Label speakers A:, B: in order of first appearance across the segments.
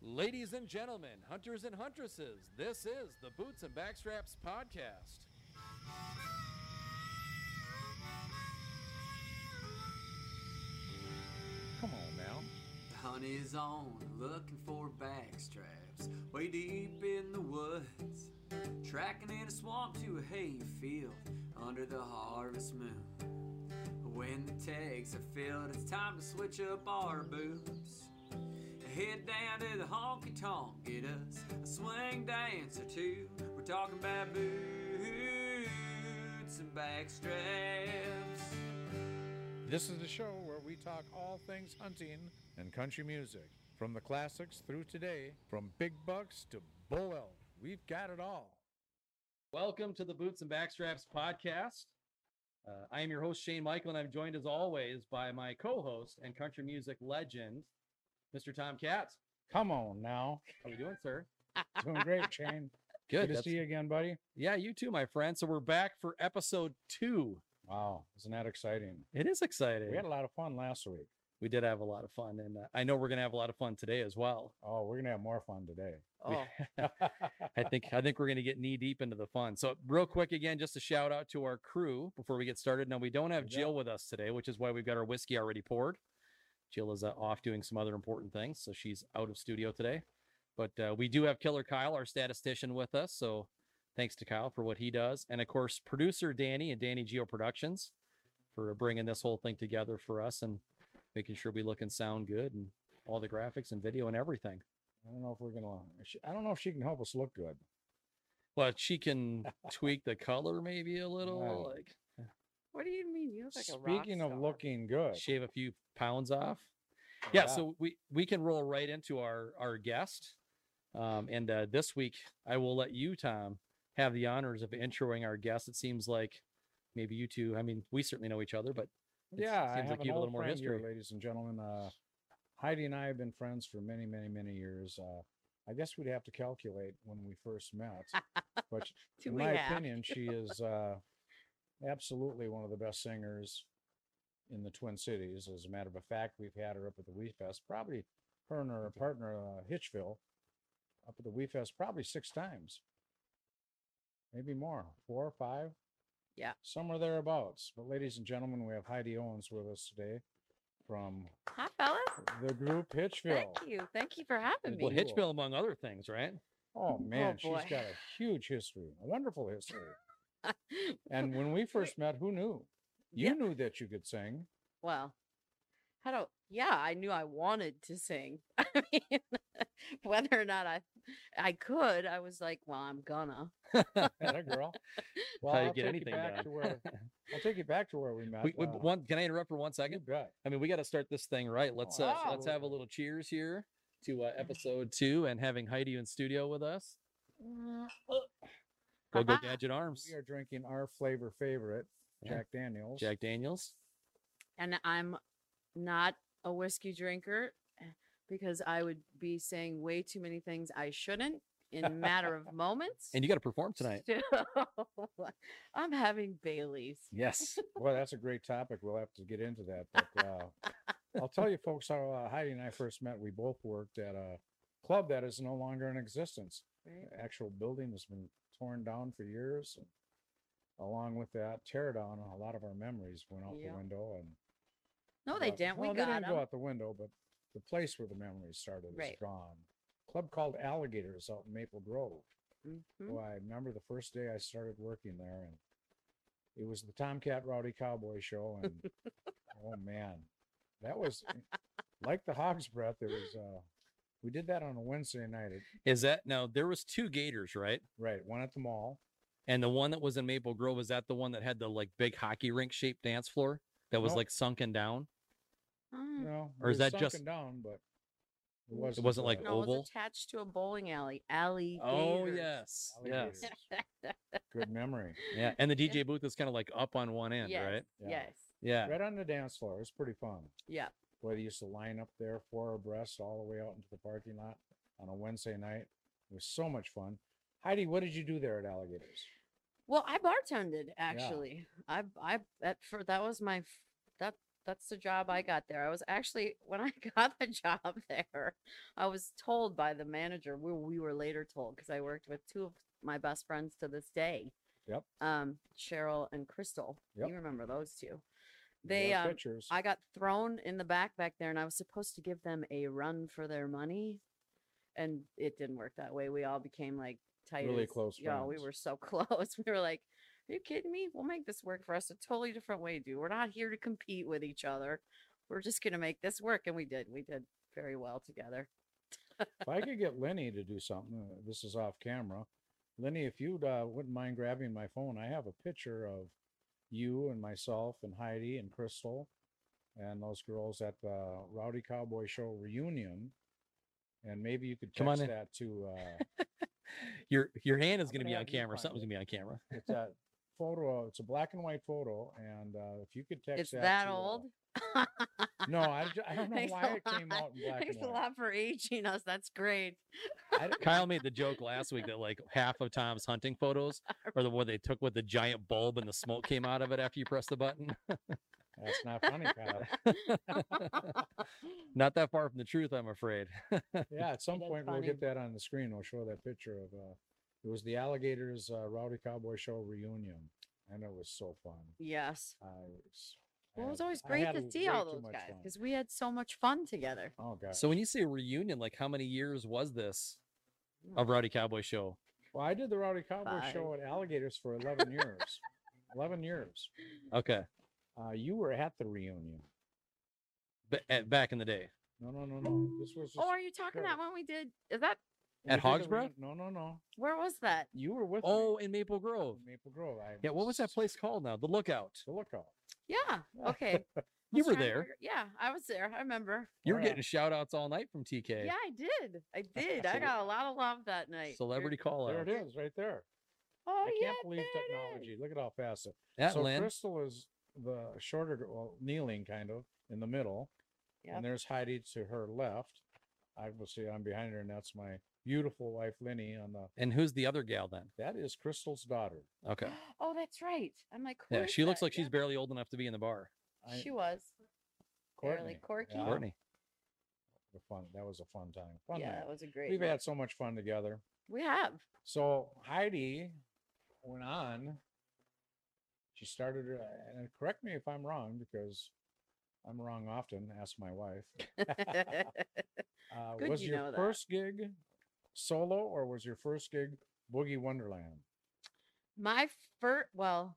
A: Ladies and gentlemen, hunters and huntresses, this is the Boots and Backstraps Podcast. Come on now.
B: Honey's on, looking for backstraps. Way deep in the woods, tracking in a swamp to a hayfield under the harvest moon. When the tags are filled, it's time to switch up our boots. Head down to the honky tonk, get us a swing dance or two. We're talking about boots and backstraps.
C: This is the show where we talk all things hunting and country music. From the classics through today, from big bucks to bull elk, we've got it all.
A: Welcome to the Boots and Backstraps Podcast. Uh, I am your host, Shane Michael, and I'm joined as always by my co host and country music legend, Mr. Tom Katz.
C: Come on now.
A: How you doing, sir?
C: Doing great, Shane. Good to
A: that's-
C: see you again, buddy.
A: Yeah, you too, my friend. So we're back for episode two.
C: Wow, isn't that exciting?
A: It is exciting.
C: We had a lot of fun last week.
A: we did have a lot of fun, and uh, I know we're going to have a lot of fun today as well.
C: Oh, we're going to have more fun today.
A: Oh, I think I think we're going to get knee deep into the fun. So, real quick again, just a shout out to our crew before we get started. Now, we don't have
C: Yeah.
A: Jill with us today, which is why we've got our whiskey already poured. Jill is uh, off doing some other important things, so she's out of studio today. But uh, we do have Killer Kyle, our statistician, with us. So, thanks to Kyle for what he does, and of course, producer Danny and Danny Geo Productions for bringing this whole thing together for us and making sure we look and sound good and all the graphics and video and everything.
C: I don't know if we're going to, I don't know if she can help us look good.
A: Well, she can tweak the color maybe a little,
C: Wow.
A: like
D: What do you mean? You look like a rock
C: Speaking of
D: star.
C: looking good,
A: shave a few pounds off.
C: Yeah.
A: Yeah, so we we can roll right into our our guest. Um, and uh, this week, I will let you, Tom, have the honors of introing our guest. It seems like maybe you two. I mean, we certainly know each other, but it's-
C: yeah, I
A: seems
C: have
A: like
C: an
A: you have a
C: old
A: little more
C: friend here,
A: history.
C: ladies and gentlemen. Uh, Heidi and I have been friends for many, many, many years. Uh, I guess we'd have to calculate when we first met, but
D: Do
C: in
D: we
C: my
D: have?
C: opinion, she is uh, absolutely one of the best singers in the Twin Cities. As a matter of fact, we've had her up at the Wee Fest, probably her and her partner uh, Hitchville, up at the Wee Fest probably six times, maybe more, four or five.
D: Yeah.
C: somewhere thereabouts. But ladies and gentlemen, we have Heidi Owens with us today from
D: Hi, fellas.
C: the group Hitchville.
D: Thank you. Thank you for having me.
A: well,
C: Cool.
A: Hitchbill among other things, right?
C: Oh man,
D: boy.
C: she's got a huge history, a wonderful history. And when we first met, who knew? You
D: Yeah.
C: knew that you could sing.
D: well, I don't. Yeah, I knew I wanted to sing. I mean, whether or not I, I could, I was like, well, I'm gonna.
C: That girl. Well,
A: how
C: I'll
A: you
C: take
A: get
C: you
A: anything
C: back
A: done.
C: to where I'll take you back to where we met.
A: We, we,
C: uh,
A: one, can I interrupt for one
C: you
A: second?
C: bet.
A: I mean, we got to start this thing right. Let's
C: Oh,
A: uh, so let's have a
C: absolutely.
A: little cheers here to uh, episode two and having Heidi in studio with us. Go go
D: Ah.
A: gadget arms.
C: We are drinking our flavor favorite,
A: Yeah.
C: Jack Daniels.
A: Jack Daniels.
D: And I'm not a whiskey drinker eh, because I would be saying way too many things I shouldn't in a matter of moments.
A: And you got to perform tonight.
D: So, I'm having Bailey's.
A: Yes.
C: Well, that's a great topic. We'll have to get into that. But uh, I'll tell you, folks, how uh, Heidi and I first met. We both worked at a club that is no longer in existence.
D: Right?
C: The actual building has been torn down for years. And along with that tear down, a lot of our memories went out
D: Yeah.
C: the window. And
D: No, they
C: uh,
D: didn't. We
C: well, they
D: got
C: didn't go
D: them.
C: out the window, but the place where the memories started is
D: Right.
C: gone. Club called Alligators out in Maple Grove.
D: Mhm.
C: Well, I remember the first day I started working there, and it was the Tomcat Rowdy Cowboy Show, and oh man, that was eh, like the Hog's Breath. It was. uh We did that on a Wednesday night, at,
A: Is that now? There was two Gators, right?
C: right? One at the mall.
A: And the one that was in Maple Grove is that the one that had the like big hockey rink shaped dance floor that was
C: No.
A: like sunken down.
D: Mm.
C: You know,
A: Or
C: it
A: is
C: was
A: that just-
C: sunken down? But it
D: It
C: wasn't,
A: wasn't like-
C: uh,
D: No, it
A: oval?
D: was attached to a bowling alley. Alley.
A: Oh
D: Gators.
A: yes, yes,
C: alligators. Good memory.
A: yeah. And the DJ booth is kind of like up on one end,
D: yes.
A: right?
C: Yeah.
D: Yes.
A: Yeah.
C: Right on the dance floor. It was pretty fun.
D: Yeah.
C: Boy, they used to line up there four abreast all the way out into the parking lot on a Wednesday night. It was so much fun. Heidi, what did you do there at Alligators?
D: Well, I bartended actually. I I that for that was my f- that that's the job I got there. I was actually when I got the job there, I was told by the manager. We we were later told because I worked with two of my best friends to this day.
C: Yep.
D: Um, Cheryl and Crystal.
C: Yep.
D: You remember those two?
C: There
D: They,
C: are
D: um,
C: pictures.
D: I got thrown in the back back there, and I was supposed to give them a run for their money, and it didn't work that way. We all became like tight.
C: Really
D: as-
C: close
D: Yeah, we
C: friends.
D: were so close. We were like, "Are you kidding me? We'll make this work for us a totally different way, dude. We're not here to compete with each other. We're just gonna make this work." And we did. We did very well together.
C: if I could get Lenny to do something, uh, this is off camera. Lenny, if you uh, wouldn't mind grabbing my phone, I have a picture of you and myself and Heidi and Crystal and those girls at the Rowdy Cowboy Show reunion. And maybe you could
A: Come on
C: text
A: in.
C: that to uh,
A: Your your hand is
C: I'm
A: going to
C: gonna
A: be on
C: have you
A: camera.
C: find
A: Something's
C: it.
A: going to be on camera.
C: it's that photo. It's a black and white photo, and uh, if you could text
D: it's
C: that,
D: that
C: to, uh,
D: old.
C: no, I, ju- I don't know
D: Thanks a
C: why it came
D: lot.
C: out in black
D: Thanks
C: and
D: a
C: white.
D: lot for aging us. That's great.
C: I d-
A: Kyle made the joke last week that like half of Tom's hunting photos are the one they took with the giant bulb and the smoke came out of it after you press the button.
C: that's not funny, Kyle.
A: Not that far from the truth, I'm afraid.
C: Yeah, at some
D: that's
C: point we'll
D: funny.
C: get that on the screen. We'll show that picture of uh it was the Alligators uh, Rowdy Cowboy Show reunion. And it was so fun.
D: Yes.
C: I was I
D: Well, it was
C: had-
D: always
C: I
D: great
C: had
D: to
C: l-
D: see
C: way
D: all
C: too
D: those
C: much
D: guys
C: fun.
D: because we had so much fun together.
C: Oh god.
A: So when you say reunion, like how many years was this
D: Hmm.
A: of Rowdy Cowboy Show?
C: well, I did the Rowdy Cowboy Show
D: Five.
C: at Alligators for eleven years. eleven years.
A: Okay,
C: Uh you were at the reunion.
A: B- at, eh, back in the day.
C: No, no, no, no. This was
D: Oh,
C: just-
D: are you talking
C: go.
D: that when we did? Is that
C: we
A: at
C: did the
A: Hogsborough?
C: reun- No, no, no.
D: where was that?
C: You were with me
A: Oh, in Maple Grove.
C: in Maple Grove. I
A: Yeah, what was that
C: s-
A: place called now? The Lookout.
C: The lookout.
D: Yeah. Okay. I
A: You
D: was
A: were
D: trying to
A: there.
D: figure- Yeah, I was there. I remember.
A: You were
C: yeah.
A: getting shout outs all night from TK.
D: Yeah, I did. I did. I
A: So-
D: got a lot of love that night. You're-
A: Celebrity call
C: There
A: out.
C: it is, right there.
D: Oh
C: I
D: yeah.
C: can't believe
D: there it
C: technology.
D: is.
C: Look at how fast it
A: At
C: so
A: Lynn.
C: Crystal is the shorter, gir- well, kneeling kind of in the middle,
D: Yep.
C: and there's Heidi to her left. I will see. I'm behind her, and that's my beautiful wife, Lenny. On the
A: And who's the other gal then?
C: that is Crystal's daughter.
A: Okay.
D: Oh, that's right. I'm like. who
A: Yeah,
D: is
A: she looks
D: that?
A: like she's barely old enough to be in the bar.
D: Yeah,
C: I-
D: She was. Barely Corky.
C: Yeah,
A: Courtney.
C: the fun. That was a fun time. Fun
D: yeah,
C: night.
D: that was a great.
C: We've
D: night.
C: had so much fun together.
D: We have.
C: So Heidi went on. She started her, and correct me if I'm wrong because I'm wrong often. Ask my wife. Uh,
D: Good
C: was
D: you
C: your
D: know that.
C: first gig solo or was your first gig Boogie Wonderland?
D: My first, well,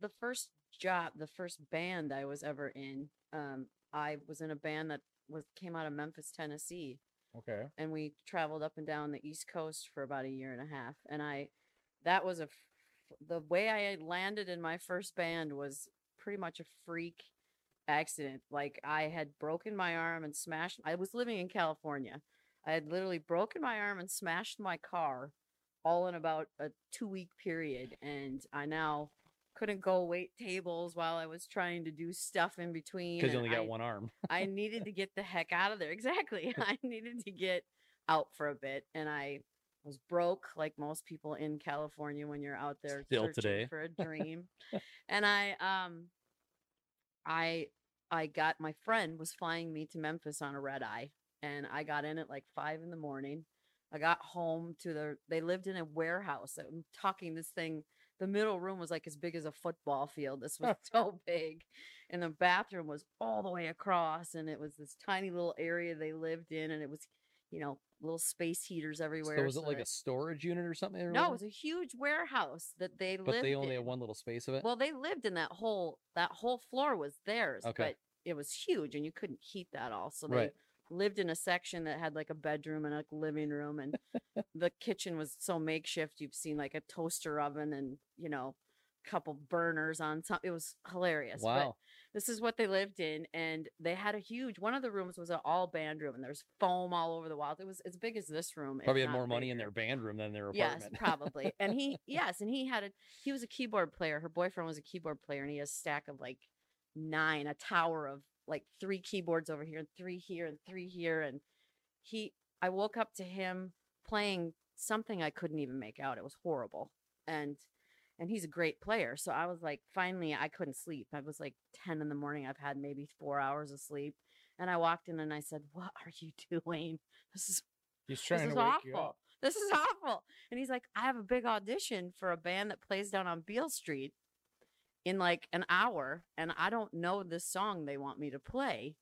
D: the first job, the first band I was ever in, um, I was in a band that was came out of Memphis, Tennessee,
C: Okay.
D: and we traveled up and down the East Coast for about a year and a half. And I, that was a, f- the way I had landed in my first band was pretty much a freak accident. Like I had broken my arm and smashed. I was living in California. I had literally broken my arm and smashed my car all in about a two week period. And I now couldn't go wait tables while I was trying to do stuff in between.
A: Because you
D: and
A: only got
D: I-
A: one arm.
D: I needed to get the heck out of there. Exactly. I needed to get out for a bit. And I was broke, like most people in California when you're out there
A: Still
D: searching
A: today.
D: for a dream. and I um I I got my friend was flying me to Memphis on a red eye. And I got in at like five in the morning. I got home to their they lived in a warehouse. I'm talking this thing the middle room was like as big as a football field. This was so big. And the bathroom was all the way across. And it was this tiny little area they lived in. And it was, you know, little space heaters everywhere.
A: So was it
D: so
A: like a
D: that-
A: storage unit or something? they were
D: No,
A: living
D: it was a huge warehouse that they
A: in?
D: lived
A: But they only
D: in.
A: had one little space of it.
D: Well, they lived in that whole that whole floor was theirs,
A: Okay.
D: but it was huge and you couldn't heat that all. So they
A: Right.
D: lived in a section that had like a bedroom and a living room and the kitchen was so makeshift you've seen like a toaster oven and, you know, couple burners on top. It was hilarious. but
A: wow.
D: this is what they lived in and they had a huge one of the rooms was an all band room and there's foam all over the walls it was as big as this room if
A: Probably had
D: not
A: more money in
D: bigger.
A: their band room than their
D: yes
A: apartment.
D: probably and he yes and he had a he was a keyboard player her boyfriend was a keyboard player and he had a stack of like nine a tower of like three keyboards over here and three here and three here and he i woke up to him playing something i couldn't even make out it was horrible and and he's a great player. So I was like, finally, I couldn't sleep. I was like 10 in the morning. I've had maybe four hours of sleep. And I walked in and I said, What are you doing? This is
C: He's
D: this
C: trying
D: is
C: to wake you
D: awful.
C: up.
D: This is awful. And he's like, I have a big audition for a band that plays down on Beale Street in like an hour, and I don't know this song they want me to play.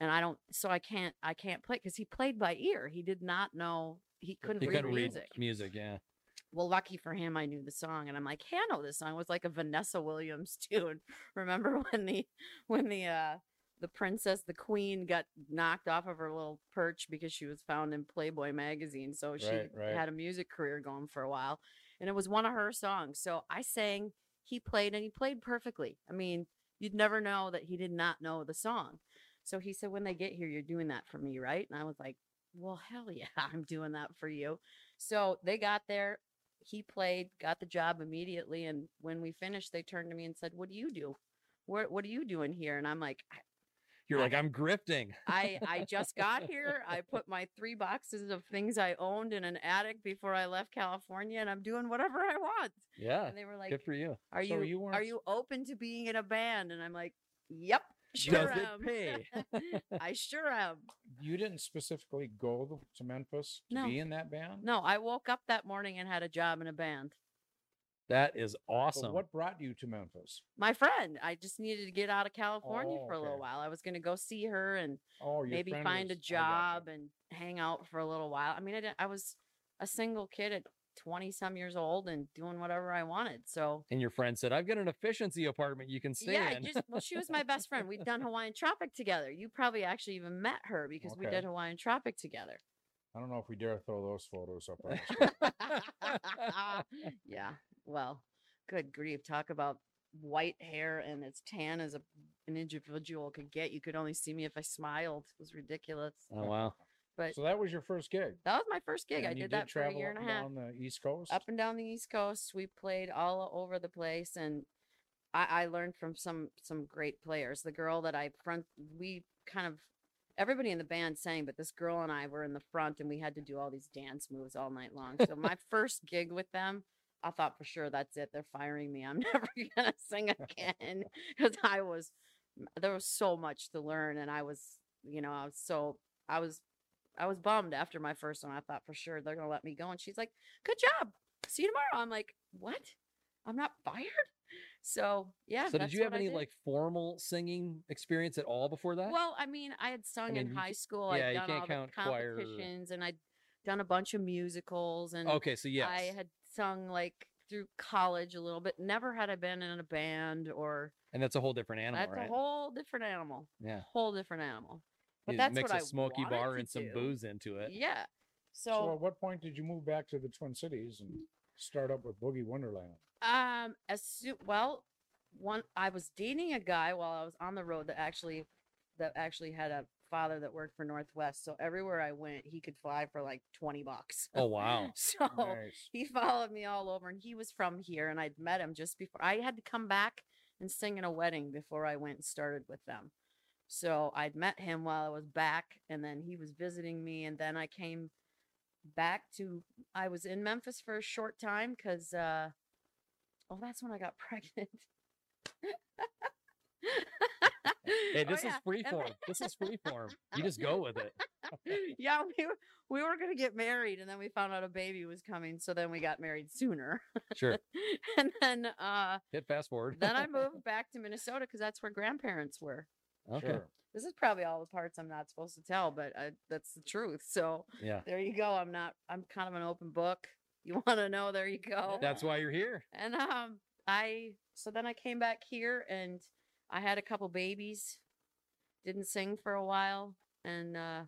D: And I don't, so I can't, I can't play because he played by ear. He did not know, he couldn't
A: You
D: read
A: couldn't read
D: music.
A: music, yeah.
D: Well, lucky for him, I knew the song, and I'm like, hey, I know this song. It was like a Vanessa Williams tune. Remember when the, when the, uh, the princess, the queen, got knocked off of her little perch because she was found in Playboy magazine. So she
C: Right, right.
D: had a music career going for a while, and it was one of her songs. So I sang, he played, and he played perfectly. I mean, you'd never know that he did not know the song. So he said, "When they get here, you're doing that for me, right?" And I was like, "Well, hell yeah, I'm doing that for you." So they got there. He played, got the job immediately, and when we finished, they turned to me and said, "What do you do? What What are you doing here?" And I'm like,
A: You're
D: I-
A: like, I'm grifting.
D: I I just got here. I put my three boxes of things I owned in an attic before I left California, and I'm doing whatever I want.
A: Yeah.
D: And they were like,
A: Good for you.
D: "Are
C: So
D: you,
C: you
D: are
C: weren't-
D: you open to being in a band?" And I'm like, "Yep, sure
A: Does
D: um, am.
A: it pay?
D: I sure am."
C: You didn't specifically go th- to Memphis to
D: No.
C: be in that band?
D: No, I woke up that morning and had a job in a band.
A: That is
C: But
A: awesome.
C: what brought you to Memphis?
D: My friend, I just needed to get out of California
C: Oh,
D: for a little
C: okay.
D: while. I was going to go see her and
C: Oh, your
D: maybe
C: friend
D: find a
C: was- I gotcha.
D: job and hang out for a little while. I mean, I didn't, I was a single kid at 20 some years old and doing whatever I wanted. So
A: and your friend said, I've got an efficiency apartment you can stay
D: yeah, I
A: in.
D: just well, she was my best friend. We'd done Hawaiian Tropic together. You probably actually even met her because we
C: Okay.
D: did Hawaiian Tropic together.
C: I don't know if we dare throw those photos up. on the screen.
D: yeah. Well, good grief. Talk about white hair and as tan as a, an individual could get. You could only see me if I smiled. It was ridiculous.
A: oh, wow.
D: But
C: so that was your first gig.
D: that was my first gig. I
C: and you
D: did that for a
C: travel
D: year
C: up
D: and a half.
C: down the East Coast.
D: Up and down the East Coast, we played all over the place, and I, I learned from some some great players. The girl that I front, we kind of everybody in the band sang, but this girl and I were in the front, and we had to do all these dance moves all night long. So my first gig with them. I thought for sure that's it. They're firing me. I'm never gonna sing again because I was there was so much to learn, and I was you know I was so I was I was bummed after my first one. I thought for sure they're gonna let me go. And she's like, Good job. See you tomorrow. I'm like, What? I'm not fired? So yeah.
A: so did
D: that's
A: you have
D: what I
A: any
D: did.
A: like formal singing experience at all before that?
D: Well, I mean, I had sung
A: mean, you
D: in
A: ca-
D: high school.
A: yeah,
D: I'd
A: you
D: done
A: can't
D: all
A: count
D: the
A: choir or-
D: competitions and I'd done a bunch of musicals and
A: okay, so Oh, yes.
D: I had sung like through college a little bit. Never had I been in a band or
A: and that's a whole different animal,
D: that's
A: right?
D: a whole different animal.
A: Yeah.
D: Whole different animal. But
A: you
D: that's
A: mix
D: what
A: a
D: I
A: smoky
D: wanted
A: bar
D: to
A: and some
D: do.
A: booze into it.
D: Yeah.
C: so at what point did you move back to the Twin Cities and start up with Boogie Wonderland?
D: Um, as soon, well, one I was dating a guy while I was on the road that actually that actually had a father that worked for Northwest. So everywhere I went, he could fly for like twenty bucks.
A: Oh wow.
D: So
C: Nice.
D: he followed me all over, and he was from here, and I'd met him just before I had to come back and sing at a wedding before I went and started with them. So I'd met him while I was back, and then he was visiting me, and then I came back to I was in Memphis for a short time because uh oh that's when I got pregnant.
A: Hey,
D: Oh,
A: this
D: yeah.
A: is
D: And-
A: freeform. this is freeform. You just go with it.
D: yeah, we were, we were gonna get married, and then we found out a baby was coming, so then we got married sooner.
A: Sure.
D: and then uh,
A: Hit fast forward.
D: then I moved back to Minnesota because that's where grandparents were.
A: okay.
C: Sure.
D: This is probably all the parts I'm not supposed to tell, but I, that's the truth. So
A: Yeah.
D: there you go. I'm not. I'm kind of an open book. You want to know? There you go.
A: That's why you're here.
D: And um, I so then I came back here and I had a couple babies. Didn't sing for a while, and uh,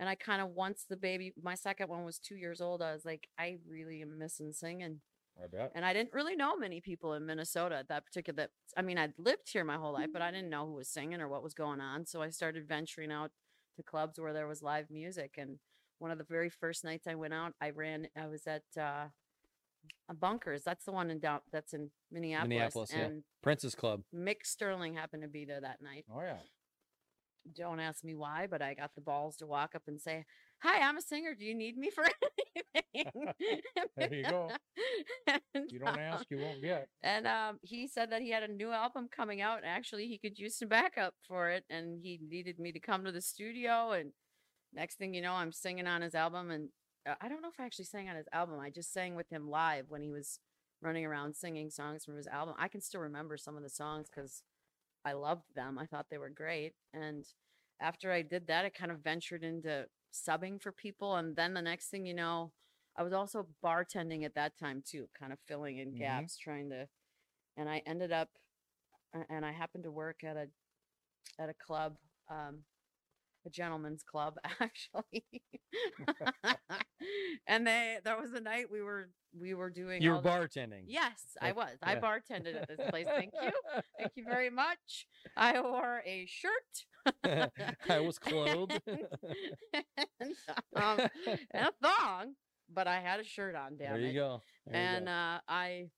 D: and I kind of once the baby, my second one was two years old. I was like, I really am missing singing,
C: I bet.
D: and I didn't really know many people in Minnesota at that particular. That I mean, I'd lived here my whole life, but I
C: Mm-hmm.
D: didn't know who was singing or what was going on. So I started venturing out to clubs where there was live music, and one of the very first nights I went out, I ran. I was at. uh a bunkers. That's the one in down. That's in Minneapolis.
A: Minneapolis, yeah.
D: and
A: Princess Club.
D: Mick Sterling happened to be there that night.
C: Oh yeah.
D: Don't ask me why, but I got the balls to walk up and say, hi, I'm a singer. Do you need me for anything?
C: There you go.
D: And,
C: You don't
D: uh,
C: ask, you won't get.
D: And um, he said that he had a new album coming out. And actually, he could use some backup for it. And he needed me to come to the studio. And next thing you know, I'm singing on his album. And uh, I don't know if I actually sang on his album. I just sang with him live when he was running around singing songs from his album. I can still remember some of the songs because I loved them. I thought they were great. And after I did that, I kind of ventured into subbing for people. And then the next thing you know, I was also bartending at that time too, kind of filling in
C: Mhm.
D: gaps, trying to. And I ended up, a- and I happened to work at a, at a club, um, a gentleman's club actually. and they, that was the night we were we were doing.
A: You
D: all
A: were
D: the-
A: bartending.
D: Yes, I
A: That-
D: was. I
A: yeah.
D: bartended at this place. Thank you. Thank you very much. I wore a shirt.
A: I was clothed.
D: and, um, and a thong, but I had a shirt on, damn
A: there you
D: it.
A: go. There you
D: And
A: go.
D: uh, I,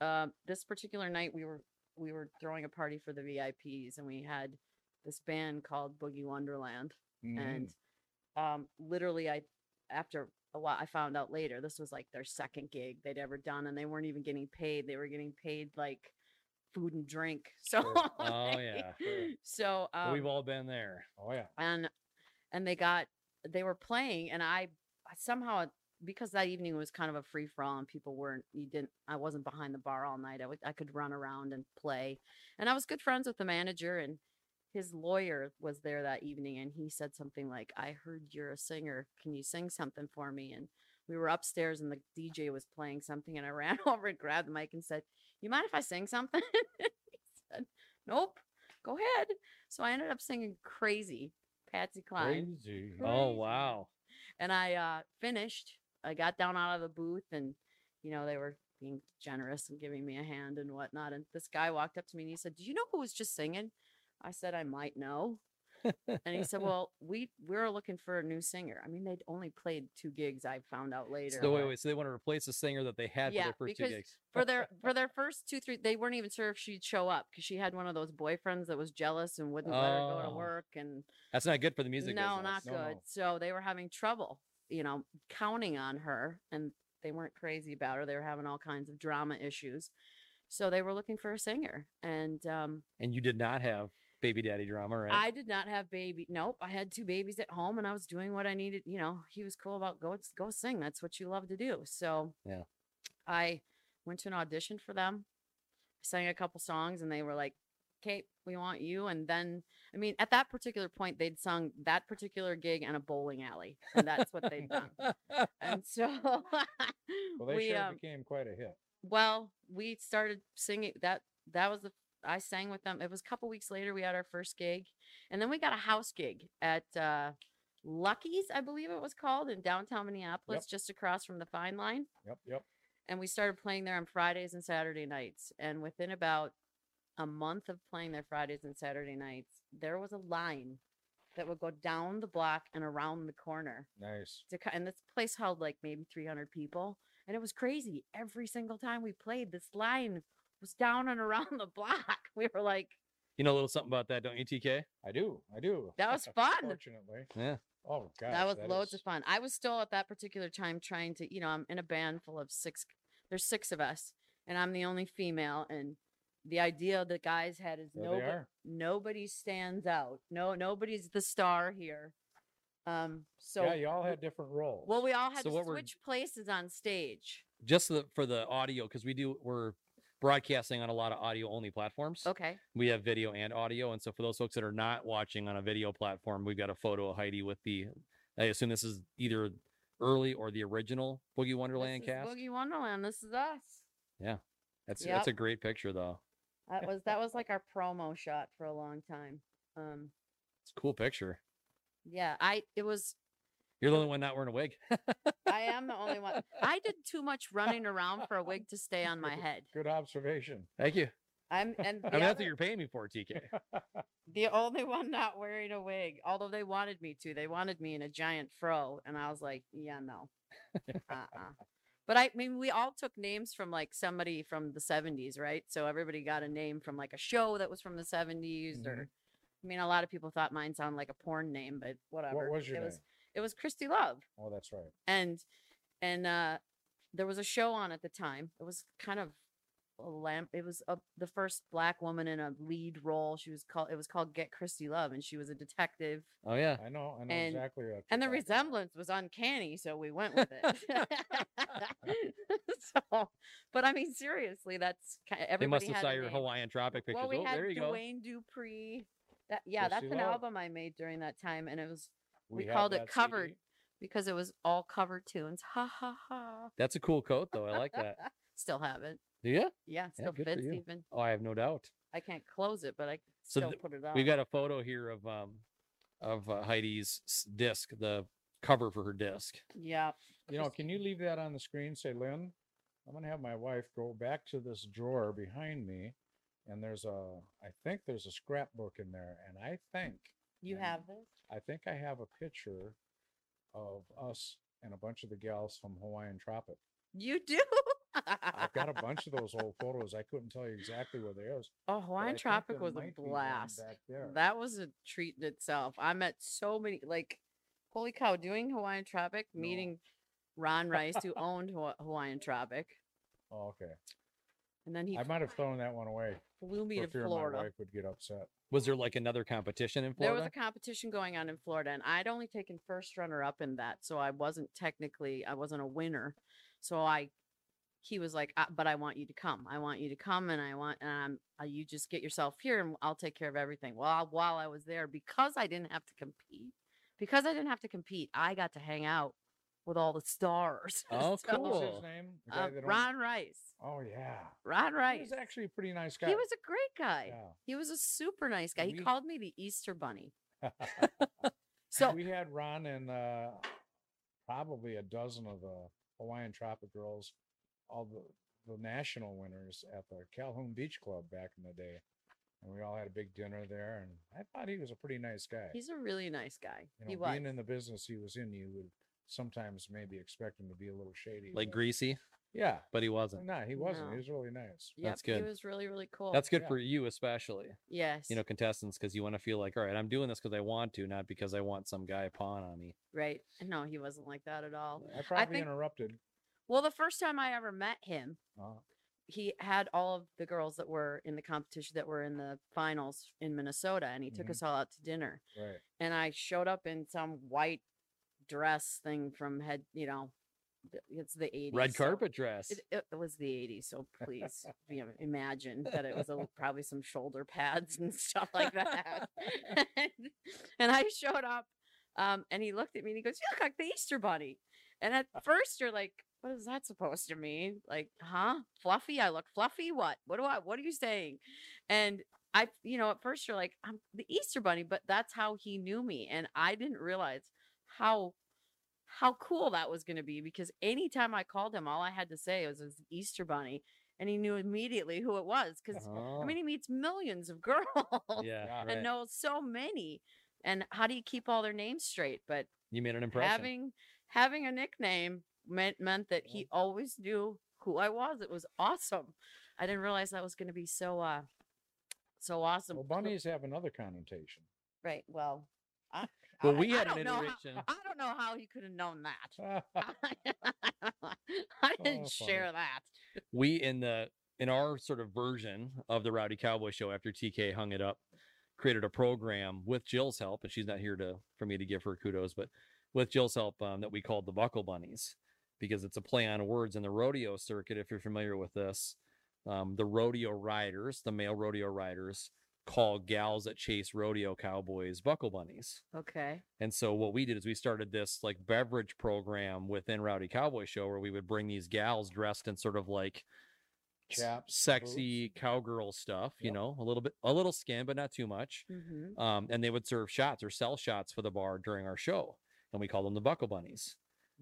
D: uh, this particular night, we were we were throwing a party for the VIPs, and we had this band called Boogie Wonderland
C: Mhm.
D: and
A: Mm.
D: um literally i after a while i found out later this was like their second gig they'd ever done and they weren't even getting paid they were getting paid like food and drink so
A: Sure. Oh, yeah, sure.
D: so um,
A: We've all been there.
C: Mm-hmm. Oh, yeah.
D: and and they got they were playing and i I somehow because that evening was kind of a free for all and people weren't you didn't i wasn't behind the bar all night I would- I could run around and play and i was good friends with the manager and his lawyer was there that evening and he said something like i heard you're a singer can you sing something for me and we were upstairs and the dj was playing something and i ran over and grabbed the mic and said you mind if i sing something he said nope go ahead so i ended up singing crazy patsy cline
C: Crazy.
A: Oh,
D: Crazy.
A: wow.
D: and I uh, finished. I got down out of the booth, and you know they were being generous and giving me a hand and whatnot. And this guy walked up to me and he said, "Do you know who was just singing?" I said, "I might know." and he said, "Well, we we were looking for a new singer. I mean, they'd only played two gigs. I found out later
A: So, wait, wait. So they want to replace the singer that they had
D: Yeah,
A: for their first two
D: because
A: gigs.
D: for their for their first two three. They weren't even sure if she'd show up because she had one of those boyfriends that was jealous and wouldn't let her go to
A: Oh.
D: work and."
A: That's not good for the music.
D: no
A: business.
D: not
C: No,
D: good
C: no.
D: so they were having trouble you know counting on her and they weren't crazy about her they were having all kinds of drama issues so they were looking for a singer and um,
A: And you did not have baby daddy drama, right?
D: i did not have baby nope i had two babies at home and i was doing what i needed you know he was cool about go go sing that's what you love to do so
A: Yeah.
D: i went to an audition for them sang a couple songs and they were like okay we want you and then i mean at that particular point they'd sung that particular gig and a bowling alley and that's what they'd done and so
C: Well, they
D: we
C: sure
D: um,
C: became quite a hit.
D: well we started singing that that was the i sang with them it was a couple weeks later we had our first gig and then we got a house gig at uh lucky's i believe it was called in downtown minneapolis just across from the fine line
C: Yep, yep.
D: and we started playing there on Fridays and Saturday nights. And within about a month of playing there Fridays and Saturday nights, there was a line that would go down the block and around the corner.
C: Nice.
D: To, co- and this place held like maybe 300 people. And it was crazy. Every single time we played, this line was down and around the block. We were like,
A: you know a little something about that, don't you, TK?
C: I do. I do.
D: that was fun.
C: Fortunately.
A: Yeah.
C: Oh, gosh.
D: that was loads
C: is-
D: of fun. I was still at that particular time trying to, you know, I'm in a band full of six. There's six of us, and I'm the only female. And the idea the guys had is
C: There they
D: nobody,
C: are.
D: nobody stands out. No, nobody's the star here. Um. So
C: yeah, you all had different roles.
D: well, we all had
A: So
D: to
A: what we're-
D: switch places on stage.
A: Just so that- for the audio, because we do we're broadcasting on a lot of audio only platforms.
D: Okay.
A: We have video and audio, and so for those folks that are not watching on a video platform, we've got a photo of Heidi with the. I assume this is either early or the original Boogie Wonderland
D: this
A: cast.
D: Is Boogie Wonderland. This is us.
A: That's
D: Yep.
A: that's a great picture though.
D: That was that was like our promo shot for a long time. Um.
A: It's a cool picture.
D: Yeah. I it was
A: You're the only one not wearing a wig.
D: I am the only one. I did too much running around for a wig to stay on my head.
C: Good observation.
A: Thank you.
D: I'm and
A: I
D: the,
A: mean, that's
D: other-
A: what you're paying me for, TK.
D: the only one not wearing a wig. Although they wanted me to, they wanted me in a giant fro, and I was like, yeah, no, uh-uh. But I mean, we all took names from like somebody from the '70s, right? So everybody got a name from like a show that was from the
C: Mm-hmm.
D: '70s, or I mean, a lot of people thought mine sounded like a porn name, but whatever.
C: what was your
D: it
C: name?
D: was It was Christy Love.
C: Oh, that's right.
D: and and uh there was a show on at the time it was kind of a lamp it was a, the first black woman in a lead role she was called it was called get christy love and she was a detective
A: Oh yeah.
C: I know. I know
D: And-
C: exactly. what
D: and the
C: you're talking
D: resemblance was uncanny so we went with it so but i mean seriously that's kind of
A: They
D: everybody
A: must have
D: had a
A: saw your
D: name.
A: Hawaiian Tropic pictures.
D: well we
A: oh,
D: had
A: there you go.
D: Dwayne dupree that, yeah that's
C: Christy
D: an
C: Love.
D: album i made during that time and it was
C: about.
D: we
C: have
D: called it
C: that
D: covered.
C: CD.
D: because it was all cover tunes ha ha ha
A: That's a cool coat though. I like that.
D: still have it
A: Do you?
D: Yeah, it
A: Yeah,
D: still
A: good for
D: fits
A: you.
D: even.
A: Oh, I have no doubt.
D: I can't close it, but I can
A: So
D: still
A: th-
D: put it on.
A: We've got a photo here of um of uh, Heidi's s- disc, the cover for her disc.
D: yeah.
C: You know,
D: Christy-
C: can you leave that on the screen? Say, Lynn, I'm gonna have my wife go back to this drawer behind me, and there's a, I think there's a scrapbook in there, and I think,
D: You
C: and
D: have this?
C: I think I have a picture of us and a bunch of the gals from Hawaiian Tropic.
D: You do.
C: I've got a bunch of those old photos. I couldn't tell you exactly where they are. s-
D: Oh,
C: but I
D: Hawaiian
C: think
D: Tropic
C: there
D: was
C: might
D: a
C: be one
D: blast.
C: back there.
D: That was a treat in itself. I met so many like, holy cow! Doing Hawaiian Tropic,
C: No.
D: meeting Ron Rice who owned Hawa- Hawaiian Tropic,
C: Oh, okay.
D: and then he
C: I might have thrown that one away
D: flew me
C: for
D: to
C: fear my
D: Florida.
C: wife would get upset.
A: Was there like another competition in
D: There
A: Florida?
D: was a competition going on in Florida, and I'd only taken first runner up in that, so I wasn't technically I wasn't a winner. So I, he was like, "Uh, "But I want you to come. I want you to come, and I want um, uh, you just get yourself here, and I'll take care of everything." Well, while I was there, because I didn't have to compete, because I didn't have to compete, I got to hang out with all the stars.
A: Oh,
D: So,
C: What was
A: Cool.
C: his name? The guy
D: uh,
C: that owned-
D: Ron Rice.
C: Oh yeah.
D: Ron
C: He
D: Rice.
C: was actually a pretty nice guy.
D: He was a great guy.
C: Yeah.
D: He was a super nice guy. He
C: We-
D: called me the Easter Bunny. So
C: we had Ron and uh, probably a dozen of the Hawaiian Tropic girls, all the, the national winners at the Calhoun Beach Club back in the day. And we all had a big dinner there. And I thought he was a pretty nice guy.
D: He's a really nice guy.
C: you know,
D: he was.
C: being in the business he was in, you would sometimes maybe expect him to be a little shady.
A: like
C: but-
A: greasy,
C: Yeah.
A: but he wasn't.
C: No, he wasn't.
D: No.
C: He was really nice.
D: Yep,
A: that's good.
D: He was really, really cool.
A: That's good
C: yeah.
A: for you, especially
D: yes.
A: you know contestants, because you want to feel like, all right, I'm doing this because I want to, not because I want some guy pawn on me.
D: right. No, he wasn't like that at all.
C: I probably
D: think-
C: interrupted.
D: Well, the first time I ever met him,
C: Uh,
D: he had all of the girls that were in the competition that were in the finals in Minnesota, and he took
A: Mm-hmm.
C: Mhm.
D: us all out to dinner.
C: right.
D: And I showed up in some white dress thing from head, you know, th- it's the 80s.
A: Red
D: so-
A: carpet dress.
D: It, it it was the 80s, so please you know, imagine that it was a, probably some shoulder pads and stuff like that. and, I showed up, um, and he looked at me and he goes, "You look like the Easter Bunny." And at first, you're like, "What is that supposed to mean?" Like, huh? Fluffy? I look fluffy? What? What do I? What are you saying? And I, you know, at first you're like, "I'm the Easter Bunny," but that's how he knew me, and I didn't realize how how cool that was going to be because anytime I called him, all I had to say was, was Easter Bunny. And he knew immediately who it was because, I
A: Oh,
D: mean, he meets millions of girls
A: yeah,
C: Yeah.
A: right.
D: and knows so many. And how do you keep all their names straight? But
A: you made an impression.
D: having having a nickname meant meant that he always knew who I was. It was awesome. I didn't realize that was going to be so uh so awesome.
C: Well,
D: Cl-
C: bunnies have another connotation.
D: right? Well, I,
A: well,
D: I-
A: we
D: I
A: had an
D: don't know how-
A: iteration.
D: I don't know how he could have known that.
C: yeah.
D: I didn't
C: Oh, funny.
D: share that.
A: we in the in our sort of version of the Rowdy Cowboy Show after TK hung it up, created a program with Jill's help, and she's not here to for me to give her kudos, but with Jill's help um, that we called the Buckle Bunnies because it's a play on words in the rodeo circuit. If you're familiar with this, um, the rodeo riders, the male rodeo riders, call gals that chase rodeo cowboys buckle bunnies.
D: Okay.
A: And so what we did is we started this like beverage program within Rowdy Cowboy Show where we would bring these gals dressed in sort of like s-
C: Chaps and boots.
A: sexy cowgirl stuff, you
C: Yep.
A: know, a little bit a little skin, but not too much.
D: Mm-hmm.
A: Um, and they would serve shots or sell shots for the bar during our show. And we called them the Buckle Bunnies.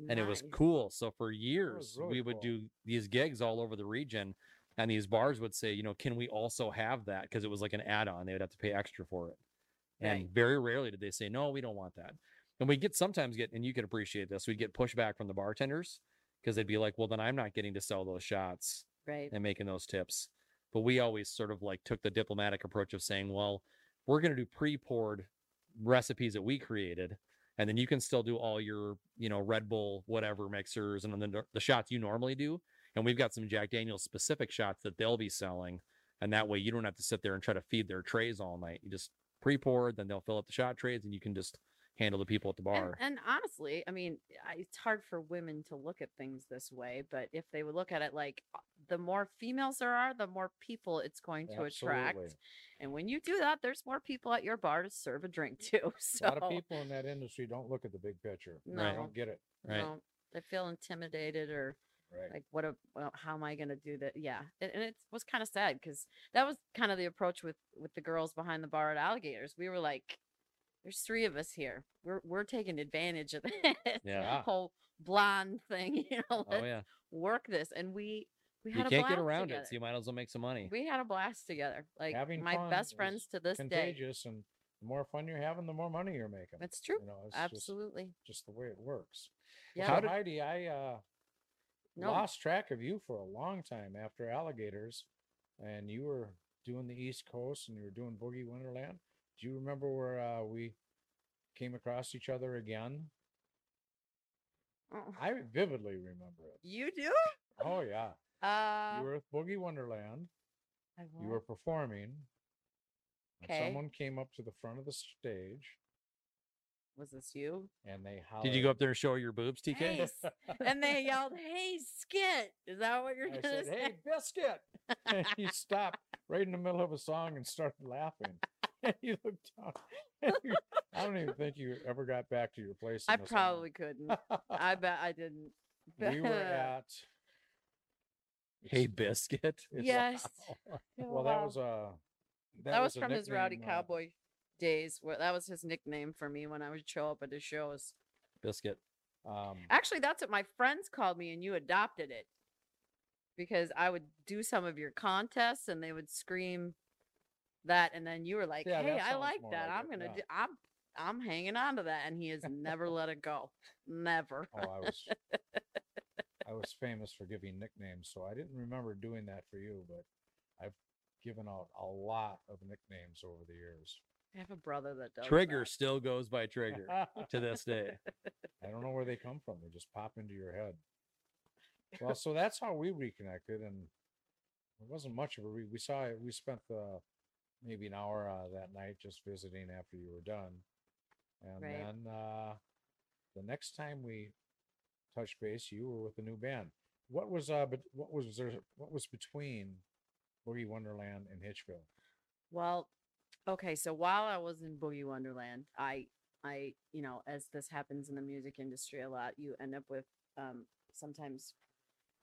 A: And it was cool. So for years
C: really
A: we would
C: cool.
A: do these gigs all over the region. And these bars would say, you know, can we also have that? Because it was like an add-on. They would have to pay extra for it. And
D: Right.
A: very rarely did they say, no, we don't want that. And we get sometimes get, and you can appreciate this, we'd get pushback from the bartenders because they'd be like, well, then I'm not getting to sell those shots
D: Right.
A: and making those tips. But we always sort of like took the diplomatic approach of saying, well, we're going to do pre poured recipes that we created and then you can still do all your you know Red Bull whatever mixers and then the, the shots you normally do. And we've got some Jack Daniel's specific shots that they'll be selling, and that way you don't have to sit there and try to feed their trays all night. You just pre-pour, then they'll fill up the shot trays, and you can just handle the people at the
D: And-
A: bar.
D: And, honestly, I mean, I- it's hard for women to look at things this way, but if they would look at it like uh, the more females there are, the more people it's going to attract.
C: Absolutely.
D: And when you do that, there's more people at your bar to serve a drink to. So
C: A lot of people in that industry don't look at the big picture.
D: Right.
C: They don't get it.
D: you
A: right.
D: know, they feel intimidated or
C: Right.
D: like what a, well, how am i going to do that yeah and, and it was kind of sad because that was kind of the approach with with the girls behind the bar at alligators we were like there's three of us here we're we're taking advantage of this
A: Yeah.
D: whole blonde thing you know
A: Oh
D: let's
A: yeah.
D: work this and we we
A: You
D: had a
A: can't
D: blast
A: get around
D: together.
A: it, so you might as well make some money.
D: we had a blast together like
C: Having
D: my
C: fun
D: best
C: is
D: friends to this day
C: Contagious, and the more fun you're having, the more money you're making.
D: that's true
C: You know, it's just-
D: absolutely
C: Just the way it works.
D: yeah
C: How
A: did-
C: Heidi, I uh,
D: No.
C: lost track of you for a long time after Alligators, and you were doing the East Coast and you were doing Boogie Wonderland. Do you remember where uh, we came across each other again?
D: Oh,
C: I vividly remember it.
D: you do
C: Oh yeah,
D: uh
C: you were at Boogie Wonderland.
D: I
C: You
D: won't.
C: were performing. and
D: Okay.
C: Someone came up to the front of the stage
D: was this you
C: and they hollered.
A: Did you go up there and show your boobs, TK?
D: Hey, s- and they yelled, "Hey, skit!" Is that what you're
C: I
D: gonna
C: said,
D: say?
C: "Hey, biscuit!" And he stopped right in the middle of a song and started laughing. And he looked down. and you- I don't even think you ever got back to your place.
D: I
C: in the song.
D: probably couldn't. I bet I didn't.
C: we were at.
A: Hey,
C: it's-
A: biscuit.
C: it's-
D: yes.
C: Well, that was uh
D: that, was,
C: a
D: from his rowdy
C: nickname, uh,
D: cowboy days. Where that was his nickname for me when I would show up at his shows.
A: Biscuit.
C: Um,
D: Actually, that's what my friends called me, and you adopted it because I would do some of your contests, and they would scream that, and then you were like,
C: Yeah,
D: "Hey,
C: that
D: I
C: sounds
D: like
C: more
D: that.
C: like
D: I'm
C: it,
D: gonna.
C: yeah.
D: Do, I'm. I'm hanging on to that." And he has never let it go. Never.
C: oh, I was. I was famous for giving nicknames, so I didn't remember doing that for you, but I've given out a lot of nicknames over the years.
D: I have a brother that does
A: Trigger
D: that.
A: still goes by Trigger to this day.
C: I don't know where they come from. They just pop into your head. Well, so that's how we reconnected, and it wasn't much of a re- we saw it. We spent the maybe an hour uh, that night just visiting after you were done, and
D: Right.
C: then uh, the next time we touched base, you were with a new band. What was uh, but what was there? What was between Boogie Wonderland and Hitchville?
D: Well, okay, so while I was in Boogie Wonderland, I I, you know, as this happens in the music industry a lot, you end up with um sometimes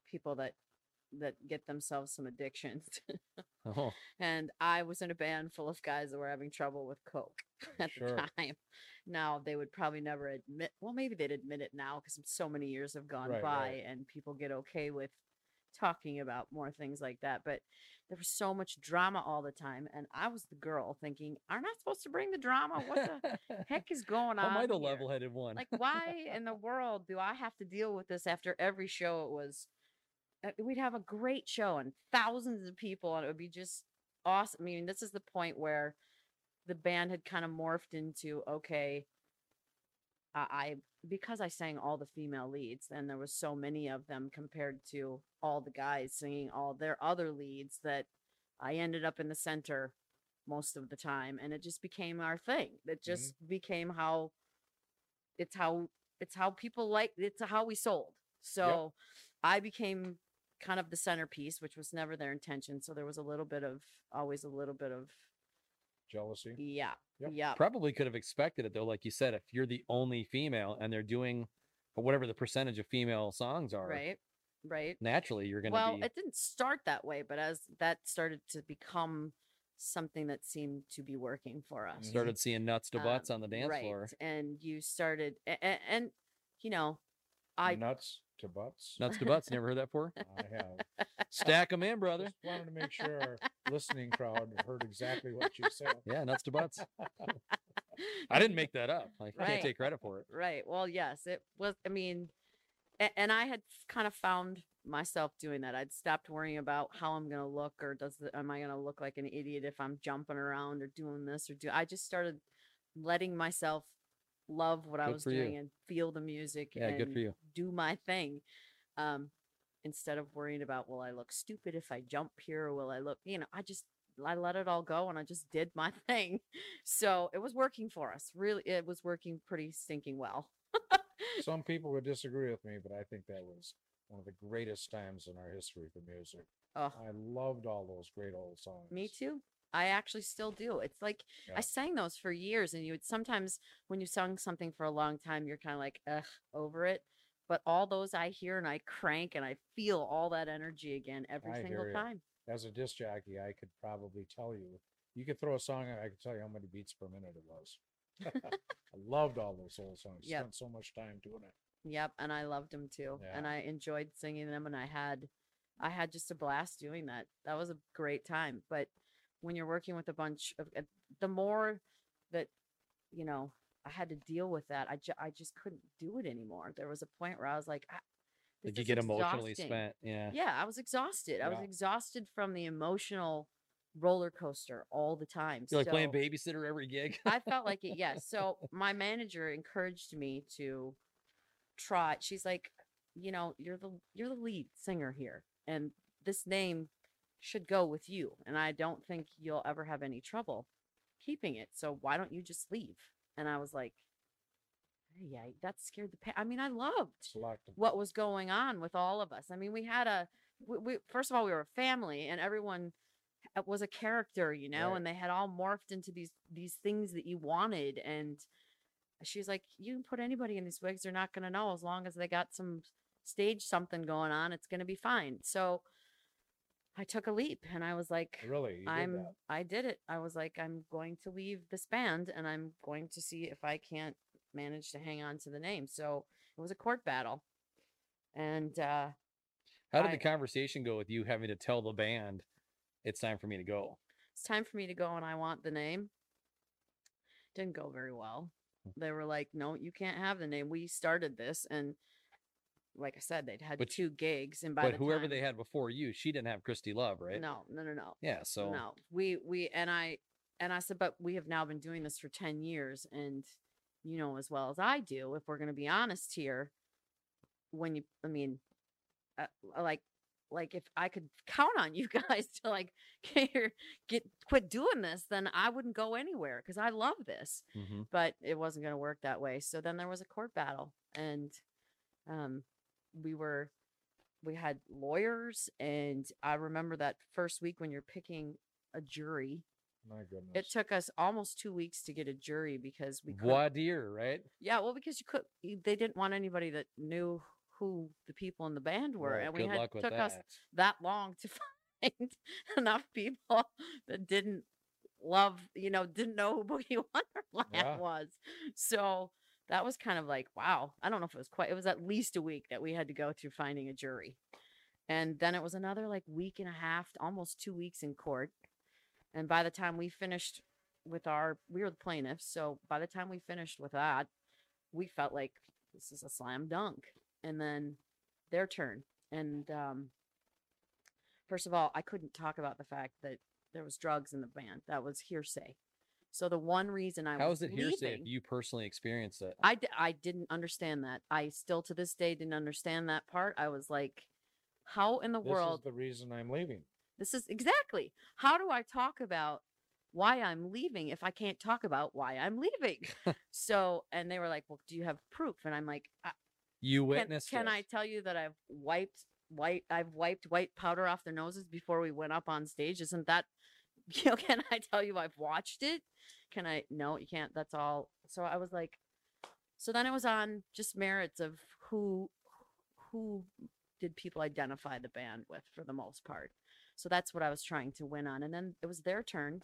D: people that that get themselves some addictions.
A: Oh,
D: and I was in a band full of guys that were having trouble with coke at
C: Sure.
D: the time. Now they would probably never admit. Well, maybe they'd admit it now because so many years have gone
C: Right,
D: by
C: right.
D: and people get okay with talking about more things like that. But there was so much drama all the time, and I was the girl thinking, "Aren't I supposed to bring the drama? Oh, What the heck is going on?"
A: am I the
D: here?"
A: level-headed one?
D: Like, why in the world do I have to deal with this after every show? It was, uh, we'd have a great show and thousands of people, and it would be just awesome. I mean, this is the point where the band had kind of morphed into okay, I, I because I sang all the female leads, and there was so many of them compared to all the guys singing all their other leads that I ended up in the center most of the time and it just became our thing it just became how it's how it's how people like it's how we sold so i became kind of the centerpiece which was never their intention so there was a little bit of always a little bit of
C: Jealousy.
D: yeah
C: Yep.
D: yeah
A: Probably could have expected it though. Like you said, if you're the only female and they're doing whatever the percentage of female songs are,
D: right right
A: naturally you're going to
D: well
A: be.
D: it didn't start that way but as that started to become something that seemed to be working for us
A: started seeing nuts to butts
D: um,
A: on Mm, the dance
D: right,
A: floor.
D: and you started and, and you know i
C: Nuts to butts.
A: Nuts to butts. Never heard that before.
C: I have.
A: Stack them in, brother.
C: Just wanted to make sure our listening crowd heard exactly what you said.
A: Yeah, nuts to butts. I didn't make that up. Like, I
D: Right.
A: can't take credit for it.
D: Right. Well, yes, it was. I mean, a- and I had kind of found myself doing that. I'd stopped worrying about how I'm going to look or does the, am I going to look like an idiot if I'm jumping around or doing this or do I just started letting myself love what I
A: Good
D: was
A: for you.
D: doing and feel the music
A: Yeah,
D: and
A: good for you.
D: do my thing. Um, instead of worrying about will I look stupid if I jump here or will I look, you know, I just I let it all go and I just did my thing. So it was working for us. Really, it was working pretty stinking well.
C: Some people would disagree with me, but I think that was one of the greatest times in our history for music.
D: Oh,
C: I loved all those great old songs.
D: me too. I actually still do. It's like
C: Yeah.
D: I sang those for years, and you would sometimes when you sung something for a long time, you're kind of like, ugh, over it. But all those I hear and I crank and I feel all that energy again every
C: I
D: single
C: hear ya.
D: time.
C: As a disc jockey, I could probably tell you. You could throw a song out, I could tell you how many beats per minute it was. I loved all those old songs.
D: Yep.
C: Spent so much time doing it.
D: Yep, and I loved them too, and
C: Yeah.
D: I enjoyed singing them, and I had, I had just a blast doing that. That was a great time. But when you're working with a bunch of, uh, the more that, you know, I had to deal with that, I ju- I just couldn't do it anymore. There was a point where I was like, I, this
A: Like you
D: is
A: get emotionally
D: exhausting."
A: spent. Yeah.
D: Yeah, I was exhausted. I was
C: Yeah.
D: exhausted from the emotional roller coaster all the time.
A: You're like playing
D: So-
A: babysitter every gig.
D: I felt like it, yes. So my manager encouraged me to try. She's like, you know, you're the you're the lead singer here, and this name should go with you. And I don't think you'll ever have any trouble keeping it. So why don't you just leave? And I was like, yeah, that scared the. Pa- I mean, I loved
C: It's locked.
D: what was going on with all of us. I mean, we had a we, we first of all we were a family and everyone h- was a character, you know,
C: Right.
D: and they had all morphed into these these things that you wanted and she's like, "You can put anybody in these wigs, they're not going to know as long as they got some stage something going on, it's going to be fine." So I took a leap and I was like,
C: Really, you did
D: I'm
C: that.
D: I did it. I was like, I'm going to leave this band and I'm going to see if I can't manage to hang on to the name. So it was a court battle. And uh
A: How did
D: I-
A: the conversation go with you having to tell the band it's time for me to go?
D: it's time for me to go and I want the name. Didn't go very well.
A: Hmm.
D: They were like, No, you can't have the name. We started this and like I said, they'd had
A: But-
D: two gigs and by
A: But
D: the
A: whoever
D: time-
A: they had before you, she didn't have Christy Love, right?
D: No, no, no, no.
A: Yeah. So
D: no we we and i and i said but we have now been doing this for 10 years and you know as well as i do if we're going to be honest here when you i mean uh, uh, like like if i could count on you guys to like get your, get quit doing this then i wouldn't go anywhere because i love this
A: Mhm.
D: but it wasn't going to work that way. So then there was a court battle, and um, we were we had lawyers, and I remember that first week when you're picking a jury,
C: My goodness.
D: it took us almost two weeks to get a jury because we couldn't-
A: voir dire, right?
D: yeah, well, because you could you- they didn't want anybody that knew who the people in the band were,
A: Well,
D: and we
A: good
D: had
A: luck with
D: took us
A: that.
D: that long to find enough people that didn't love, you know, didn't know who Boogie Wonderland
C: Yeah.
D: was. So that was kind of like, wow. I don't know if it was quite, it was at least a week that we had to go through finding a jury. And then it was another like week and a half, almost two weeks in court. And by the time we finished with our, we were the plaintiffs. So by the time we finished with that, we felt like this is a slam dunk. And then their turn. And um, first of all, I couldn't talk about the fact that there was drugs in the band. That was hearsay. So the one reason I
A: How
D: was
A: is it hearsay if
D: leaving-
A: you personally experienced it?
D: I, d- I didn't understand that. I still to this day didn't understand that part. I was like, how in the
C: this
D: world?
C: is the reason I'm leaving.
D: this is exactly how do I talk about why I'm leaving if I can't talk about why I'm leaving? so, and they were like, well, do you have proof? And I'm like, I,
A: You
D: can,
A: witnessed
D: can
A: it.
D: I tell you that I've wiped white I've wiped white powder off their noses before we went up on stage? Isn't that you know, can I tell you I've watched it? Can I no, you can't. That's all. So I was like so then it was on just merits of who who did people identify the band with for the most part. So that's what I was trying to win on. And then it was their turn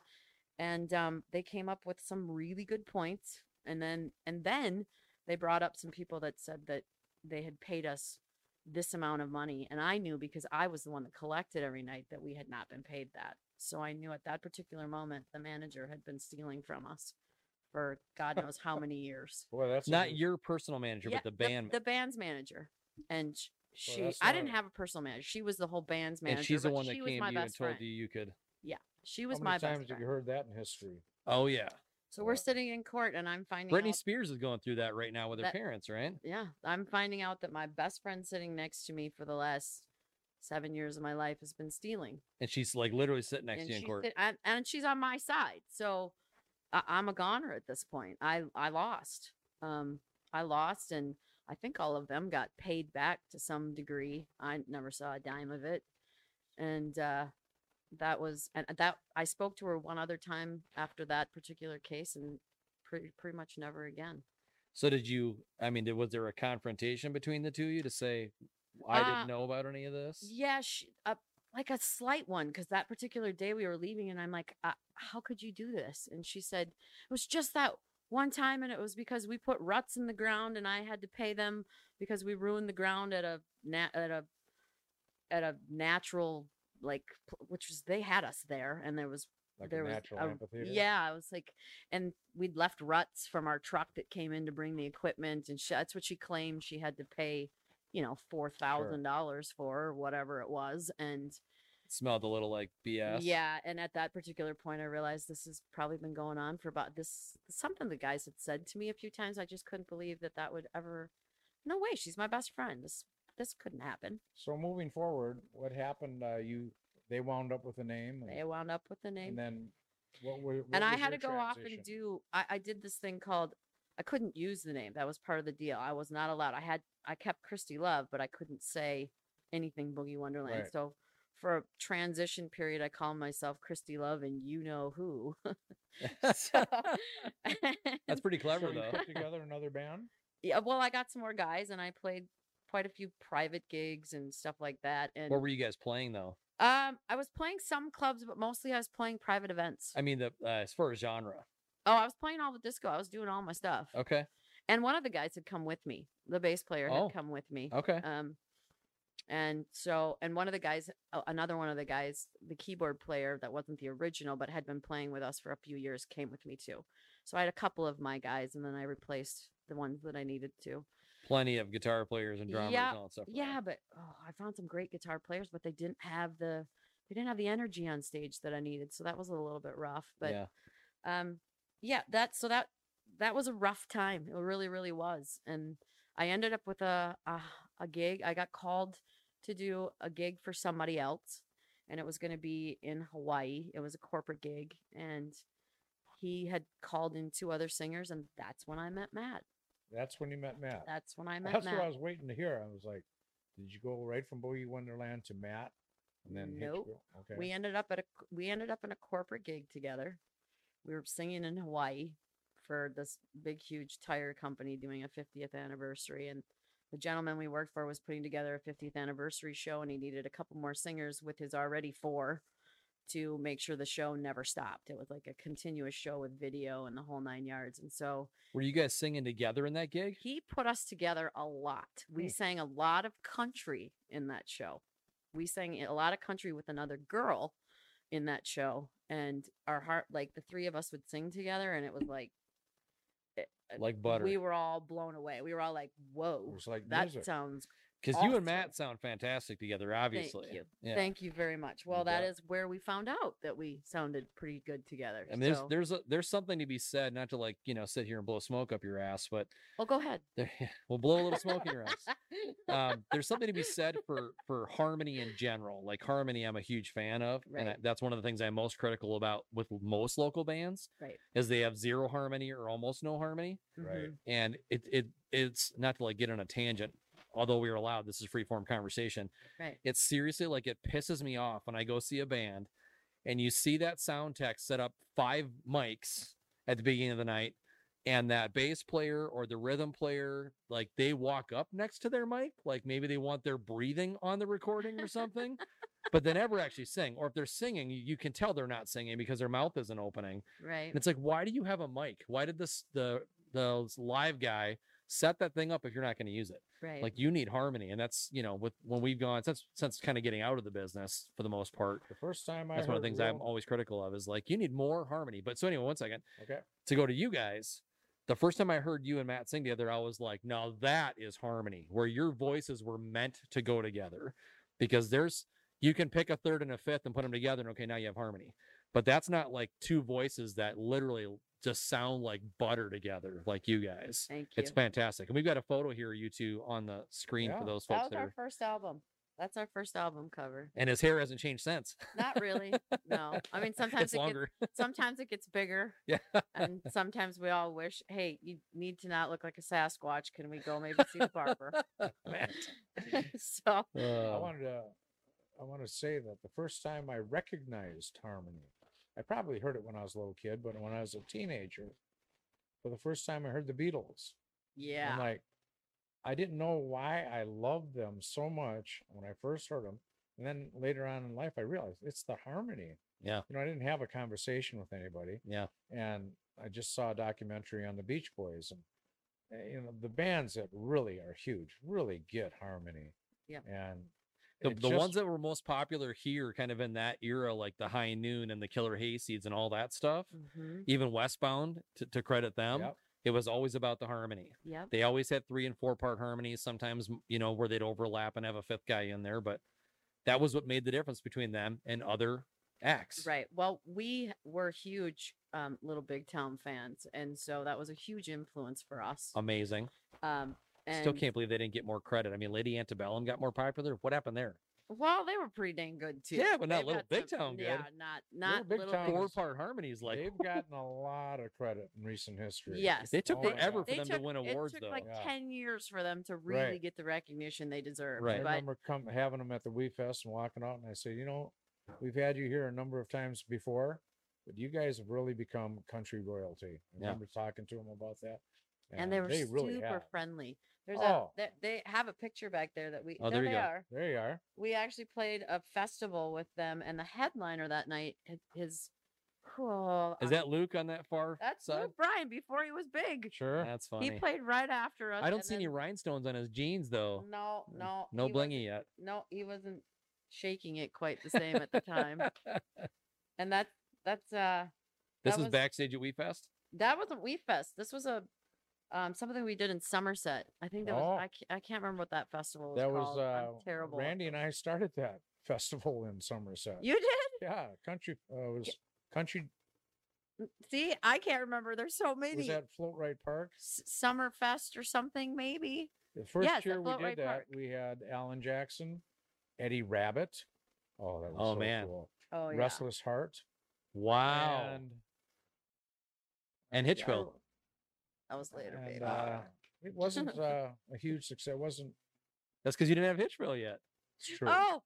D: and um, they came up with some really good points and then and then they brought up some people that said that they had paid us this amount of money and i knew because i was the one that collected every night that we had not been paid that so i knew at that particular moment the manager had been stealing from us for god knows how many years
C: Boy, that's a
A: Not
C: good-
A: your personal manager,
D: Yeah,
A: but the band,
D: the, band's manager and sh- she
C: that's
D: i
C: not
D: didn't
C: a-
D: have a personal manager she was the whole band's manager
A: and she's the
D: but
A: one that
D: she
A: came
D: was
A: to you
D: my
A: and
D: best
A: told
D: friend
A: you you could.
D: she
C: How
D: was
C: many
D: my
C: times
D: best
C: have
D: friend
C: you heard that in history?
A: Oh yeah,
D: So we're
C: Wow.
D: sitting in court and I'm finding
A: Britney
D: out-
A: Spears is going through that right now with her
D: That-
A: parents, right?
D: yeah, I'm finding out that my best friend sitting next to me for the last seven years of my life has been stealing.
A: And she's like literally sitting next to you in
D: she's
A: court.
D: sit- and, and she's on my side. So I, I'm a goner at this point. I, I lost. Um, I lost, and I think all of them got paid back to some degree. I never saw a dime of it. And uh, that was, and uh, that I spoke to her one other time after that particular case, and pretty, pretty much never again.
A: So did you? I mean, did, was there a confrontation between the two of you to say, "I
D: Uh,
A: didn't know about any of this"?
D: Yeah, she, uh, like a slight one, because that particular day we were leaving, and I'm like, uh, "How could you do this?" And she said, "It was just that one time, and it was because we put ruts in the ground, and I had to pay them because we ruined the ground at a na- at a at a natural like pl- which was they had us there, and there was
C: Like a
D: there was
C: natural amphitheater.
D: Yeah, I was like, and we'd left ruts from our truck that came in to bring the equipment, and she, that's what she claimed she had to pay, you know, four thousand dollars for or whatever it was, and
A: Smelled a little like BS.
D: yeah, and at that particular point, I realized this has probably been going on for about this something the guys had said to me a few times. I just couldn't believe that that would ever. No way, she's my best friend. This this couldn't happen.
C: So moving forward, what happened? Uh, you they wound up with a name, and,
D: They wound up with the name.
C: and then what were? What
D: and I
C: was
D: had to
C: your
D: go off and
C: transition?
D: do. I, I did this thing called. I couldn't use the name. That was part of the deal. I was not allowed. I had. I kept Christy Love, but I couldn't say anything Boogie Wonderland.
C: Right.
D: So for a transition period, I called myself Christy Love and you know who. So,
A: That's pretty clever
C: So you
A: though.
C: put together another band.
D: yeah, well, I got some more guys, and I played quite a few private gigs and stuff like that. And
A: What were you guys playing though?
D: um, I was playing some clubs, but mostly I was playing private events.
A: I mean, the uh, as far as genre.
D: oh, I was playing all the disco. I was doing all my stuff.
A: Okay.
D: And one of the guys had come with me. The bass player
A: Oh.
D: had come with me.
A: Okay.
D: Um, and so, and one of the guys, uh, another one of the guys, the keyboard player that wasn't the original but had been playing with us for a few years, came with me too. So I had a couple of my guys, and then I replaced the ones that I needed to.
A: Plenty of guitar players and drummers
D: yeah,
A: and all that stuff.
D: Yeah, but oh, I found some great guitar players, but they didn't have the they didn't have the energy on stage that I needed. So that was a little bit rough. But
A: yeah.
D: um yeah that so that that was a rough time it really really was and i ended up with a a, a gig i got called to do a gig for somebody else and it was going to be in hawaii it was a corporate gig and he had called in two other singers and that's when i met matt
C: That's when you met Matt.
D: that's when i met
C: That's
D: matt
C: what I was waiting to hear. I was like, did you go right from Boogie Wonderland to Matt, and then
D: Nope.
C: Hitchcock? Okay.
D: we ended up at a c- we ended up in a corporate gig together we were singing in hawaii for this big huge tire company doing a 50th anniversary and the gentleman we worked for was putting together a 50th anniversary show and he needed a couple more singers with his already four to make sure the show never stopped it was like a continuous show with video and the whole nine yards and so
A: Were you guys singing together in that gig?
D: he put us together a lot. We
C: Hmm.
D: sang a lot of country in that show. We sang a lot of country with another girl in that show, and our heart, like the three of us would sing together, and it was like Uh,
A: Like butter.
D: we were all blown away. We were all like,
C: It
D: "Whoa,
C: was like
D: that
C: music.
D: sounds."
A: Because you
D: awesome.
A: and Matt sound fantastic together, obviously.
D: you.
A: Yeah.
D: Thank you very much. Well, that
A: bet.
D: is where we found out that we sounded pretty good together.
A: I mean, there's
D: so-
A: there's a, there's something to be said, not to like you know sit here and blow smoke up your ass, but
D: oh, go ahead.
A: there, we'll blow a little smoke in your ass. um, there's something to be said for for harmony in general. Like harmony, I'm a huge fan of, and I,
D: Right.
A: that's one of the things I'm most critical about with l- most local bands
D: Right.
A: is they have zero harmony or almost no harmony.
C: Right.
D: Mhm.
A: And it it it's not to like get on a tangent, although we are allowed. This is free form conversation.
D: Right.
A: It's seriously like it pisses me off when I go see a band, and you see that sound tech set up five mics at the beginning of the night. And that bass player or the rhythm player, like they walk up next to their mic, like maybe they want their breathing on the recording or something, but they never actually sing. Or if they're singing, you- you can tell they're not singing because their mouth isn't opening.
D: Right.
A: And it's like, why do you have a mic? Why did this the the live guy set that thing up if you're not going to use it?
D: Right.
A: Like you need harmony, and that's you know with when we've gone since since kind of getting out of the business for the most part.
C: The first time I
A: That's one of
C: heard
A: the things I'm
C: real-
A: always critical of is like you need more harmony. But so anyway, one second
C: Okay.
A: to go to you guys. The first time I heard you and Matt sing together, I was like, "Now that is harmony, where your voices were meant to go together." Because there's you can pick a third and a fifth and put them together, and okay, now you have harmony. But that's not like two voices that literally just sound like butter together, like you guys.
D: Thank you.
A: It's fantastic. And we've got a photo here, of you two, on the screen
C: Yeah.
A: for those
D: that
A: folks
D: was
A: that
D: our
A: are.
D: first album. That's our first album cover.
A: And his hair hasn't changed since.
D: Not really. No. Oh, I mean, sometimes
A: It's
D: it gets,
A: longer.
D: sometimes it gets bigger.
A: Yeah.
D: And sometimes we all wish, hey, you need to not look like a Sasquatch. Can we go maybe see the barber?
A: Matt.
D: so
C: I
A: Uh,
C: wanted to, I want to say that the first time I recognized harmony, I probably heard it when I was a little kid, but when I was a teenager, for the first time I heard the Beatles.
D: yeah.
C: And like, I didn't know why I loved them so much when I first heard them. And then later on in life, I realized it's the harmony.
A: Yeah.
C: You know, I didn't have a conversation with anybody.
A: Yeah.
C: And I just saw a documentary on the Beach Boys. And, uh, you know, the bands that really are huge really get harmony.
D: Yep.
C: And
A: The,
C: it
A: the ones
C: just-
A: that were most popular here, kind of in that era, like the High Noon and the Killer Hayseeds and all that stuff,
D: Mm-hmm.
A: even Westbound, to, to credit them,
C: Yep.
A: it was always about the harmony.
D: Yep.
A: They always had three and four part harmonies, sometimes, m- you know, where they'd overlap and have a fifth guy in there. But that was what made the difference between them and other acts.
D: Right. Well, we were huge um, Little Big Town fans, and so that was a huge influence for us.
A: Amazing.
D: Um, and
A: Still can't believe they didn't get more credit. I mean, Lady Antebellum got more popular. What happened there?
D: Well, they were pretty dang good too.
A: Yeah, but not
D: They've
A: Little
D: got
A: Big
D: some-
A: Town good.
D: Yeah, not not
C: Big
D: Little
C: Town
D: Big
A: Four
C: was-
A: part harmonies, like
C: they've gotten a lot of credit in recent history.
D: Yes.
A: it took
C: Oh my God.
A: forever for
D: They
A: them
D: took,
A: to win awards,
D: it
A: though.
D: took like
C: Yeah.
D: 10 years for them to really
C: Right.
D: get the recognition they deserve.
A: Right.
C: I
D: But
C: remember come, having them at the Wee Fest and walking out, and I said, you know, we've had you here a number of times before, but you guys have really become country royalty. I
A: Yeah.
C: remember talking to them about that.
D: and they were
C: really
D: super
C: have.
D: friendly. There's
C: Oh.
D: a that they have a picture back there that we
A: Oh,
D: there,
A: there you
D: they
A: go.
D: are.
C: There you are.
D: We actually played a festival with them and the headliner that night h- his oh,
A: Is
D: I-
A: that Luke on that far
D: that's
A: side?
D: Luke Bryan before he was big.
C: Sure.
A: That's
D: He
A: funny.
D: played right after us.
A: I don't
D: and
A: see any
D: then-
A: rhinestones on his jeans though.
D: No, no.
A: No
D: he wasn't-
A: blingy yet.
D: No, he wasn't shaking it quite the same at the time. And that that's uh
A: This
D: That
A: was
D: was-
A: backstage at WeFest.
D: that wasn't Wheat Fest. This was a um something we did in Somerset. I think that
C: Oh.
D: was I can't, I can't remember what that festival was
C: That was
D: called. I'm
C: uh,
D: terrible. at
C: Randy and
D: those.
C: I started that festival in Somerset.
D: You did?
C: Yeah, country uh, it was country
D: See, I can't remember. There's so many.
C: was at Float Right Park.
D: S- Summer Fest or something maybe.
C: The first
D: Yes, at
C: year we
D: Float
C: did
D: Right
C: that,
D: Park.
C: we had Alan Jackson, Eddie Rabbit. Oh, that was
A: Oh,
C: so
A: man.
C: cool.
D: Oh yeah.
C: Restless Heart.
A: Wow.
C: And
A: And,
D: Yeah,
A: Hitchfield.
D: That was later,
C: and,
D: baby.
C: uh, it wasn't uh, a huge success. It wasn't
A: That's because you didn't have Hitchfield yet.
C: true.
D: oh,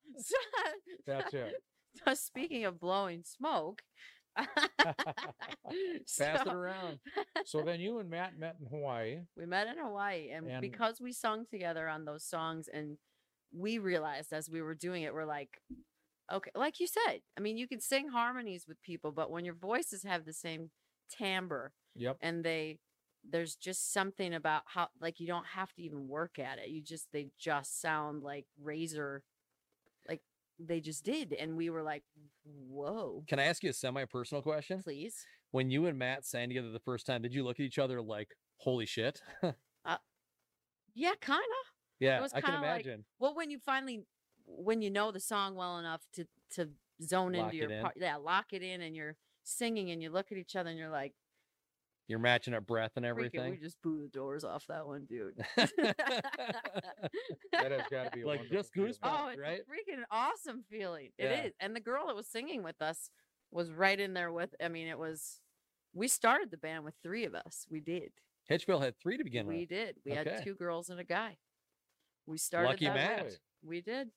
C: That's it.
D: so speaking of blowing smoke.
A: Pass
D: so-
A: it around.
C: So then you and Matt met in Hawaii.
D: We met in Hawaii, and,
C: And-
D: because we sung together on those songs, and we realized as we were doing it, we're like, okay, like you said, I mean, you can sing harmonies with people, but when your voices have the same timbre
C: Yep.
D: and they, there's just something about how, like, you don't have to even work at it. You just, they just sound like razor, like they just did. And we were like, whoa,
A: Can I ask you a semi-personal question?
D: please.
A: When you and Matt sang together the first time, did you look at each other like, "Holy shit"?
D: Yeah, kind of.
A: yeah,
D: was
A: I can
D: kinda like-
A: imagine.
D: Well, when you finally, when you know the song well enough to to zone
A: Lock
D: into
A: it
D: your
A: in.
D: part, yeah, lock it in, and you're singing, and you look at each other, and you're like,
A: You're matching up breath and
D: "Freak it, we
A: everything.
D: just blew the doors off that one, dude."
C: That has got to be a
A: Like,
C: wonderful
A: just
C: feeling.
A: goosebumps.
D: oh, it's
A: right?
D: a freaking awesome feeling.
A: Yeah.
D: It is, and the girl that was singing with us was right in there with. I mean, it was. We started the band with three of us. We did.
A: Hitchfield had three to begin
D: we
A: with.
D: did. We
A: Okay.
D: had two girls and a guy. We started
A: Lucky
D: that way.
A: Matt.
C: way.
D: We did.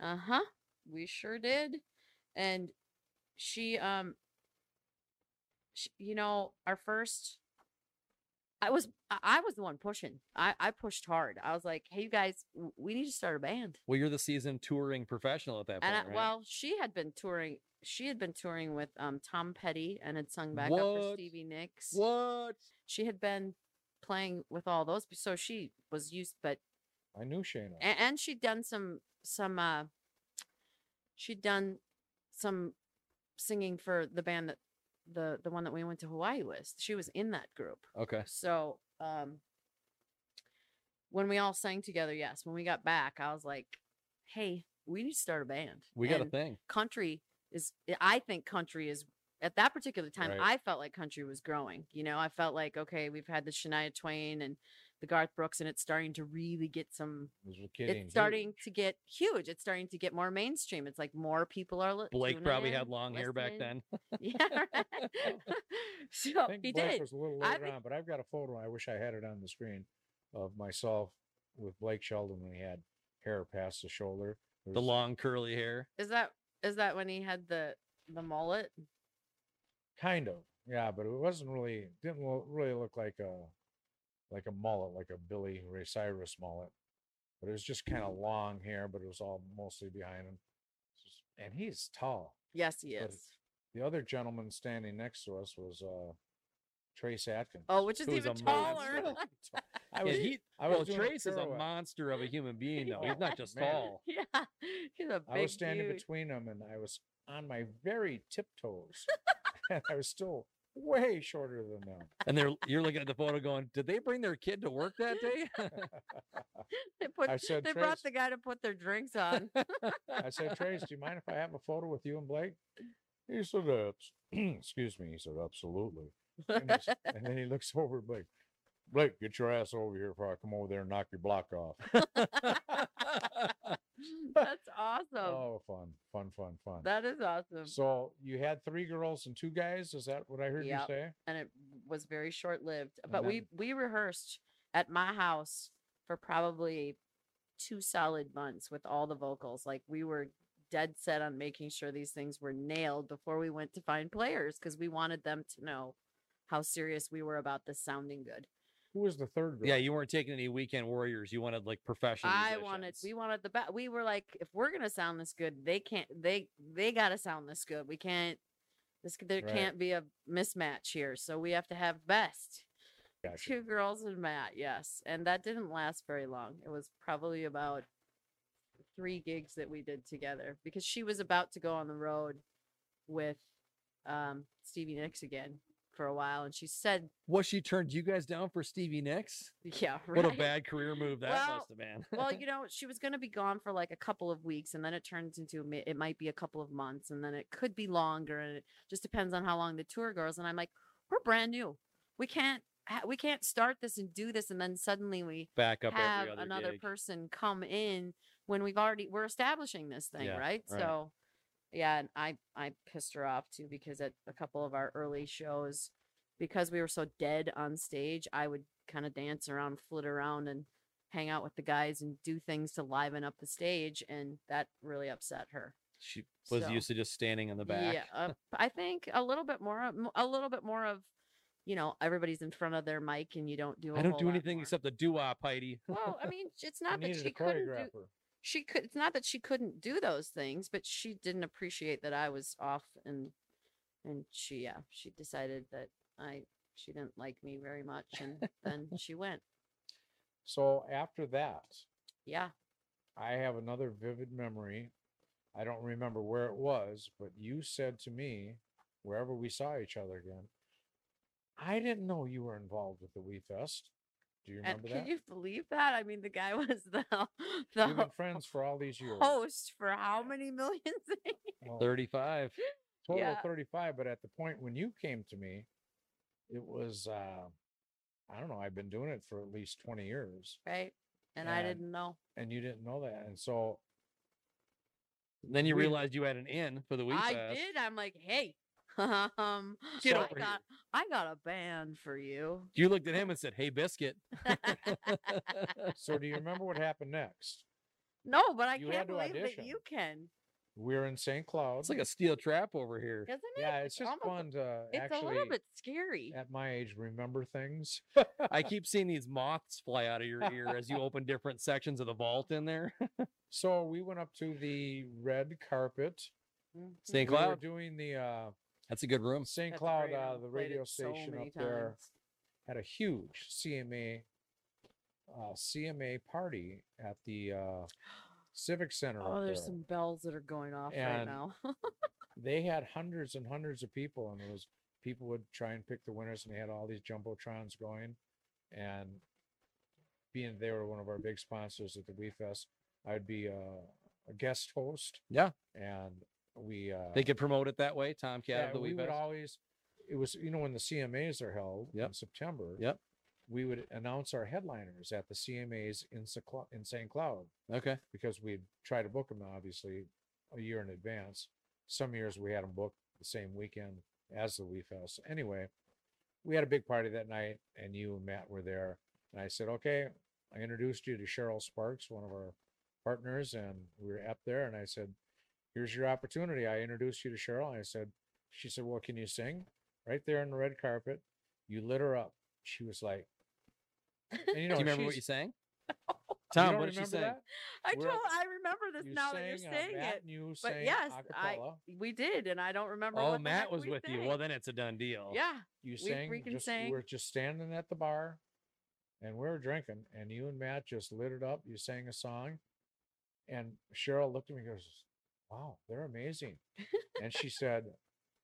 D: Uh huh. We sure did. And she, um, sh you know, our first, I was, I I was the one pushing. I, I pushed hard. I was like, hey, you guys, w- we need to start a band.
A: Well, you're the seasoned touring professional at that point,
D: And I,
A: right?
D: well, she had been touring. She had been touring with um Tom Petty and had sung back up for
A: What?
D: Stevie Nicks
A: what?
D: she had been playing with all those so she was used but
C: I knew Shana.
D: a- and, she'd done some some uh she'd done some singing for the band that the the one that we went to Hawaii with she was in that group
A: Okay.
D: so um when we all sang together yes when we got back I was like hey we need to start a band
A: We got a
D: And
A: thing.
D: country is I think country is at that particular time
A: Right.
D: i felt like country was growing you know i felt like okay we've had the shania twain and the garth brooks and it's starting to really get some
C: Those were kidding.
D: it's starting to get huge it's starting to get more mainstream it's like more people are li-
A: Blake
D: tuning
A: probably
D: in,
A: had long hair back
D: listening.
A: then.
D: yeah right. so
C: I think
D: he
C: Blake
D: did
C: was a little
D: I
C: later
D: think-
C: on, but I've got a photo. I wish I had it on the screen of myself with Blake Sheldon when he had hair past the shoulder. There
A: The
C: was-
A: long curly hair.
D: is that is that when he had the the mullet
C: kind of yeah, but it wasn't really didn't lo- really look like a like a mullet, like a Billy Ray Cyrus mullet. But it was just kind of long hair, but it was all mostly behind him. It's just- And he's tall.
D: yes he
C: But
D: is
C: it's- The other gentleman standing next to us was uh Trace Atkins.
D: oh which is
A: who's
D: even
A: a
D: taller
A: monster.
C: I
A: And
C: was,
A: he,
C: I
A: well,
C: was doing a
A: Trace is a
C: pirouette.
A: monster of a human being, though. He's
D: Yeah.
A: not just
C: Man.
A: tall.
D: yeah he's a big
C: I was standing
D: dude.
C: between them and I was on my very tiptoes. and I was still way shorter than them.
A: And they're you're looking at the photo going, did they bring their kid to work that day?
D: They put
C: I said,
D: they brought
C: "Trace."
D: the guy to put their drinks on.
C: I said, Trace, do you mind if I have a photo with you and Blake? He said, "Abs- excuse me. He said, absolutely. And, he's- and then he looks over at Blake. Blake, get your ass over here before I come over there and knock your block off.
D: That's awesome.
C: oh, fun, fun, fun, fun.
D: That um, is awesome.
C: so you had three girls and two guys. Is that what I heard
D: Yep.
C: you say?
D: and it was very short lived.
C: And
D: But we
C: then-
D: we rehearsed at my house for probably two solid months with all the vocals. Like we were dead set on making sure these things were nailed before we went to find players because we wanted them to know how serious we were about this sounding good.
C: Who was the third girl?
A: yeah, you weren't taking any weekend warriors. You wanted like professional.
D: I wanted
A: musicians.
D: we wanted the best. We were like, if we're gonna sound this good, they can't. They they gotta sound this good. We can't. This there
C: Right.
D: can't be a mismatch here. So we have to have best.
C: Gotcha.
D: Two girls and Matt, yes. And that didn't last very long. It was probably about three gigs that we did together because she was about to go on the road with um, Stevie Nicks again for a while. And she said,
A: What she turned you guys down for Stevie Nicks?
D: Yeah, right.
A: What a bad career move that
D: Well,
A: must have been.
D: well, you know, she was going to be gone for like a couple of weeks, and then it turns into ma- it might be a couple of months, and then it could be longer, and it just depends on how long the tour goes. And I'm like, we're brand new, we can't ha- we can't start this and do this, and then suddenly we
A: back up
D: have
A: every other
D: another
A: gig.
D: person come in when we've already we're establishing this thing,
A: Yeah,
D: right?
A: right.
D: So, yeah, and I I pissed her off too because at a couple of our early shows, because we were so dead on stage, I would kind of dance around, flit around, and hang out with the guys and do things to liven up the stage, and that really upset her.
A: She was
D: so-
A: used to just standing in the back.
D: Yeah, uh, I think a little bit more, of- a little bit more of, you know, everybody's in front of their mic, and you don't do. I
A: I don't do anything except the doo wop, Heidi.
D: Well, I mean, it's
C: I
D: not that
C: needed
D: she
C: a
D: couldn't do,
C: choreographer.
D: she could it's not that she couldn't do those things but she didn't appreciate that i was off and and she yeah she decided that i she didn't like me very much and then she went
C: So after that,
D: yeah
C: I have another vivid memory. I don't remember where it was, but you said to me, wherever we saw each other again, I didn't know you were involved with the Wee Fest. Do you
D: and
C: remember
D: can
C: that?
D: you believe that i mean the guy was the
C: We've
D: the
C: been friends for all these years.
D: host for how many millions Oh.
C: Well,
A: Thirty-five.
C: total
D: yeah.
C: 35, but at the point when you came to me, it was, uh, I don't know, I've been doing it for at least 20 years
D: right and i
C: And-
D: didn't know
C: and you didn't know that. And so
A: Then you
C: We-
A: realized you had an in for the week.
D: i
A: pass.
D: did i'm like hey um
A: Get
D: I,
A: over here.
D: got, I got a band for you
A: You looked at him and said, "Hey, biscuit."
C: so do you remember what happened next?
D: no but i
C: You had
D: can't
C: to
D: believe
C: audition.
D: that you can
C: We were in St. Cloud.
A: It's like a steel trap over here.
D: isn't it
C: yeah, it's just
D: almost a-
C: fun to
D: It's
C: actually
D: a little bit scary.
C: at my age remember things.
A: I keep seeing these moths fly out of your ear as you open different sections of the vault in there.
C: So we went up to the red carpet.
A: St.
C: We were
A: Cloud.
C: doing the uh,
A: That's a good room.
C: St. Cloud, uh, the radio station up there had a huge CMA uh, CMA party at the uh, Civic Center.
D: Oh,
C: up
D: there's
C: there.
D: some bells that are going off right
C: And-
D: now.
C: They had hundreds and hundreds of people, and those people would try and pick the winners, and they had all these jumbotrons going, and being they were one of our big sponsors at the WeFest, I'd be uh, a guest host.
A: Yeah.
C: and we uh
A: They could promote it that way. Tomcat
C: yeah,
A: of the
C: we
A: Wee
C: would
A: Best.
C: always it was you know when the CMAs are held in
A: Yep.
C: September.
A: Yep.
C: We would announce our headliners at the CMAs in Secla- in St. Cloud
A: Okay.
C: because we'd try to book them obviously a year in advance. Some years we had them booked the same weekend as the Wee Fest. Anyway, we had a big party that night, and you and Matt were there. And I said, "Okay," I introduced you to Cheryl Sparks, one of our partners, and we were up there. And I said, "Here's your opportunity." I introduced you to Cheryl, and I said, "She said, well, can you sing?" Right there on the red carpet, you lit her up. She was like, and you know,
A: Do you remember what you
C: she's-
A: sang?
C: you
A: Tom,
C: don't
A: what did she
C: remember
A: sing?
C: that?
D: I
C: We're-
D: told, I remember this
C: You
D: now that you're
C: sang, uh,
D: saying
C: Matt
D: it.
C: and you
D: But
C: sang
D: yes, I-
C: acapella.
D: We did, and I don't remember.
A: Oh,
D: what the
A: Matt
D: heck
A: was
D: we
A: with you.
D: sang.
A: Well, then it's a done deal.
D: yeah,
C: you
D: we
C: sang.
D: freaking
C: just,
D: sang.
C: We were just standing at the bar, and we were drinking, and you and Matt just lit it up. You sang a song, and Cheryl looked at me and goes, "Wow, they're amazing," and she said,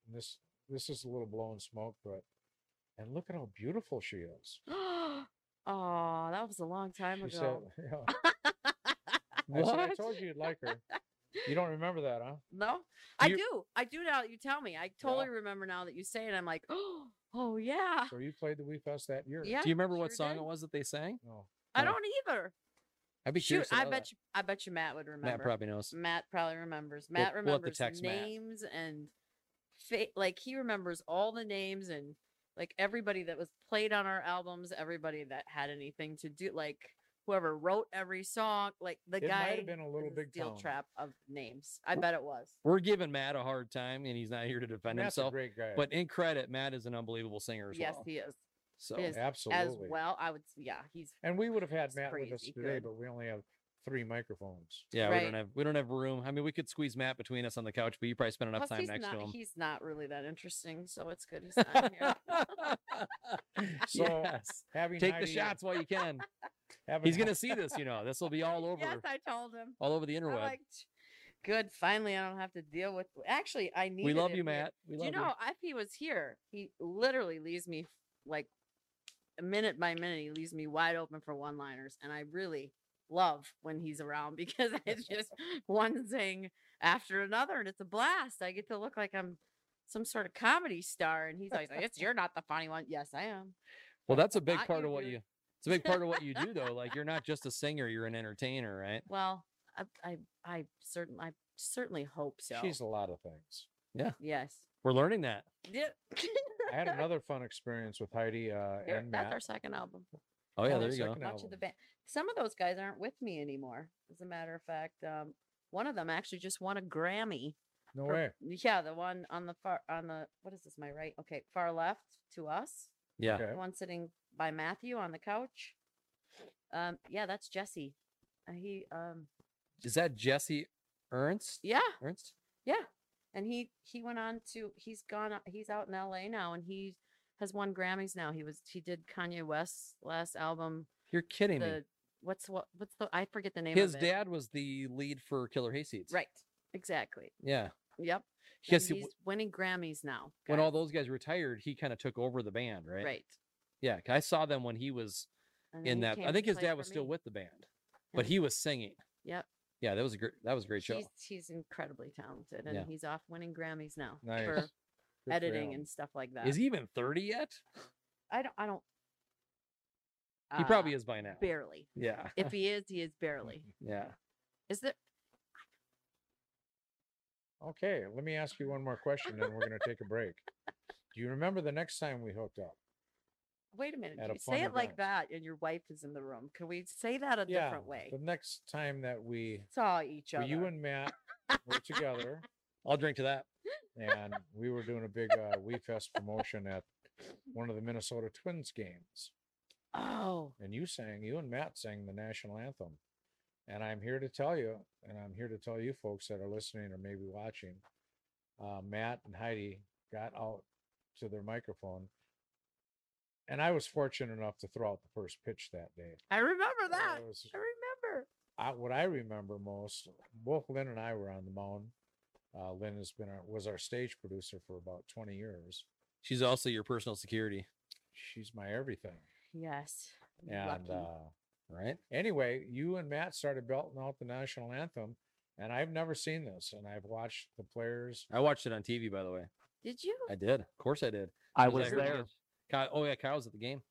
C: "This this is a little blowing smoke, but." And look at how beautiful she is.
D: oh, that was a long time
C: She said,
D: ago.
C: yeah. I said, I told you you'd like her. You don't remember that, huh?
D: No, I
A: You-
D: do. I do now. that You tell me. I totally remember now that you say it. I'm like, oh, oh yeah,
C: So you played the Wee Fest that year?
D: yeah.
A: Do you remember what
D: sure
A: song
D: did.
A: it was that they sang?
C: No.
D: I
A: no.
D: don't either.
A: I'd be
D: Shoot,
A: curious. to
D: I
A: know
D: bet
A: that.
D: you. I bet you Matt would remember.
A: Matt probably knows.
D: Matt probably remembers. Matt
A: we'll have to
D: remembers
A: text Matt.
D: names and fa- like he remembers all the names and like everybody that was played on our albums, everybody that had anything to do, like whoever wrote every song, like the
C: it
D: guy.
C: might have been a little
D: is
C: big
D: deal
C: town.
D: trap of names. I bet it was.
A: We're giving Matt a hard time, and he's not here to defend
C: Matt's a
A: himself.
C: great guy.
A: But in credit, Matt is an unbelievable singer as
D: Yes,
A: well.
D: he is
A: so
D: is
C: absolutely
D: as well. I would. s- Yeah, he's
C: And we would have had
D: It's
C: Matt with us
D: crazy
C: today,
D: good.
C: but we only have three microphones.
A: yeah, we don't
D: Right.
A: have we don't have room. I mean, we could squeeze Matt between us on the couch, but you probably spend enough
D: plus
A: time
D: he's
A: next
D: not.
A: to him.
D: He's not really that interesting, so it's good he's not here.
C: So,
A: yes,
C: Having
A: take the
C: Heidi-
A: shots while you can.
C: having
A: He's
C: Hei-
A: gonna see this, you know. This will be all over
D: yes, I told him.
A: all over the
D: I'm
A: interweb.
D: like, "Tch, good. Finally, I don't have to deal with. Actually, I need.
A: we love you, Matt. We
D: Do
A: love
D: you know if he was here, he literally leaves me like a minute by minute. He leaves me wide open for one-liners, and I really love when he's around because it's just one thing after another, and it's a blast. I get to look like I'm some sort of comedy star, and he's always like, "It's you're not the funny one." Yes, I am.
A: Well, that's a big
D: lot
A: part
D: you
A: of what
D: do.
A: you. It's a big part of what you do, though. Like you're not just a singer; you're an entertainer, right?
D: Well, I, I, I certain, I certainly hope so.
C: She's a lot of things.
D: yes.
A: We're learning that.
D: Yeah.
C: I had another fun experience with Heidi uh,
D: There-
C: and
D: that's
C: Matt.
D: our second album.
A: Oh yeah,
C: Oh,
A: there
C: it's
A: you go.
C: like an
D: Much of the
C: album.
D: band. Some of those guys aren't with me anymore. As a matter of fact, um, one of them actually just won a Grammy.
C: No
D: for-
C: way.
D: Yeah, the one on the far on the what is this? My right? Okay, far left to us.
A: Yeah,
C: Okay.
D: The one sitting by Matthew on the couch. Um, yeah, that's Jesse. Uh, he, um,
A: is that Jesse Ernst?
D: yeah,
A: Ernst.
D: yeah, and he he went on to he's gone o- he's out in L.A. now and he has won Grammys now. He was he did Kanye West's last album.
A: You're kidding me.
D: the what's what what's the I forget the name
A: His
D: of it.
A: dad was the lead for Killer Hayseeds.
D: Right. Exactly.
A: Yeah.
D: Yep. And
A: Yes. he-
D: he's winning Grammys now.
A: when all
D: guys.
A: those guys retired, he kind of took over the band, right?
D: right.
A: Yeah. 'cause I saw them when he was
D: And then
A: in
D: he
A: that.
D: came
A: I
D: to
A: think his
D: play
A: dad
D: for
A: was still
D: me.
A: with the band, but
D: Yeah.
A: he was singing.
D: Yep.
A: Yeah, that was a great. That was a great show.
D: He's, he's incredibly talented, and
A: Yeah.
D: he's off winning Grammys now
C: Nice.
D: for
C: Good for
D: editing
C: him.
D: and stuff like that.
A: Is he even thirty yet?
D: I don't. I don't.
A: He probably
D: uh,
A: is by now.
D: barely.
A: Yeah.
D: If he is, he is barely.
A: Yeah.
D: Is there?
C: Okay, let me ask you one more question, and we're going to take a break. Do you remember the next time we hooked up?
D: Wait a minute.
C: At
D: you
C: a fun
D: say it like
C: event.
D: that, and your wife is in the room. Can we say that a different way?
C: The next time that we,
D: Saw each
C: well,
D: other.
C: you and Matt were together,
A: I'll drink to that.
C: and we were doing a big uh, Wee Fest promotion at one of the Minnesota Twins games.
D: oh,
C: and you sang, you and Matt sang the national anthem. And I'm here to tell you, and I'm here to tell you folks that are listening or maybe watching, uh, Matt and Heidi got out to their microphone. And I was fortunate enough to throw out the first pitch that day.
D: I remember that.
C: It was
D: I remember.
C: I, what I remember most, both Lynn and I were on the mound. Uh, Lynn has been our, was our stage producer for about 20 years.
A: She's also your personal security,
C: She's my everything.
D: Yes.
C: And
D: lucky.
C: uh,
A: right?
C: Anyway, you and Matt started belting out the national anthem, And I've never seen this, and I've watched the players.
A: I watched it on TV, by the way.
D: Did you?
A: I did. Of course, I did.
E: I
A: 'cause
E: was
A: heard you
E: there.
A: guys- Kyle, oh yeah, Kyle was at the game.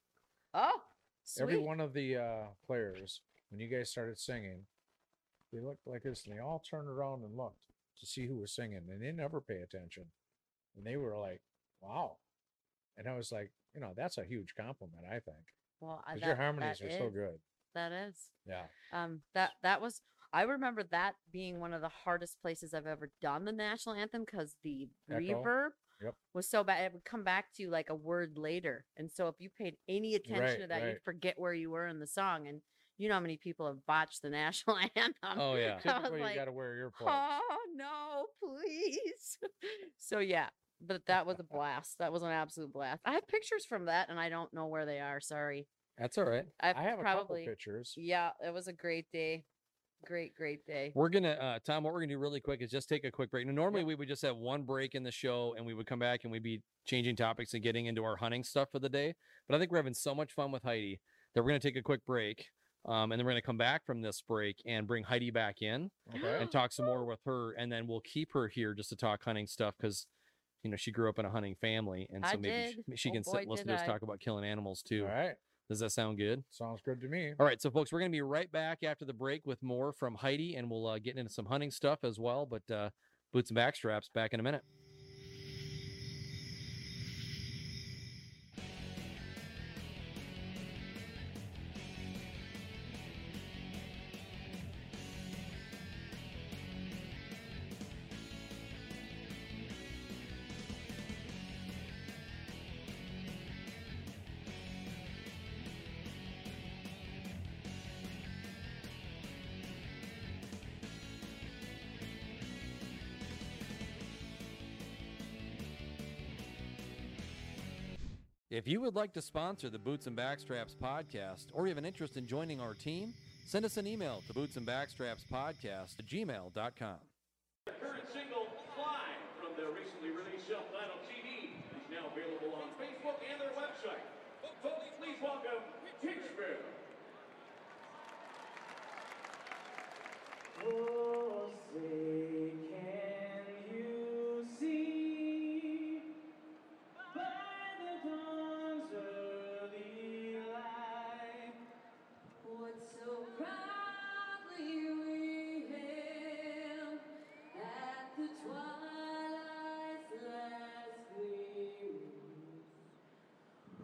D: Oh, sweet.
C: Every one of the uh, players, when you guys started singing, they looked like this, and they all turned around and looked to see who was singing, and they never pay attention. And they were like, "Wow," and I was like, "You know, that's a huge compliment." I think
D: Well, I,
C: because your
D: Uh, that-
C: harmonies
D: that
C: are so
D: is-
C: good.
D: That is.
C: Yeah,
D: Um, that that was. I remember that being one of the hardest places I've ever done the national anthem because the
C: Echo?
D: reverb
C: Yep.
D: was so bad. It would come back to you like a word later, and so if you paid any attention
C: Right,
D: to that,
C: right.
D: you'd forget where you were in the song. And you know how many people have botched the national anthem?
A: Oh yeah.
D: I was
C: typically you
D: like,
C: got to wear earplugs.
D: Oh no, please. so yeah, but that was a blast. That was an absolute blast. I have pictures from that, and I don't know where they are. Sorry.
A: That's all right.
D: I've
C: I have a couple
D: probably.
C: pictures.
D: Yeah, it was a great day. Great, great day.
A: We're gonna, uh, Tom. What we're gonna do really quick is just take a quick break. Now, normally we would just have one break in the show, and we would come back and we'd be changing topics and getting into our hunting stuff for the day. But I think we're having so much fun with Heidi that we're gonna take a quick break, um, and then we're gonna come back from this break and bring Heidi back in
C: Okay.
A: and
D: Oh,
A: talk some more with her, and then we'll keep her here just to talk hunting stuff because, you know, she grew up in a hunting family, and
D: I
A: so maybe
D: did.
A: she, she
D: Oh,
A: can
D: boy,
A: sit, listen
D: did
A: to us
D: I.
A: talk about killing animals too.
C: All right.
A: Does that sound good?
C: Sounds good to me.
A: All right, so folks, we're going to be right back after the break with more from Heidi, and we'll uh, get into some hunting stuff as well. But uh, boots and backstraps back in a minute. If you would like to sponsor the Boots and Backstraps podcast, or you have an interest in joining our team, send us an email to boots and backstraps podcast at gmail.com.
F: Current single Fly from their recently released self-titled CD is now available on Facebook and their website. Folks, please welcome Hitchville.
B: Oh, say, can you see by the dawn's early light what so proudly we hailed at the twilight's last gleam?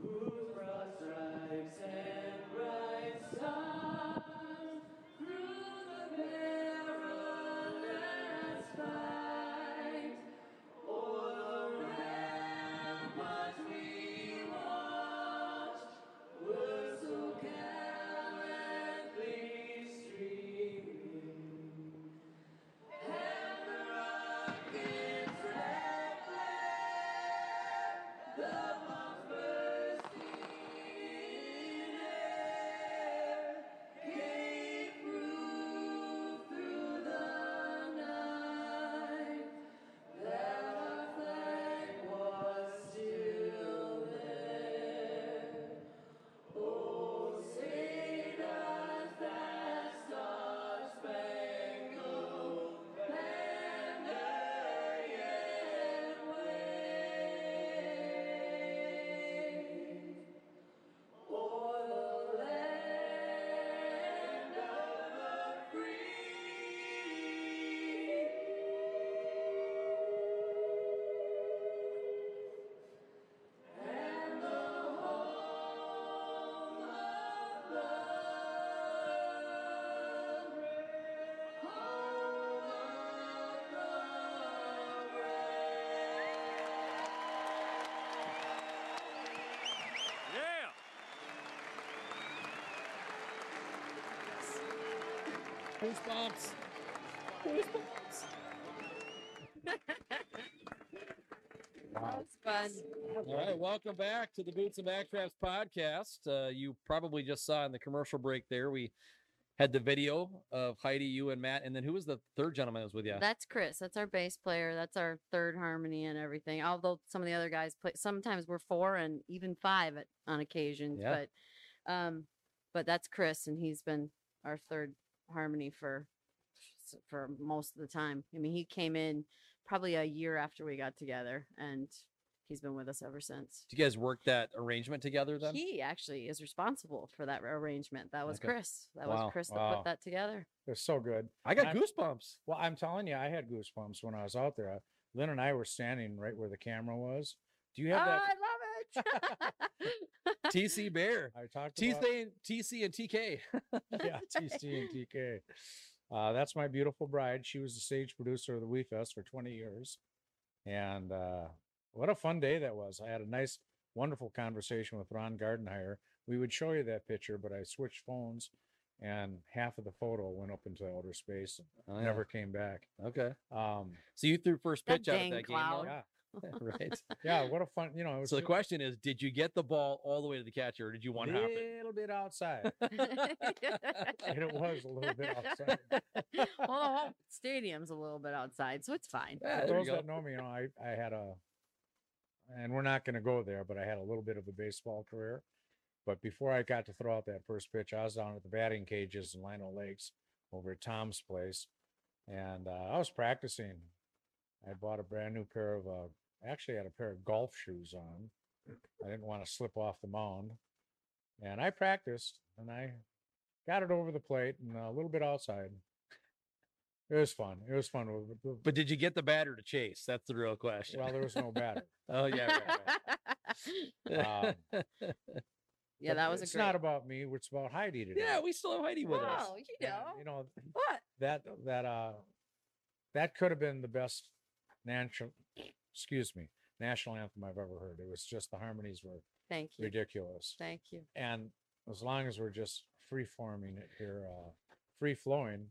B: Whose broad stripes and bright stars through the perilous fight o'er the ramparts we watched were so gallantly streaming, and the rockets' red flare the bombs bursting in air gave proof through the night that our flag was still there. Oh, say does that star-spangled banner yet wave o'er the land of the free? And the home of love, home of love.
F: Yeah.
A: Goosebumps.
D: That was fun.
A: All right, welcome back to the Boots and Backstraps podcast. Uh, you probably just saw in the commercial break there, we had the video of Heidi, you, and Matt. And then who was the third gentleman that was with you?
D: That's Chris. That's our bass player. That's our third harmony and everything. Although some of the other guys play, sometimes we're four and even five at, on occasions.
A: Yeah.
D: But, um, but that's Chris, and he's been our third harmony for guests for most of the time. I mean, he came in probably a year after we got together, and he's been with us ever since.
A: Do you guys work that arrangement together then?
D: He actually is responsible for that arrangement. That was
A: Okay.
D: Chris. That
A: Wow.
D: was Chris that
C: Wow.
D: put that together.
C: They're so good.
A: I got
C: I'm-
A: goosebumps.
C: Well, I'm telling you, I had goosebumps when I was out there. Lynn and I were standing right where the camera was. Do you
D: Oh,
C: have that?
D: I love it.
A: TC Bear.
C: I talked about
A: TC and TC and TK.
C: yeah, TC and TK. Uh, that's my beautiful bride. She was the stage producer of the Wee Fest for 20 years. And uh, what a fun day that was. I had a nice, wonderful conversation with Ron Gardenhire. We would show you that picture, but I switched phones and half of the photo went up into outer space and
A: Oh, yeah.
C: never came back.
A: Okay.
C: Um,
A: So you threw first
D: That
A: pitch out of
D: dang
A: that
D: clown.
C: yeah,
A: game, though? right?
C: yeah, what a fun, you know, it was
A: So the
C: ju-
A: question is, did you get the ball all the way to the catcher, or did you one hop it?
C: little bit outside. and it was a little bit outside.
D: well, the whole stadium's a little bit outside, so it's fine.
A: Yeah,
C: For
A: Ah, there you
C: those
A: go.
C: that know me, you know, I, I had a, and we're not going to go there, but I had a little bit of a baseball career. But before I got to throw out that first pitch, I was down at the batting cages in Lino Lakes over at Tom's place. And uh, I was practicing. I bought a brand new pair of, uh, actually had a pair of golf shoes on. I didn't want to slip off the mound. And I practiced and I got it over the plate and a little bit outside. It was fun. It was fun. The- the-
A: But did you get the batter to chase? That's the real question.
C: well, there was no batter.
A: oh yeah. right, right.
D: Oh,
C: Um,
D: yeah,
C: but
D: that was a
C: it's
D: great.
C: not about me. It's about Heidi today.
A: yeah, we still have Heidi with us.
D: oh, you
C: And,
D: know
C: you know
D: what?
C: that that uh that could have been the best national excuse me national anthem I've ever heard. It was just the harmonies were
D: Thank you,
C: ridiculous.
D: thank you.
C: And as long as we're just free forming it here, uh, free flowing,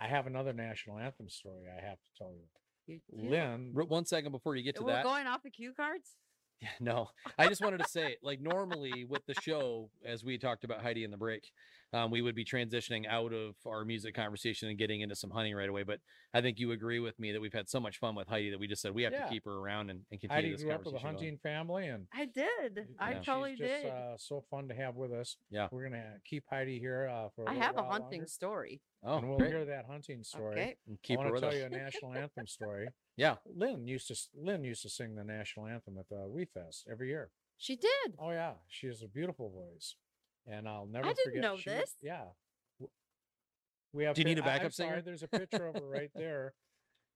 C: I have another national anthem story I have to tell you.
D: you do.
C: Lynn,
A: R- One second before you get to
D: We're
A: that.
D: going off the cue cards.
A: Yeah, no, I just wanted to say, like, normally with the show, as we talked about Heidi in the break, um, we would be transitioning out of our music conversation and getting into some hunting right away. But I think you agree with me that we've had so much fun with Heidi that we just said we have to
C: Yeah.
A: keep her around and, and continue
C: Heidi
A: this
C: grew up with
A: conversation.
C: a
A: going.
C: hunting family and
D: I did. I
A: Yeah.
C: She's
D: totally
C: just,
D: did.
C: Uh, so fun to have with us.
A: Yeah.
C: we're gonna keep Heidi here uh, for. I
D: I have a hunting story.
A: Oh,
C: and we'll
A: great.
C: hear that hunting story.
D: Okay.
A: And Keep
C: I
A: her
C: want to
A: with
C: tell
A: us.
C: you a national anthem story.
A: Yeah.
C: Lynn used to s- Lynn used to sing the national anthem at the Wee Fest every year.
D: She did.
C: Oh yeah, she has a beautiful voice, and I'll never.
D: didn't
C: forget,
D: know
C: she was-
D: this.
C: Yeah. W- We have.
A: Do you need
C: pic-
A: a
C: I- I'm
A: backup singer?
C: sorry, there's a picture of her right there,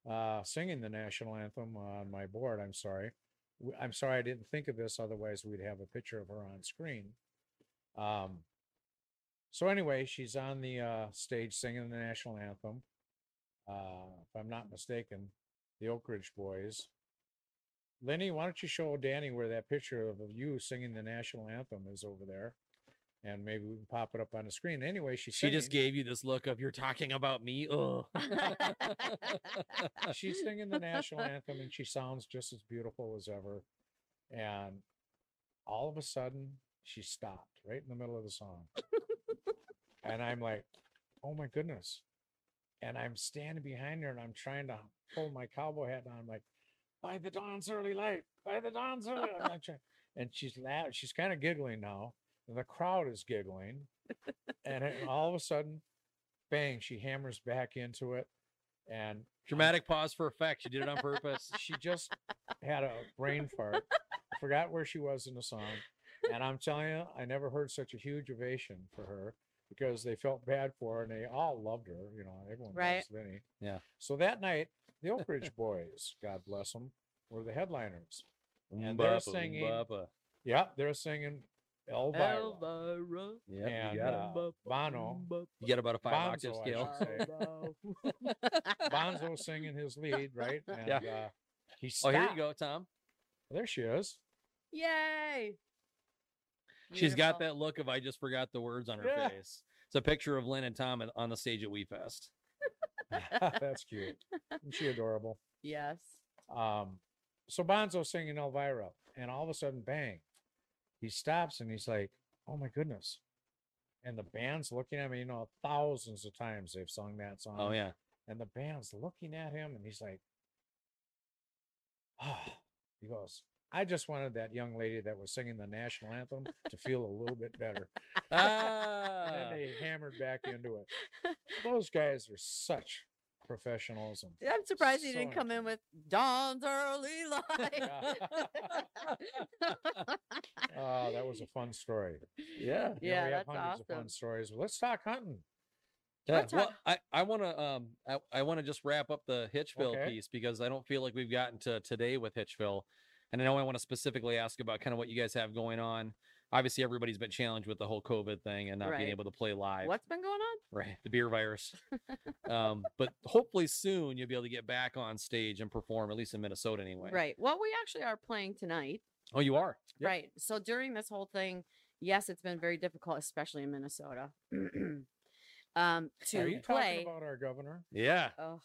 C: uh, singing the national anthem on my board. I'm sorry. W- I'm sorry I didn't think of this. Otherwise, we'd have a picture of her on screen. Um. So anyway, she's on the uh, stage singing the national anthem. Uh, if I'm not mistaken, the Oak Ridge Boys. Lenny, why don't you show Danny where that picture of you singing the national anthem is over there? And maybe we can pop it up on the screen. Anyway, she's
A: She just
C: singing-
A: gave you this look of you're talking about me. Ugh.
C: she's singing the national anthem and she sounds just as beautiful as ever. And all of a sudden, she stopped right in the middle of the song. and I'm like, oh my goodness. And I'm standing behind her and I'm trying to pull my cowboy hat on. I'm like, by the dawn's early light, by the dawn's early light. I'm like try- And she's laughing. She's kind of giggling now. And the crowd is giggling. and it- all of a sudden, bang, she hammers back into it. And
A: Dramatic pause for effect. She did it on purpose.
C: she just had a brain fart. Forgot where she was in the song. And I'm telling you, I never heard such a huge ovation for her because they felt bad for her and they all loved her. You know, everyone
D: Right.
C: loves Vinny.
A: Yeah.
C: So that night, the Oak Ridge Boys, God bless them, were the headliners. And they're
A: Oom-bapa,
C: singing-
A: oom-bapa.
C: Yeah, they're singing Elvira.
D: Elvira.
A: Yep,
C: And,
A: you got it.
C: uh, Bono.
A: You get about a five octave
C: Bonzo, I
A: scale.
C: should say. Bonzo singing his lead, right? And
A: Yeah.
C: uh, he
A: Oh,
C: stopped.
A: here you go, Tom.
C: There she is.
D: Yay.
A: She's got
D: Beautiful.
A: that look of I just forgot the words on her
C: Yeah.
A: face. It's a picture of Lynn and Tom at- on the stage at WeFest.
C: That's cute. Isn't she adorable?
D: Yes.
C: Um, so Bonzo singing Elvira, and all of a sudden, bang, he stops and he's like, "Oh my goodness!" And the band's looking at me. You know, thousands of times they've sung that song.
A: Oh yeah,
C: And the band's looking at him, and he's like, "Ah." He goes, "I just wanted that young lady that was singing the national anthem to feel a little bit better." And
A: ah,
D: Uh.
C: then they hammered back into it. Those guys are such professionals and
D: I'm surprised he
C: So
D: didn't come in with Dawn's early light.
C: yeah. oh, that was a fun story.
A: Yeah.
C: You know,
D: Yeah,
C: we have
D: that's
C: hundreds of
D: awesome.
C: fun stories. Let's talk hunting.
A: Yeah,
D: Let's
A: well,
D: talk-
A: I, I want to um I, I want to just wrap up the Hitchville
C: Okay.
A: piece because I don't feel like we've gotten to today with Hitchville, and I know I want to specifically ask about kind of what you guys have going on. Obviously, everybody's been challenged with the whole COVID thing and not
D: Right.
A: being able to play live.
D: What's been going on?
A: Right, the beer virus. um, but hopefully soon you'll be able to get back on stage and perform, at least in Minnesota anyway.
D: Right. Well, we actually are playing tonight.
A: Oh, you are.
D: Right. So during this whole thing, yes, it's been very difficult, especially in Minnesota, um,
C: Are
D: to
C: you
D: play.
C: talking about our governor?
A: Yeah.
D: oh,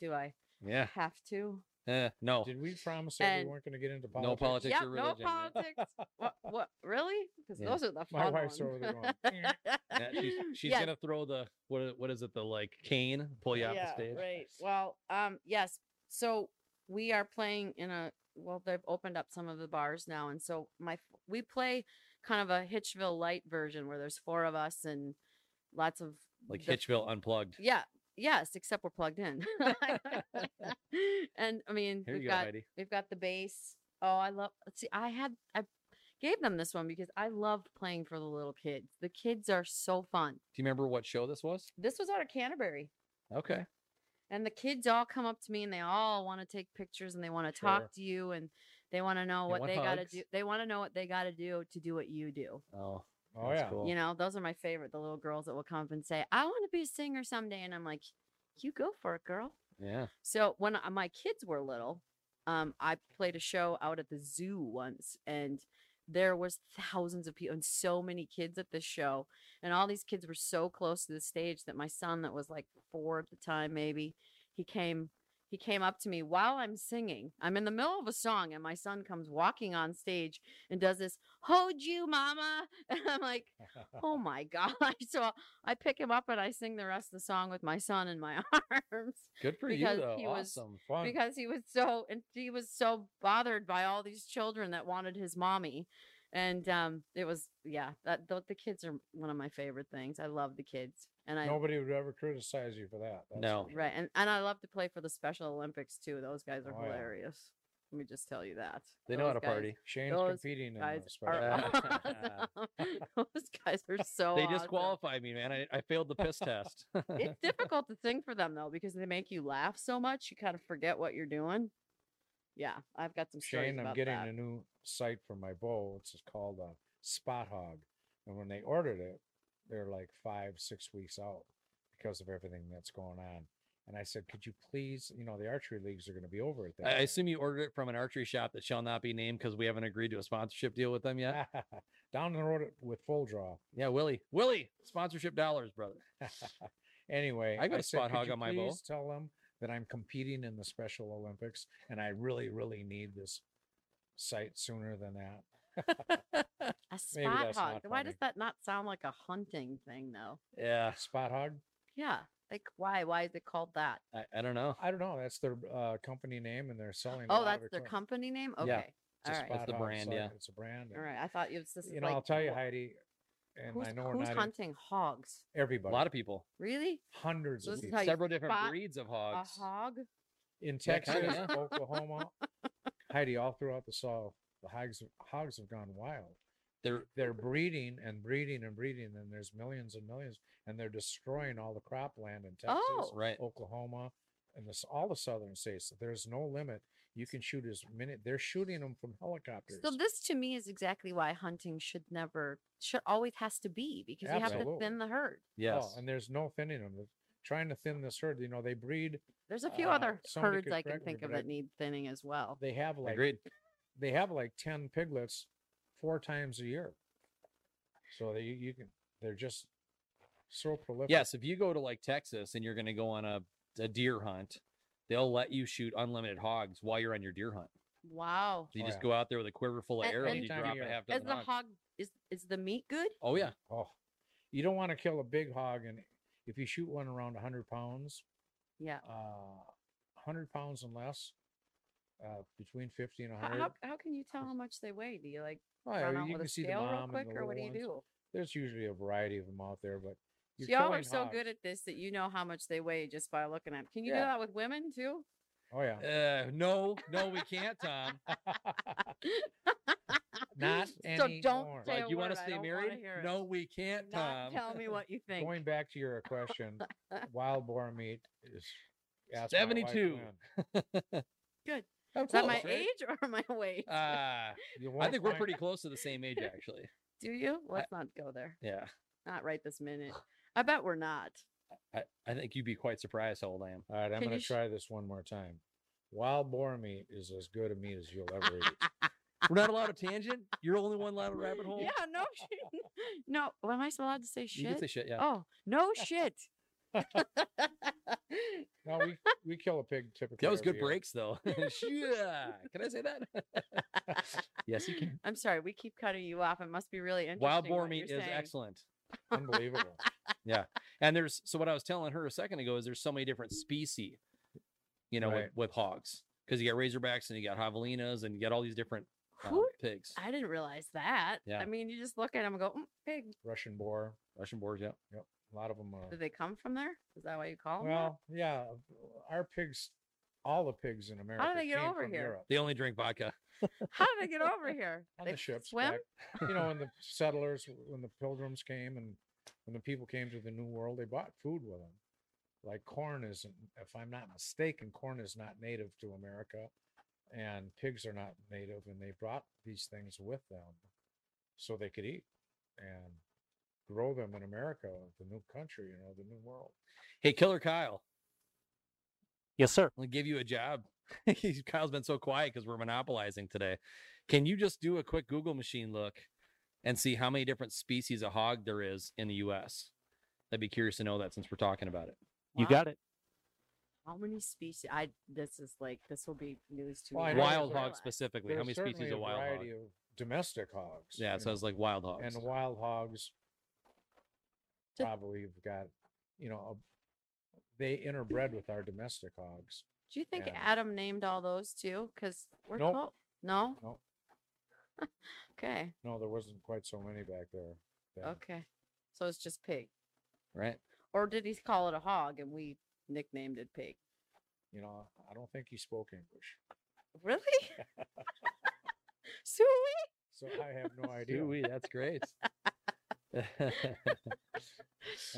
D: do I
A: Yeah.
D: have to?
A: Eh, no.
C: Did we promise that
D: And-
C: we weren't going to get into
A: No politics
C: politics?
D: Yeah,
A: or
D: no
A: religion. yeah.
D: politics. what? What? Really? Because
A: Yeah.
D: those are the fun
C: My wife's
D: ones.
C: over there going. "Eh."
A: Yeah, she's she's
D: Yeah,
A: gonna throw the what i- what is it the like cane pull you off the stage.
D: Right. Well, um, yes. So we are playing in a well, they've opened up some of the bars now, and so my f- we play kind of a Hitchville light version where there's four of us and lots of
A: Like
D: the-
A: Hitchville unplugged.
D: Yeah. Yes, except we're plugged in. and I mean,
A: Here
D: we've
A: you go,
D: got
A: Heidi.
D: we've got the bass. Oh, I love. See, I had I gave them this one because I love playing for the little kids. The kids are so fun.
A: Do you remember what show this was?
D: This was out of Canterbury.
A: Okay.
D: And the kids all come up to me and they all want to take pictures and they want to
C: Sure.
D: talk to you and they want to know
A: They
D: what
A: want
D: they got to
A: hugs.
D: do. They want to know what they got to do to do what you do.
A: Oh,
C: Oh
A: that's
C: yeah.
A: cool.
D: You know, those are my favorite. The little girls that will come up and say, "I want to be a singer someday," and I'm like, "You go for it, girl."
A: Yeah.
D: So when I- my kids were little, um, I played a show out at the zoo once, and there was thousands of people and so many kids at this show, and all these kids were so close to the stage that my son, that was like four at the time, maybe, he came. He came up to me while I'm singing. I'm in the middle of a song, and my son comes walking on stage and does this, Hold you, mama. And I'm like, oh my gosh. So I pick him up and I sing the rest of the song with my son in my arms
A: Good for
D: Because
A: you though.
D: he was-
A: awesome.
C: Fun.
D: because he was so and he was so bothered by all these children that wanted his mommy and um it was yeah that the, the kids are one of my favorite things i love the kids and i
C: Nobody would ever criticize you for that. that's
A: No.
C: for sure.
D: right and, and i love to play for the special olympics too those guys are
C: Oh, yeah.
D: hilarious let me just tell you that
A: They know how
D: Those
A: to
D: guys-
A: party.
C: Shane's
D: Those
C: competing in
D: guys
C: this.
D: are
A: special.
D: awesome. those guys are so
A: They
D: awesome.
A: disqualified me, man. I, I failed the piss test.
D: it's difficult to sing for them though because they make you laugh so much you kind of forget what you're doing yeah i've got some stories
C: Shane, I'm
D: about
C: getting
D: that.
C: a new sight for my bow. It's just called a spot hog. And when they ordered it, they're like five, six weeks out because of everything that's going on. And I said, Could you please, you know, the archery leagues are going to be over at that.
A: I I
C: point."
A: assume you ordered it from an archery shop that shall not be named because we haven't agreed to a sponsorship deal with them yet.
C: down the road with full draw.
A: Yeah, Willie. Willie, sponsorship dollars, brother.
C: anyway,
A: I got a
C: said,
A: spot
C: "Could
A: hog
C: you
A: on my bow."
C: please Tell them that I'm competing in the Special Olympics and I really, really need this sight sooner than that.
D: A
C: Maybe
D: spot
C: that's
D: hog.
C: not
D: Why
C: funny.
D: does that not sound like a hunting thing though?
A: Yeah.
C: Spot hog?
D: Yeah. Like why? Why is it called that?
A: I, I don't know.
C: I don't know. That's their uh, company name, and they're selling. a lot
D: Oh,
C: of
D: that's their
C: equipment.
D: company name?
A: Yeah.
D: Okay.
C: It's a
D: All right.
A: That's
C: spot
A: the
C: hog
A: brand,
C: site,
A: yeah.
C: It's a brand.
D: All
C: and,
D: right. I thought you was this
C: You
D: is
C: know, I'll
D: like,
C: tell you,
D: wh-
C: Heidi, and
D: who's,
C: I know we're
D: who's
C: not in-
D: hunting hogs?
A: A
C: everybody.
A: lot of people,
D: Really?
C: hundreds
D: so
C: of
D: this is
C: people
D: how you
A: several different
D: spot Uh-huh.
A: breeds of hogs.
D: A hog?
C: in
A: Yeah, kinda,
C: Texas, Oklahoma, Heidi, all throughout the South. The hogs hogs have gone wild.
A: They're
C: They're breeding and breeding and breeding, and there's millions and millions, and they're destroying all the cropland in Texas,
D: Oh.
A: right.
C: Oklahoma, and this all the southern states. There's no limit. You can shoot as many. They're shooting them from helicopters.
A: Oh,
D: So this to me is exactly why hunting should never should always has to be because you have to
C: Absolutely.
D: thin the herd.
A: Yes.
C: Oh, and there's no thinning them. They're trying to thin this herd, you know, they breed.
D: There's a few
C: Uh,
D: other
C: somebody
D: herds
C: could
D: I can
C: correct me,
D: think of
C: but I-
D: that need thinning as well.
C: They have like
A: Agreed.
C: they have like ten piglets four times a year. So they you can they're just so prolific.
A: Yes, if you go to like Texas and you're going to go on a, a deer hunt, they'll let you shoot unlimited hogs while you're on your deer hunt.
D: Wow.
A: You
C: Oh,
A: just
C: yeah.
A: go out there with a quiver full of
D: And-
A: arrows,
D: and-
A: you
C: Anytime
A: drop
C: you
A: a
C: are.
A: half
D: Is
A: dozen
D: the
A: hogs.
D: hog is is the meat good?
A: Oh yeah,
C: Oh, you don't want to kill a big hog, and if you shoot one around hundred pounds,
D: Yeah.
C: uh, hundred pounds and less, uh, between fifty and
D: How,
C: hundred.
D: how, how can you tell how much they weigh? Do you like
C: Oh,
D: run
C: yeah,
D: out
C: you
D: with
C: can
D: a
C: see the
D: scale real
C: mom
D: quick,
C: and the little
D: or what do you
C: ones.
D: do?
C: There's usually a variety of them out there, but You're
D: So Y'all
C: killing
D: are so
C: hogs.
D: good at this that you know how much they weigh just by looking at 'em. Can you do
C: Yeah.
D: that with women too?
C: Oh, yeah.
A: Uh, no, no, we can't, Tom. Not
D: so
A: anymore.
D: don't say
A: like
D: a
A: you want
D: word,
A: to
D: I
A: stay
D: don't wanna
A: married?
D: hear it.
A: No, we
D: Do
A: can't,
D: Not
A: Tom.
D: tell me what you think.
C: Um, Going back to your question, wild boar meat is ask my wife
A: 72.
C: when.
A: How
D: Is that my
A: close, right?
D: age or my weight?
A: Uh,
C: You
A: I
C: won't
A: think we're
C: find-
A: pretty close to the same age, actually.
D: do you? Let's not go there.
A: Yeah,
D: Not right this minute. I bet we're not.
A: I, I think you'd be quite surprised how old I am.
C: All right, I'm
D: Can
C: going
D: you
C: to
D: sh-
C: try this one more time. Wild boar meat is as good a meat as you'll ever eat.
A: We're not allowed a tangent. You're only one allowed a rabbit
C: Oh.
A: hole.
D: Yeah, no shit. No, well, am I still allowed to say
A: You can
D: shit?
A: say shit. Yeah.
D: Oh, no shit.
C: No, we we kill a pig typically.
A: that was good
C: every year.
A: breaks, though. yeah. Can I say that? yes, you can.
D: I'm sorry, we keep cutting you off. It must be really interesting.
A: Wild boar
D: what
A: meat is
D: you're saying.
A: excellent.
C: Unbelievable.
A: And there's so what I was telling her a second ago is there's so many different species, you know,
C: Right.
A: with, with hogs because you got razorbacks and you got javelinas and you got all these different um,
D: Who-
A: pigs,
D: I didn't realize that.
A: Yeah.
D: I mean, you just look at them and go, mm, pig.
C: Russian boar.
A: Russian boars. Yeah,
C: A lot of them are.
D: Do they come from there? Is that why you call them?
C: Well, yeah, our pigs, all the pigs in America.
D: they get
C: came
D: over
C: from
D: here?
C: Europe
A: they only drink vodka.
D: How do they get over here?
C: on
D: they
C: the ships.
D: swim?
C: back- you know, when the settlers, when the pilgrims came, and when the people came to the New World, they brought food with them. Like corn isn't, if I'm not mistaken, corn is not native to America, and pigs are not native, and they brought these things with them, so they could eat and grow them in America, the new country, you know, the new world.
A: Hey, Killer Kyle,
E: Yes, sir.
A: I'm gonna give you a job. He's- Kyle's been so quiet because we're monopolizing today. Can you just do a quick Google machine look and see how many different species of hog there is in the U.S.? I'd be curious to know that since we're talking about it.
E: You
D: Wow.
E: got it.
D: How many species? I this is like this will be news to
C: Well, I
D: me.
C: know
A: Wild
C: there's a-
A: hog specifically. How many
C: There's
A: species
C: certainly
A: of
C: a
A: wild hog?
C: variety of domestic hogs.
A: Yeah,
C: you
A: it sounds
C: know,
A: like wild hogs.
C: and the wild hogs
D: To-
C: probably have got you know a, they interbred with our domestic hogs
D: Do you think
C: Yeah.
D: Adam named all those too? Because we're
C: Nope.
D: clo- no.
C: Nope.
D: okay.
C: no there wasn't quite so many back there then.
D: Okay. So it's just pig,
A: right?
D: or did he call it a hog and we nicknamed it pig?
C: you know i don't think he spoke english
D: Really? Suey?
C: so i have no idea
A: Ooh-wee, that's great.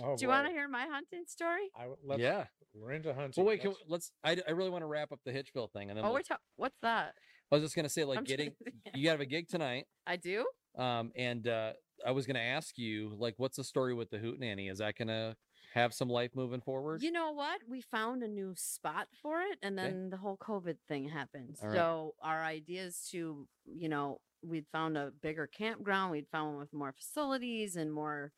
C: Oh,
D: Do you want to
C: boy.
D: hear my hunting story?
C: I, w- let's,
A: yeah.
C: we're into hunting
A: Well, wait. Can,
C: let's-
A: let's. I, I really want to wrap up the Hitchville thing, and then
D: Oh,
A: we'll-
D: we're talking. What's that?
A: I was just gonna say like
D: I'm
A: getting.
D: kidding.
A: You have a gig tonight,
D: I do.
A: um, and uh, I was gonna ask you like, what's the story with the Hoot Nanny? Is that gonna have some life moving forward?
D: You know what? We found a new spot for it, and
A: Okay.
D: then the whole COVID thing happened.
A: All right.
D: So our idea is to, you know, we'd found a bigger campground. We'd found one with more facilities and more,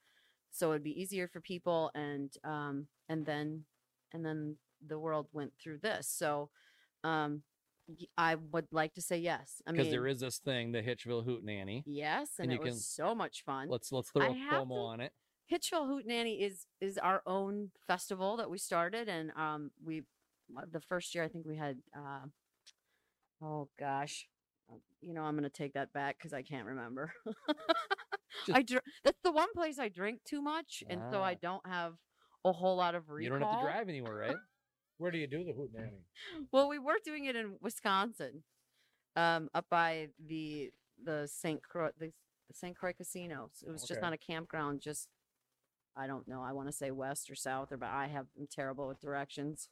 D: so it'd be easier for people. And um, and then, and then the world went through this. So, um, y- I would like to say yes. I
A: Because
D: mean,
A: there is this thing, the Hitchville Hoot Nanny.
D: yes, and,
A: and
D: it
A: you
D: was
A: can-
D: so much fun.
A: Let's let's throw
D: I
A: a
D: have
A: promo
D: to-
A: on it.
D: Hitchville Hootenanny is is our own festival that we started, and um, we uh, the first year I think we had uh, oh gosh, uh, you know I'm gonna take that back because I can't remember. I dr- that's the one place I drink too much, and so I
A: Ah.
D: don't have a whole lot of recall.
A: You don't have to drive anywhere, right?
C: where do you do the hootenanny
D: Well, we were doing it in Wisconsin, um, up by the the Saint Croix the Saint Croix casinos. It was just
C: Okay.
D: not a campground. Just I don't know. I want to say west or south, or but I have I'm terrible with directions,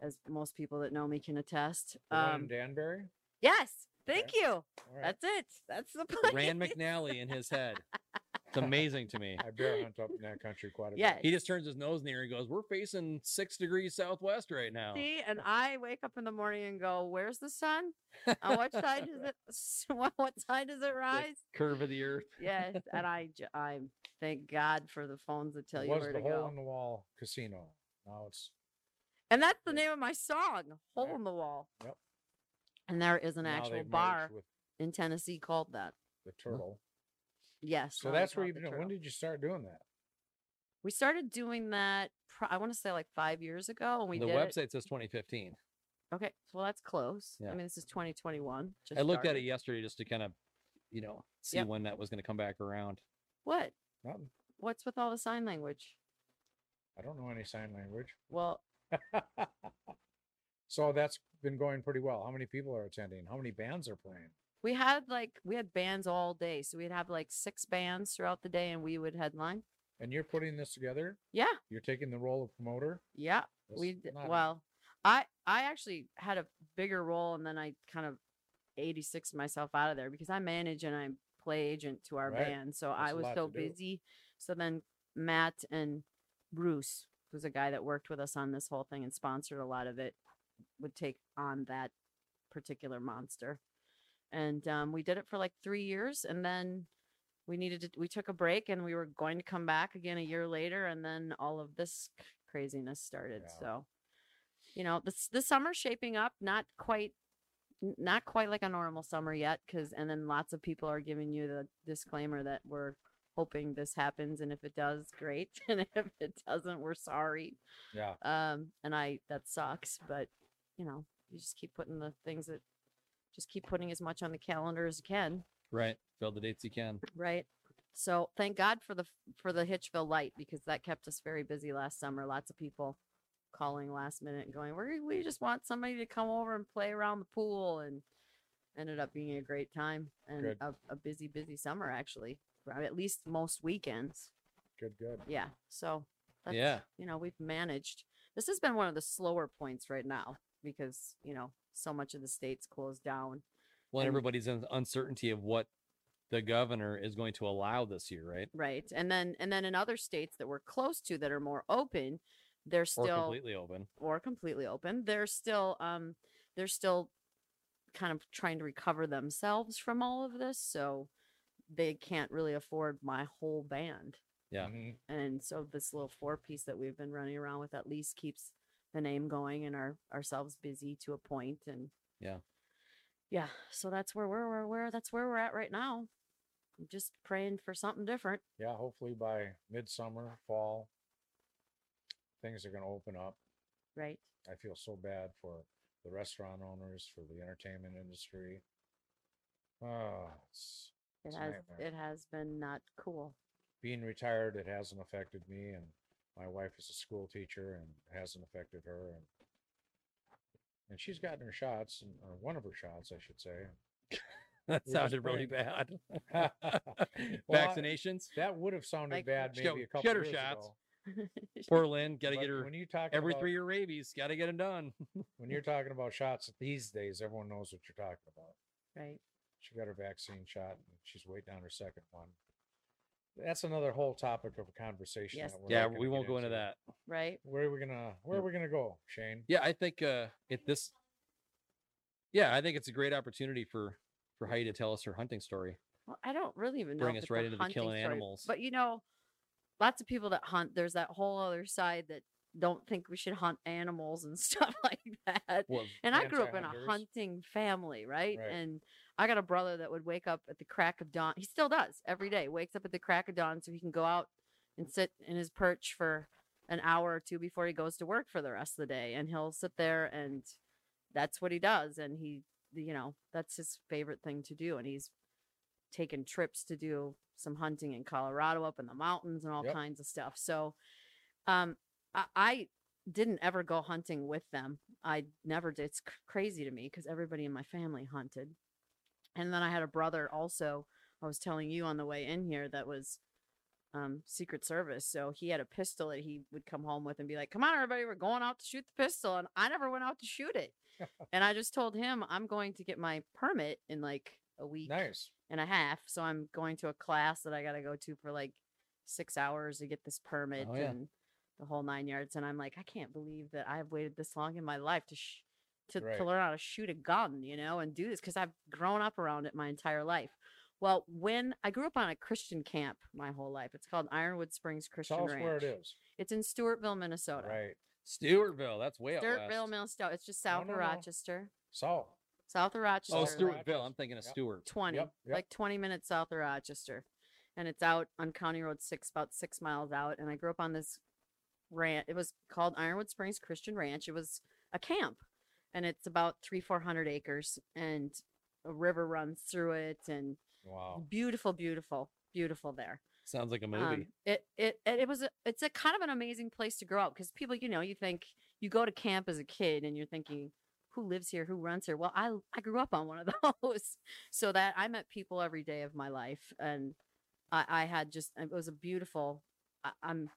D: as most people that know me can attest.
C: the one in
D: Um,
C: danbury
D: yes, thank you.
C: All right.
D: That's it. That's the place.
A: Rand McNally in his head. It's amazing to me.
C: i bear hunt up in that country quite a
D: Yeah.
A: He just turns his nose in the air and goes, "We're facing six degrees southwest right now."
D: See, and I wake up in the morning and go, "Where's the sun? On what side does it? s- What what side does it rise?"
A: Curve of the earth.
D: yes, and I j- I thank God for the phones that
C: bit
D: tell
C: it
D: you
C: was
D: where
C: the
D: to
C: hole
D: go.
C: in the wall casino now it's
D: And that's the
C: Yeah.
D: name of my song, Hole
C: Right.
D: in the Wall.
C: Yep.
D: And there is an
C: now
D: actual
C: they've merged
D: bar
C: with
D: in Tennessee called that.
C: the turtle
D: Yes.
C: so
D: now they
C: that's
D: call
C: where
D: it
C: you've
D: the
C: been doing- when
D: Turtle.
C: did you start doing that
D: we started doing that. Pro- I want to say like five years ago, and we
A: the
D: did it-
A: website says 2015.
D: Okay, well that's close.
A: Yeah.
D: I mean, this is 2021. Just
A: I looked at
D: started.
A: it yesterday just to kind of, you know, see
D: Yep.
A: when that was going to come back around.
D: What?
C: Nothing.
D: What's with all the sign language?
C: I don't know any sign language.
D: Well,
C: so that's been going pretty well. How many people are attending? How many bands are playing?
D: we had like we had bands all day, so we'd have like six bands throughout the day, and we would headline.
C: And you're putting this together?
D: Yeah,
C: You're taking the role of promoter?
D: yeah.
C: That's
D: we d-
C: not-
D: well, I I actually had a bigger role, and then I kind of eighty six myself out of there because I manage and I play agent to our
C: Right.
D: band, so
C: That's
D: I
C: a
D: was
C: lot
D: so
C: to do.
D: busy. So then Matt and Bruce, who's a guy that worked with us on this whole thing and sponsored a lot of it, would take on that particular monster. And um, we did it for like three years, and then we needed to. We took a break, and we were going to come back again a year later, and then all of this c- craziness started.
C: Yeah.
D: So, you know, this this summer shaping up not quite, n- not quite like a normal summer yet, because and then lots of people are giving you the disclaimer that we're hoping this happens, and if it does, great, and if it doesn't, we're sorry
C: Yeah.
D: um and i that sucks but you know you just keep putting the things that just keep putting as much on the calendar as you can
A: Right. Fill the dates you can.
D: right so thank god for the for the hitchville light because that kept us very busy last summer lots of people calling last minute and going we we just want somebody to come over and play around the pool and ended up being a great time and
C: Good.
D: a, a busy busy summer actually or at least most weekends
C: Good, good.
D: yeah so that's,
A: Yeah.
D: you know we've managed this has been one of the slower points right now because you know so much of the states closed down
A: Well, and
D: And-
A: everybody's in uncertainty of what the governor is going to allow this year, right?
D: right and then and then in other states that we're close to that are more open they're still
A: Or completely open.
D: or completely open they're still um they're still kind of trying to recover themselves from all of this so they can't really afford my whole band
A: Yeah.
C: Mhm.
D: and so this little four piece that we've been running around with at least keeps the name going and our ourselves busy to a point and
A: Yeah.
D: yeah so that's where we're where, where that's where we're at right now i'm just praying for something different
C: Yeah. Hopefully by midsummer, fall, things are going to open up.
D: right
C: I feel so bad for the restaurant owners, for the entertainment industry. Oh, it's
D: it
C: It's a
D: has
C: nightmare.
D: it has been not cool
C: being retired, it hasn't affected me, and my wife is a school teacher, and it hasn't affected her, and and she's gotten her shots, and or one of her shots, I should say.
A: That
C: We're just
A: sounded really bad.
C: Well,
A: Vaccinations.
C: That would have sounded
D: Like,
C: bad
A: she got-
C: maybe a
A: she
C: couple
A: got her
C: years
A: shots.
C: ago,
A: Poor Lynn, got to
C: but
A: get her
C: when you talk
A: every
C: about,
A: three year rabies. Got to get them done.
C: When you're talking about shots these days, everyone knows what you're talking about.
D: right
C: She got her vaccine shot, and she's waiting on her second one. That's another whole topic of a conversation.
D: Yes.
C: that we're
A: yeah,
C: not gonna
A: we won't
C: get
A: go into that.
D: right
C: Where are we gonna Where are we gonna go, Shane?
A: Yeah, I think uh it this Yeah, I think it's a great opportunity for for Heidi to tell us her hunting story.
D: Well, I don't really even know
A: Bring
D: if
A: us
D: it's a
A: right into the
D: hunting
A: killing
D: story,
A: animals.
D: But you know, lots of people that hunt. There's that whole other side that don't think we should hunt animals and stuff like that.
A: Well,
D: And I grew up in a
C: anti-hunters.
D: hunting family, right?
C: Right.
D: And I got a brother that would wake up at the crack of dawn. He still does every day. Wakes up at the crack of dawn so he can go out and sit in his perch for an hour or two before he goes to work for the rest of the day. And he'll sit there and that's what he does. And he, you know, that's his favorite thing to do. And he's taken trips to do some hunting in Colorado up in the mountains and all
C: Yep.
D: kinds of stuff. So um I, I didn't ever go hunting with them. I never did. It's cr- crazy to me because everybody in my family hunted. And then I had a brother also, I was telling you on the way in here, that was um, Secret Service. So he had a pistol that he would come home with and be like, come on, everybody, we're going out to shoot the pistol. And I never went out to shoot it. and I just told him, I'm going to get my permit in like a week
C: Nice.
D: and a half. So I'm going to a class that I got to go to for like six hours to get this permit
C: Oh,
A: yeah.
D: and the whole nine yards. And I'm like, I can't believe that I've waited this long in my life to sh- to,
C: Right.
D: to learn how to shoot a gun, you know, and do this because I've grown up around it my entire life. Well, when I grew up on a Christian camp my whole life, it's called Ironwood Springs Christian
C: Tell us
D: Ranch.
C: where it is.
D: It's in Stewartville, Minnesota.
C: Right.
A: Stewartville, that's way out
D: Stewartville,
A: west.
D: Minnesota. It's just south
C: no,
D: of
C: no.
D: Rochester,
C: So
D: south of Rochester.
A: Oh,
D: like-
C: Stewart-
A: Stewartville. I'm thinking of
C: Yep.
A: Stewart.
D: 20
C: Yep, yep.
D: like 20 minutes south of rochester and it's out on county road 6 about six miles out and i grew up on this ranch it was called ironwood springs christian ranch it was a camp and it's about three four hundred acres and a river runs through it and
C: wow. Oh.
D: beautiful beautiful beautiful there
A: Sounds like a movie.
D: Um, it it and it was a, it's a kind of an amazing place to grow up because people, you know, you think you go to camp as a kid and you're thinking, who lives here, who runs here? Well, I I grew up on one of those, so that I met people every day of my life, and I, I had just it was a beautiful. I, I'm,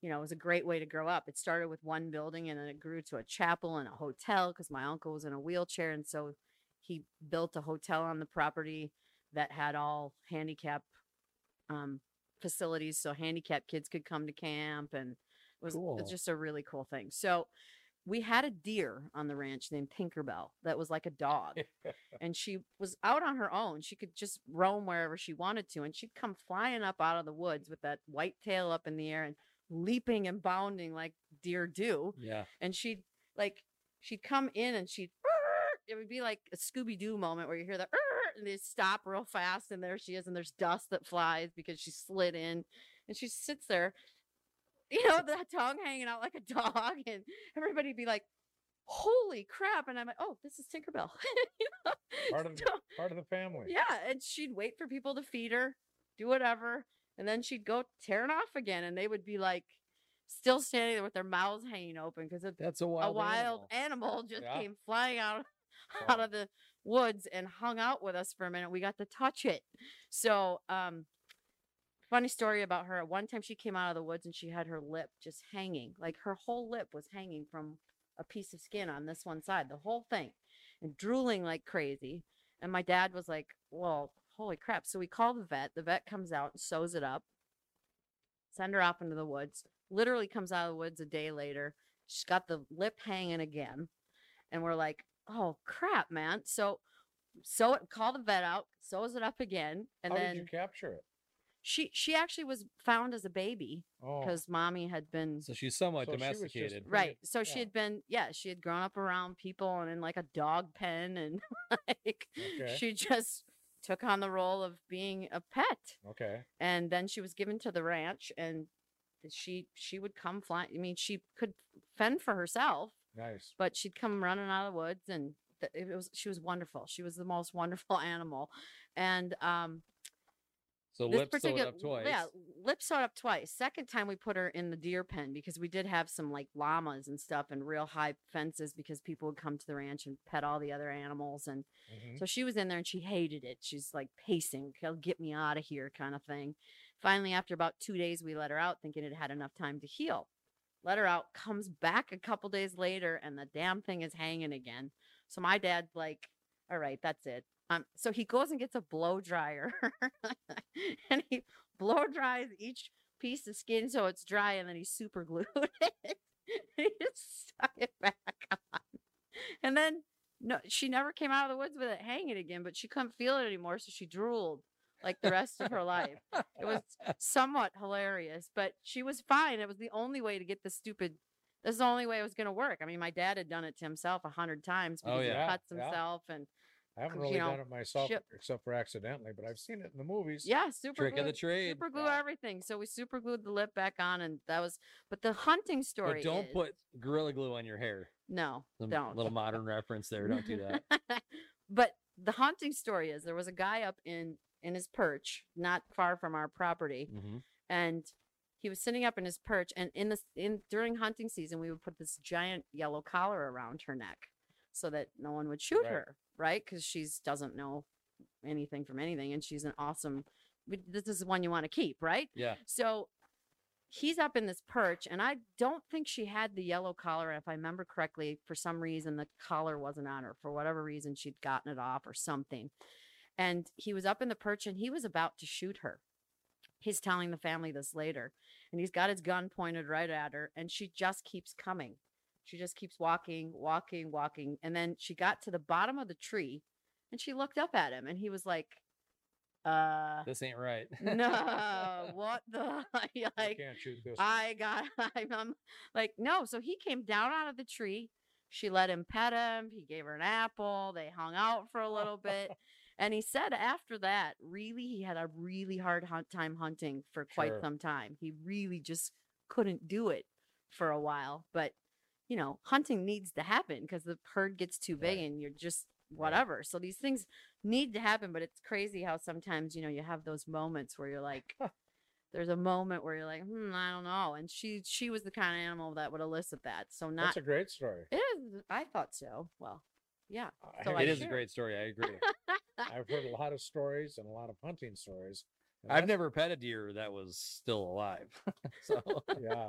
D: you know, it was a great way to grow up. It started with one building and then it grew to a chapel and a hotel because my uncle was in a wheelchair, and so he built a hotel on the property that had all handicap um, facilities so handicapped kids could come to camp and it was, it
A: Cool.
D: was just a really cool thing so we had a deer on the ranch named tinkerbell that was like a dog and she was out on her own she could just roam wherever she wanted to and she'd come flying up out of the woods with that white tail up in the air and leaping and bounding like deer do
A: yeah.
D: and she'd like she'd come in and she'd it would be like a Scooby Doo moment where you hear the and they stop real fast and there she is and there's dust that flies because she slid in and she sits there, you know, that tongue hanging out like a dog and everybody'd be like, "Holy crap!" and I'm like, "Oh, this is Tinkerbell." You know?
C: Part of the-
D: So-
C: Part of the family.
D: Mm-hmm. yeah, and she'd wait for people to feed her, do whatever, and then she'd go tearing off again, and they would be like still standing there with their mouths hanging open because a
A: That's a wild.
D: a wild
A: animal.
D: animal, just
A: Yeah.
D: came flying out out of the woods and hung out with us for a minute. We got to touch it. So, um, funny story about her. One time she came out of the woods and she had her lip just hanging, like her whole lip was hanging from a piece of skin on this one side, the whole thing, and drooling like crazy. And my dad was like, Well, holy crap. So we call the vet. The vet comes out and sews it up, send her off into the woods. Literally comes out of the woods a day later. She's got the lip hanging again. And we're like, Oh crap, man. So so it call the vet out, sews it up again, and
C: How
D: then
C: did you capture it?
D: she she actually was found as a baby
C: Oh,
D: because mommy had been
A: So she's somewhat
C: So she was just-
A: domesticated.
C: pretty-
D: right so she
C: yeah.
D: had been yeah she had grown up around people and in like a dog pen and like
C: Okay.
D: she just took on the role of being a pet
C: okay.
D: and then she was given to the ranch and she she would come flying i mean she could fend for herself
C: Nice.
D: but she'd come running out of the woods and th- it was she was wonderful she was the most wonderful animal and um
A: So
D: this
A: lips sewed
D: particular-
A: up twice.
D: Yeah, lip sewed up twice. Second time we put her in the deer pen because we did have some like llamas and stuff and real high fences because people would come to the ranch and pet all the other animals. And
C: Mhm.
D: so she was in there and she hated it. She's like pacing, "Go get me out of here kind of thing. Finally, after about two days, we let her out thinking it had enough time to heal. Let her out, comes back a couple days later, and the damn thing is hanging again. So my dad's like, all right, that's it. Um, so he goes and gets a blow dryer and he blow dries each piece of skin so it's dry and then he super glued it. he just stuck it back on. And then no she never came out of the woods with it hanging again, but she couldn't feel it anymore, so she drooled like the rest of her life. It was somewhat hilarious, but she was fine. It was the only way to get the stupid that's the only way it was gonna work. I mean, my dad had done it to himself a hundred times
A: Oh,
D: because
A: yeah.
D: he cuts
C: Yeah.
D: himself and
C: I haven't
D: you
C: really done
D: know,
C: it myself
D: ship-
C: except for accidentally, but I've seen it in the movies.
D: yeah, super
A: Trick of the
D: glued,
A: trade.
D: super glue
A: Yeah.
D: everything. So we super glued the lip back on and that was but the hunting story
A: But don't
D: is-
A: put gorilla glue on your hair.
D: No,
A: Some
D: don't.
A: Little modern reference there. Don't do that.
D: but the haunting story is there was a guy up in in his perch, not far from our property,
A: hmm
D: and he was sitting up in his perch. And in this in during hunting season, we would put this giant yellow collar around her neck so that no one would shoot
C: Right.
D: her, right? Because she's doesn't know anything from anything, and she's an awesome. but This is the one you want to keep, right?
A: Yeah.
D: So he's up in this perch, and I don't think she had the yellow collar. And if I remember correctly, for some reason, the collar wasn't on her. For whatever reason, she'd gotten it off or something. And he was up in the perch and he was about to shoot her. He's telling the family this later. And he's got his gun pointed right at her, and she just keeps coming. She just keeps walking, walking, walking. And then she got to the bottom of the tree and she looked up at him and he was like, uh,
A: This ain't right.
D: no, what the you're
C: I
D: like
C: can't shoot this. one.
D: I got I'm, I'm like no. So he came down out of the tree. She let him pet him. He gave her an apple. They hung out for a little bit. And he said after that, really, he had a really hard hunt time hunting for quite
C: Sure.
D: some time. He really just couldn't do it for a while. But, you know, hunting needs to happen because the herd gets too big
A: Right.
D: and you're just whatever. So these things need to happen. But it's crazy how sometimes, you know, you have those moments where you're like, there's a moment where you're like, hmm, I don't know. And she she was the kind of animal that would elicit that. So not
C: That's a great story.
D: it is I thought so. Well, yeah.
C: I-
D: So
C: I've-
D: I
A: It is a
D: share.
A: great story. I agree.
C: I've heard a lot of stories and a lot of hunting stories. and
A: I've
C: that's-
A: never pet a deer that was still alive. so
C: Yeah,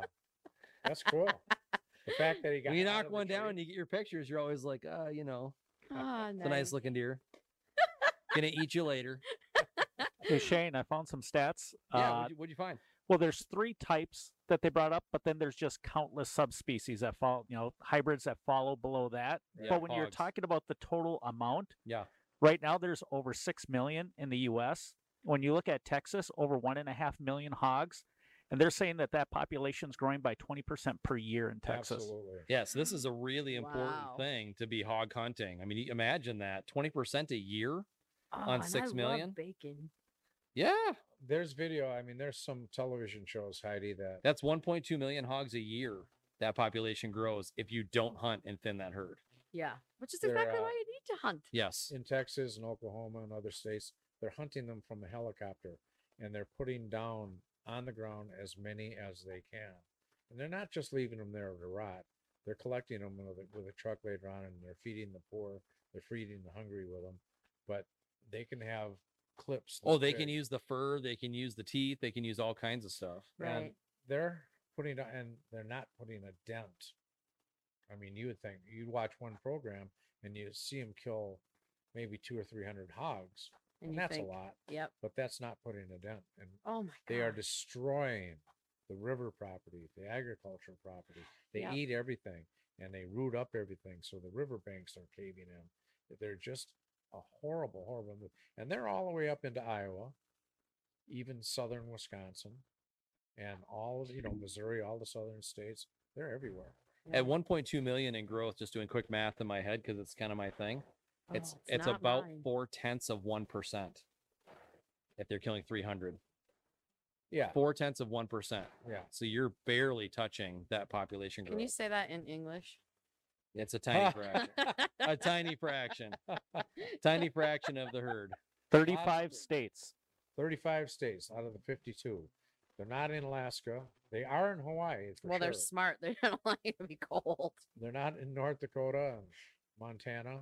C: that's cool. The fact that he got
A: when you
C: out
A: knock
C: of the
A: one down
C: tree-
A: and you get your pictures, you're always like, uh, you know,
D: Ah,
A: it's a nice
D: nice.
A: looking deer. Gonna eat you later.
E: Hey, Shane, I found some stats.
A: Yeah.
E: Uh,
A: what'd, you, what'd you find?
E: well, there's three types that they brought up, but then there's just countless subspecies that fall, you know, hybrids that follow below that.
A: Yeah,
E: but when you're
A: hogs.
E: talking about the total amount,
A: Yeah.
E: right now there's over 6 million in the U.S. When you look at Texas, over 1.5 million hogs. And they're saying that that population's growing by 20% per year in Texas.
C: Absolutely.
A: Yeah, so this is a really important
D: Wow.
A: thing to be hog hunting. I mean, y- imagine that 20% a year.
D: Ah,
A: on
D: and I
A: six
D: love
A: million?
D: bacon.
A: Yeah,
C: There's video. I mean, there's some television shows, Heidi, that
A: that's 1.2 million hogs a year. That population grows if you don't hunt and thin that herd.
D: Yeah. Which is
C: They're,
D: exactly
C: uh,
D: why you need to hunt.
A: Yes.
C: in Texas and Oklahoma and other states, they're hunting them from a helicopter and they're putting down on the ground as many as they can. And they're not just leaving them there to rot. They're collecting them with a, with a truck later on and they're feeding the poor, they're feeding the hungry with them. But they can have clips.
A: Oh,
C: this
A: they can
C: big,
A: use the fur, they can use the teeth, they can use all kinds of stuff.
C: and
D: Right.
C: They're putting down, and they're not putting a dent. I mean, you would think you'd watch one program and you see them kill maybe two or three hundred hogs.
D: And
C: and
D: you
C: that's
D: think,
C: a lot
D: Yep.
C: but that's not putting a dent and
D: Oh my god.
C: they are destroying the river property the agricultural property they
D: Yeah.
C: eat everything and they root up everything so the river banks are caving in they're just a horrible horrible move and they're all the way up into iowa even southern wisconsin and all you know missouri all the southern states they're everywhere
D: Yeah.
A: At 1.2 million in growth, just doing quick math in my head because it's kind of my thing.
D: Oh,
A: It's it's,
D: not
A: about
D: mine.
A: four tenths of one percent. If they're killing 300,
C: yeah
A: four tenths of one percent.
C: yeah
A: So you're barely touching that population
D: Can you
A: growth.
D: say that in English?
A: It's a tiny fraction. a tiny fraction, tiny fraction of the herd.
E: 35 states.
C: 35 states out of the 52 they're not in alaska they are in hawaii for
D: well, they're
C: sure.
D: smart. They don't like it to be cold.
C: they're not in North Dakota and Montana,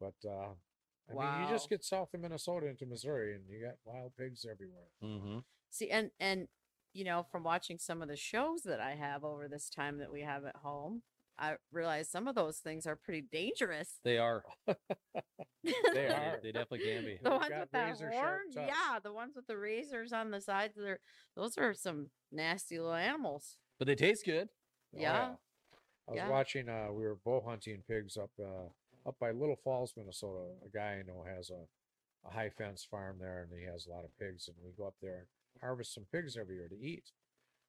C: but uh, I mean, you
D: Wow.
C: just get south of Minnesota into Missouri, and you got wild pigs everywhere.
A: Mm-hmm.
D: See, and and you know, from watching some of the shows that I have over this time that we have at home, I realize some of those things are pretty dangerous.
A: They are.
C: They
A: They,
C: are.
A: they definitely can be.
D: the
C: They've
D: ones
C: got
D: with that
C: razor sharp
D: horn,
C: tusks.
D: yeah, the ones with the razors on the sides of their, those are some nasty little animals.
A: But they taste good.
C: Oh,
D: yeah.
C: I was
D: Yeah.
C: watching. Uh, we were bow hunting pigs up uh, up by Little Falls, Minnesota. A guy I know has a, a high fence farm there, and he has a lot of pigs. And we go up there and harvest some pigs every year to eat.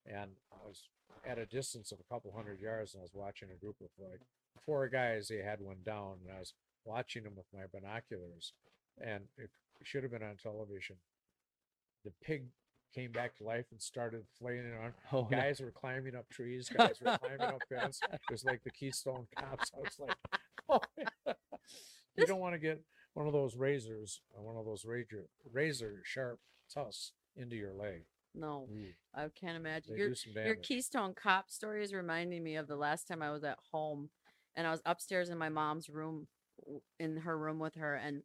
C: And I was at a distance of a couple hundred yards, and I was watching a group of like four guys. They had one down, and I was watching them with my binoculars. And it should have been on television. The pig came back to life and started flailing around
A: Oh, no.
C: guys were climbing up trees, guys were climbing up fence. It was like the Keystone Cops. I was like, oh, man." you don't want to get one of those razors, uh, one of those razor razor sharp tusks into your leg.
D: No, I can't
C: Hmm.
D: imagine.
C: They
D: Your
C: do some damage.
D: your Keystone Cop story is reminding me of the last time I was at home, and I was upstairs in my mom's room, w- in her room with her, and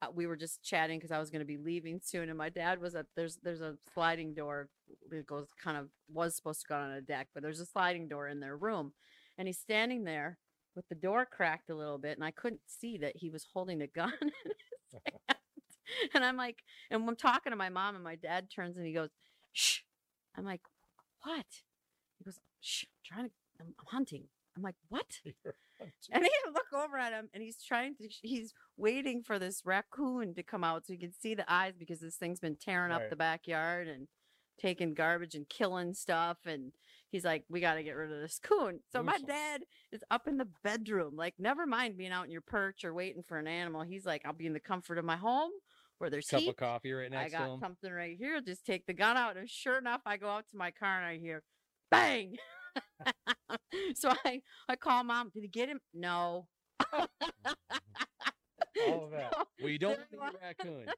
D: uh, we were just chatting because I was going to be leaving soon, and my dad was at there's there's a sliding door that goes kind of was supposed to go on a deck, but there's a sliding door in their room, and he's standing there with the door cracked a little bit, and I couldn't see that he was holding a gun in his hand. And I'm like, and I'm talking to my mom, and my dad turns and he goes, "Shh." I'm like, "What?" He goes, "Shh." I'm trying to, I'm, I'm hunting. I'm like, "What?" And I look over at him, and he's trying to. He's waiting for this raccoon to come out so he can see the eyes because this thing's been tearing up
C: Right.
D: the backyard and taking garbage and killing stuff. And he's like, "We got to get rid of this coon." So my
C: Gruesome.
D: dad is up in the bedroom, like never mind being out in your perch or waiting for an animal. He's like, "I'll be in the comfort of my home where there's
A: Cup
D: heat.
A: of coffee right
D: I
A: next to
D: got
A: them.
D: something right here. Just take the gun out. And sure enough, I go out to my car and I hear bang. so I, I call mom. Did he get him? No.
C: all of that.
A: Well, you don't
D: There
A: eat
D: you
A: the raccoon.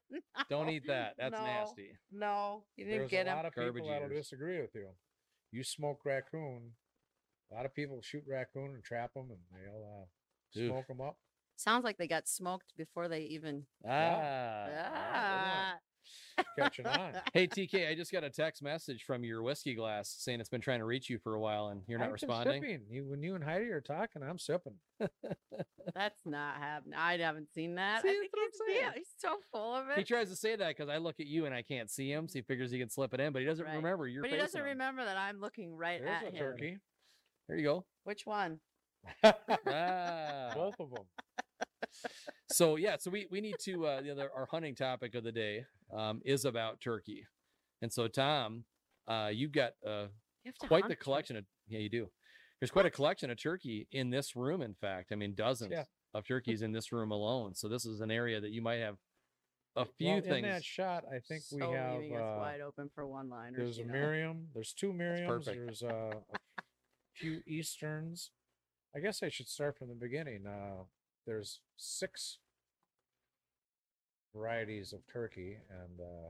A: Don't eat that. That's
D: No.
A: nasty.
D: No, you didn't
C: There's
D: get
C: a
D: him.
C: lot of
A: Garbage
C: people that'll
A: eaters.
C: disagree with you. You smoke raccoon. A lot of people shoot raccoon and trap them, and they'll uh,
A: Oof.
C: smoke them up.
D: Sounds like they got smoked before they even.
C: Uh,
A: Ah.
D: Ah.
C: Catching on.
A: Hey TK, I just got a text message from your whiskey glass saying it's been trying to reach you for a while and you're not
C: I've been
A: responding.
C: sipping. You, when you and Heidi are talking, I'm sipping.
D: That's not happening. I haven't seen that. I
A: See,
D: think
A: that's what I'm
D: he's, yeah,
A: saying.
D: he's so full of
A: He
D: it.
A: tries to say that because I look at you and I can't see him, so he figures he can slip it in, but he doesn't
D: Right.
A: remember your
D: But he
A: face.
D: doesn't remember that I'm looking right
C: There's
D: at
C: a
D: him.
C: turkey.
A: There you go.
D: Which one?
A: Ah.
C: Both of them.
A: so yeah, so we we need to uh the other our hunting topic of the day um is about turkey. And so Tom, uh you've got uh
D: You have to
A: quite
D: hunt
A: the
D: turkey.
A: collection of yeah, you do. There's quite a collection of turkey in this room, in fact. I mean dozens of turkeys in this room alone. So this is an area that you might have a few
C: Well,
A: things.
C: In that shot, I think we
D: So
C: have.
D: leaving us
C: uh,
D: wide open for one liners.
C: There's a Miriam. There's two Miriams.
A: perfect.
C: There's uh, a few Easterns. I guess I should start from the beginning. Uh, there's six varieties of turkey, and uh,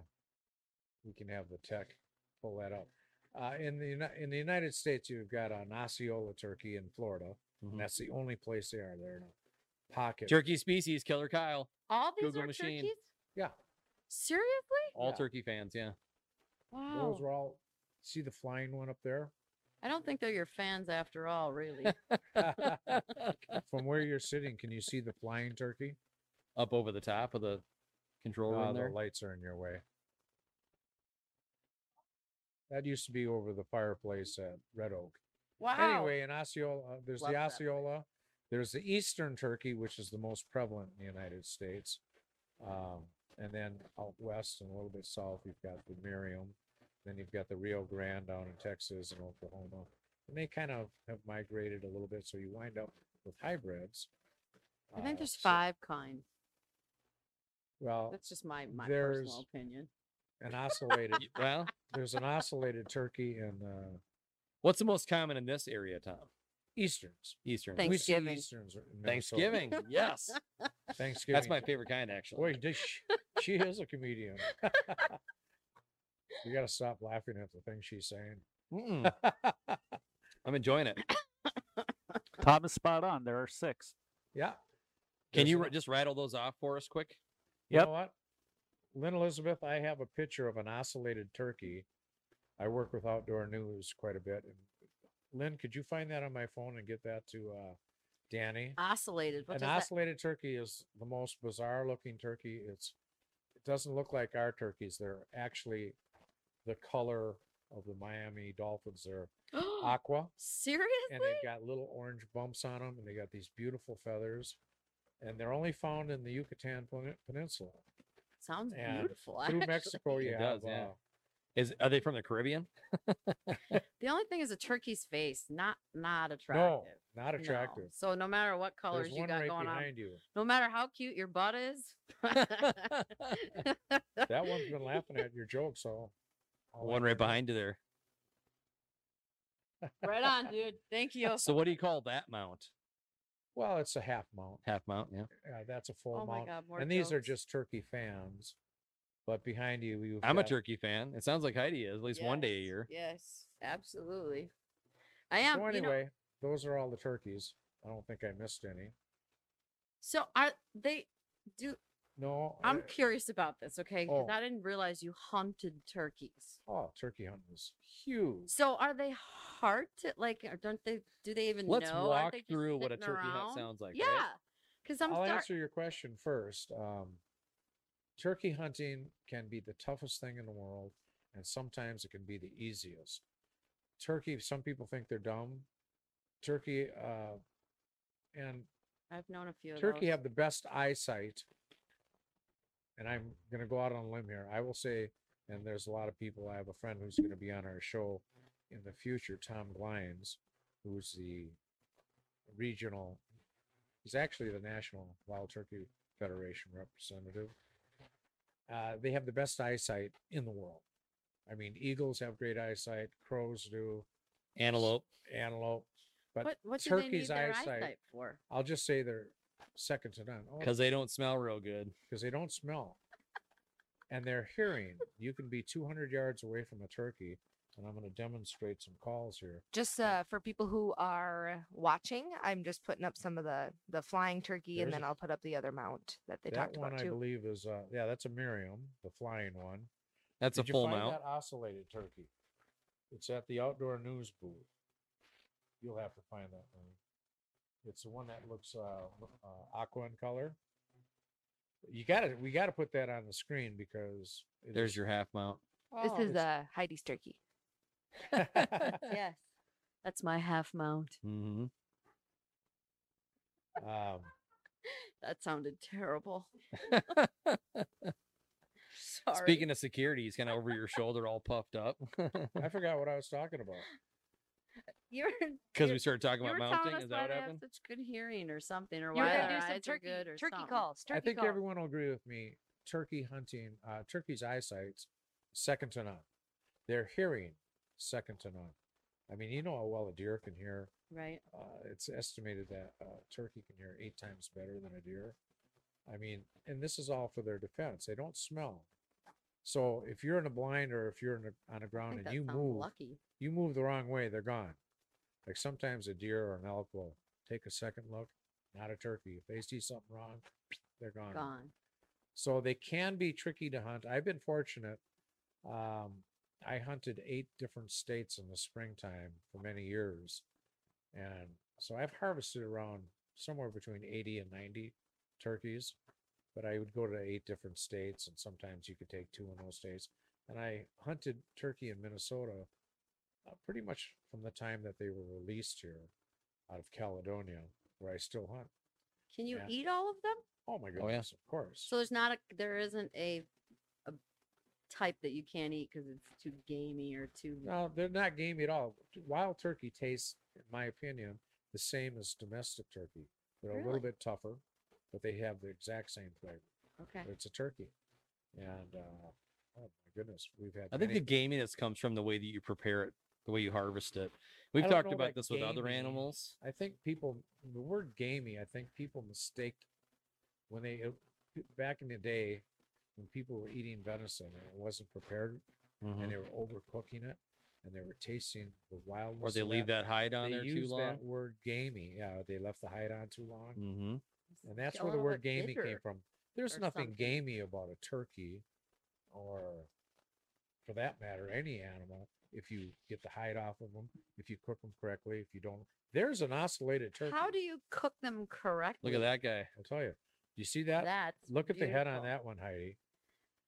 C: we can have the tech pull that up. Uh, in the Uni- in the United States, you've got an Osceola turkey in Florida,
A: Mhm.
C: and that's the only place they are. They're in a pocket.
A: Turkey species, Killer Kyle,
D: All these
A: Google
D: are
A: machine.
D: turkeys?
C: Yeah,
D: Seriously?
A: all
C: Yeah.
A: turkey fans. Yeah.
D: Wow.
C: those were all. See the flying one up there
D: I don't think they're your fans after all, really.
C: from where you're sitting. Can you see the flying turkey?
A: Up over the top of the control
C: No,
A: room
C: the
A: there.
C: lights are in your way. That used to be over the fireplace at Red Oak.
D: Wow.
C: Anyway, in Osceola, uh, there's
D: Love
C: the
D: that place.
C: Osceola. There's the Eastern Turkey, which is the most prevalent in the United States. Um, and then out west and a little bit south, you've got the Miriam. Then you've got the Rio Grande down in Texas and Oklahoma. And they kind of have migrated a little bit. So you wind up with hybrids.
D: I think
C: Uh,
D: there's
C: so-
D: five kinds.
C: Well,
D: That's just my, my
C: there's-
D: personal opinion.
C: an oscillated.
A: Y- Well,
C: there's an oscillated turkey in uh,
A: what's the most common in this area, Tom?
C: Easterns.
A: Eastern.
D: Thank-
C: We see
D: Thanksgiving.
C: Easterns in Minnesota.
A: Thanksgiving. Yes.
C: Thanksgiving.
A: That's my favorite kind, actually.
C: Boy, does she, she is a comedian. you got to stop laughing at the things she's saying. mm.
A: Mm-mm. I'm enjoying it.
E: Tom is spot on. There are six.
C: Yeah.
A: Can
C: There's
A: you
C: an-
A: ra- just rattle those off for us quick?
C: You
E: Yep.
C: know what? Lynn Elizabeth, I have a picture of an oscillated turkey. I work with outdoor news quite a bit. And Lynn, could you find that on my phone and get that to uh, Danny?
D: Oscillated. Uh, What
C: An
D: does that-
C: oscillated turkey is the most bizarre looking turkey. It's it doesn't look like our turkeys. They're actually the color of the Miami Dolphins. They're
D: Hmm.
C: aqua,
D: Seriously?
C: and they've got little orange bumps on them, and they got these beautiful feathers. And they're only found in the Yucatan Pen- Peninsula.
D: Sounds
C: and
D: beautiful.
C: Through
D: actually.
C: Mexico, you
A: It does,
C: have
A: yeah.
C: uh,
A: Is are they from the Caribbean?
D: The only thing is a turkey's face, not not attractive.
C: no, not
D: No.
C: attractive.
D: So no matter what colors
C: There's
D: you
C: one
D: got
C: right
D: going on,
C: behind you.
D: no matter how cute your butt is.
C: That one's been laughing at your joke, so I'll
A: One
C: let
A: right
C: you know.
A: behind you there.
D: right on, dude. Thank you.
A: So what do you call that mount?
C: Well, it's a half mount.
A: Half mount, yeah.
C: Uh, that's a full
D: Oh my
C: mount.
D: god, more
C: and these are
D: jokes.
C: just turkey fans. But behind you, you
A: I'm a turkey fan. It sounds like Heidi is at least one day a
D: Yes,
A: year.
D: Yes, absolutely. I am.
C: So
D: you know,
C: anyway, those are all the turkeys. I don't think I missed any.
D: so are they? Do
C: No,
D: I'm
C: I-
D: curious about this? Okay, 'Cause
C: Oh.
D: I didn't realize you hunted turkeys.
C: oh, turkey hunting is huge.
D: So are they hard to like? Or don't they? Do they even
A: Let's
D: know? Aren't
A: walk
D: they just
A: through what a
D: sitting
A: turkey hunt
D: around?
A: sounds like. right?
D: yeah, because I'm.
C: I'll
D: start-
C: answer your question first. Um, turkey hunting can be the toughest thing in the world, and sometimes it can be the easiest. Turkey, some people think they're dumb. Turkey, uh, and
D: I've known a few. Of
C: Turkey
D: those.
C: have the best eyesight, and I'm going to go out on a limb here. I will say, and there's a lot of people. I have a friend who's going to be on our show in the future, Tom Glines, who's the regional. He's actually the National Wild Turkey Federation representative. Uh, they have the best eyesight in the world. I mean, eagles have great eyesight, crows do,
A: Antelope.
C: antelope, but
D: what what do they need
C: turkey's
D: their
C: eyesight
D: eyesight for?
C: I'll just say they're second to none. Oh,
A: because they don't smell real good.
C: because they don't smell. And their hearing, you can be 200 yards away from a turkey. And I'm going to demonstrate some calls here.
G: Just uh, for people who are watching, I'm just putting up some of the the flying turkey, and
C: There's
G: then
C: a-
G: I'll put up the other mount that they
C: that
G: talked
C: one,
G: about
C: I
G: too.
C: believe, is uh, yeah, that's a Miriam, the flying one.
A: That's
C: Did
A: a
C: you
A: full
C: find
A: mount.
C: That oscillated turkey. It's at the outdoor news booth. You'll have to find that one. It's the one that looks uh, lo- uh, aqua in color. You got to We got to put that on the screen because it
A: There's
C: is-
A: your half mount.
G: This
D: Oh.
G: is
C: it's-
G: uh, Heidi's turkey.
D: yes. That's my half mount.
A: hmm
C: um,
D: That sounded terrible. Sorry.
A: Speaking of security, he's kind of over your shoulder, all puffed up,
C: I forgot what I was talking about.
D: you were,
A: because
D: you-
A: we started talking
D: you
A: about
D: were telling
A: mounting.
D: us
A: Is
D: why
A: that what
D: they
A: happened?
D: have such good hearing or something, or
G: You're
D: why
G: gonna
D: their
G: do some
D: eyes are
G: turkey
D: good or
G: turkey
D: something.
G: calls. Turkey
C: I think
G: calls.
C: everyone will agree with me. Turkey hunting, uh, turkey's eyesight's second to none. Their hearing, second to none. I mean, you know how well a deer can hear.
D: Right.
C: Uh, it's estimated that uh, turkey can hear eight times better than a deer. I mean, and this is all for their defense. They don't smell. So if you're in a blind or if you're in a, on the
D: I
C: ground
D: think
C: and
D: that
C: you
D: sounds
C: move,
D: lucky.
C: you move the wrong way, they're gone. Like sometimes a deer or an elk will take a second look, not a turkey. If they see something wrong, they're
D: Gone.
C: so they can be tricky to hunt. I've been fortunate. Um, I hunted eight different states in the springtime for many years. And so I've harvested around somewhere between 80 and 90 turkeys, but I would go to eight different states, and sometimes you could take two in those states. And I hunted turkey in Minnesota uh, pretty much from the time that they were released here out of Caledonia, where I still hunt.
D: Can you
C: Yeah.
D: eat all of them?
C: Oh my
A: yeah.
C: goodness, of course.
D: So there's not a there isn't a a type that you can't eat because it's too gamey or too.
C: No, they're not gamey at all. T- Wild turkey tastes, in my opinion, the same as domestic turkey. They're a
D: Really?
C: little bit tougher, but they have the exact same flavor.
D: Okay.
C: But it's a turkey, and uh, oh my goodness, we've had.
A: I think the
C: many-
A: gaminess comes from the way that you prepare it, the way you harvest it. We've
C: I don't
A: talked
C: know
A: about
C: that
A: this with other
C: gamey-
A: animals.
C: I think people the word gamey. I think people mistake when they uh, p- back in the day when people were eating venison and it wasn't prepared
A: Mhm.
C: and they were overcooking it and they were tasting the wild.
A: Or they leave that hide on
C: they
A: there too
C: use
A: long.
C: that word gamey. Yeah, they left the hide on too long.
A: hmm
C: And that's
D: a
C: where the
D: little
C: word
D: bit
C: gamey came
D: bigger.
C: from. There's
D: or
C: nothing
D: something.
C: gamey about a turkey or for that matter, any animal. If you get the hide off of them, if you cook them correctly, if you don't, there's an oscillated turkey.
D: How do you cook them correctly?
A: Look at that guy.
C: I'll tell you. You see that?
D: That's
C: Look at the head on
D: beautiful.
C: that one, Heidi.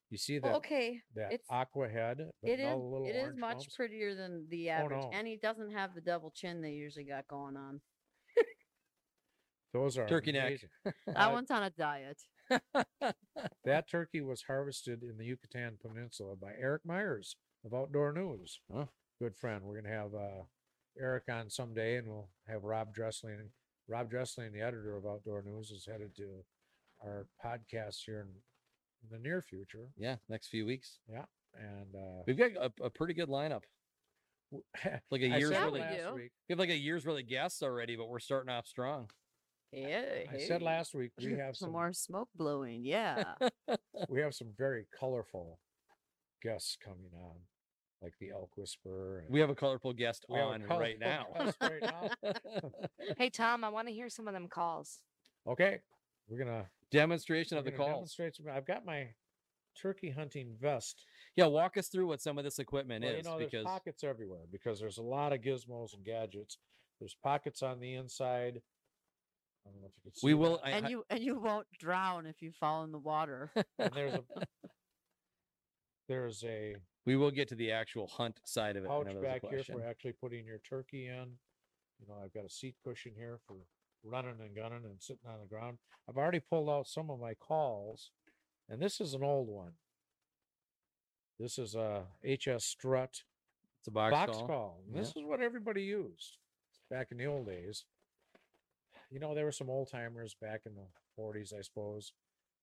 C: You see that
D: Well, okay.
C: that
D: it's-
C: aqua head? but
D: It
C: no
D: is.
C: little
D: It is
C: orange
D: much
C: bumps?
D: prettier than the
C: Oh,
D: average,
C: no.
D: and he doesn't have the double chin they usually got going on.
C: Those are
A: Turkey neck.
C: amazing.
D: That
C: Uh,
D: one's on a diet.
C: That turkey was harvested in the Yucatan Peninsula by Eric Myers of Outdoor News.
A: Huh.
C: Good friend. We're gonna have uh, Eric on someday, and we'll have Rob Dressling. Rob Dressling, the editor of Outdoor News, is headed to our podcast here in, in the near future.
A: Yeah, next few weeks.
C: And uh,
A: We've got a, a pretty good lineup.
C: w-
A: Like a
C: I
A: year's
C: said
A: worth of, we
D: last- do.
C: week.
A: have like a year's worth of guests already, but we're starting off strong.
D: Yeah.
C: I said last week we have
D: some
C: some
D: more smoke blowing. Yeah.
C: we have some very colorful guests coming on, like the Elk Whisperer. and-
A: We have a colorful guest
C: we have a
A: on right now.
C: colorful guest right now.
G: Hey Tom, I want to hear some of them calls.
C: Okay, we're gonna
A: Demonstration of
C: we're
A: the
C: gonna
A: calls.
C: demonstrate some- I've got my turkey hunting vest.
A: Yeah, walk us through what some of this equipment
C: Well,
A: is
C: you know, there's
A: because
C: pockets everywhere because there's a lot of gizmos and gadgets. There's pockets on the inside. I don't know if you can see
A: we will.
C: that.
A: I,
D: and
A: I-
D: you and you won't drown if you fall in the water.
C: And there's a there's a
A: we will get to the actual hunt side of it.
C: pouch
A: whenever there's a
C: back here
A: question.
C: for actually putting your turkey in. You know, I've got a seat cushion here for running and gunning and sitting on the ground. I've already pulled out some of my calls, and this is an old one. This is a HS strut
A: It's a box,
C: box
A: call.
C: call. and This is what everybody used back in the old days. You know, there were some old timers back in the 40s, I suppose.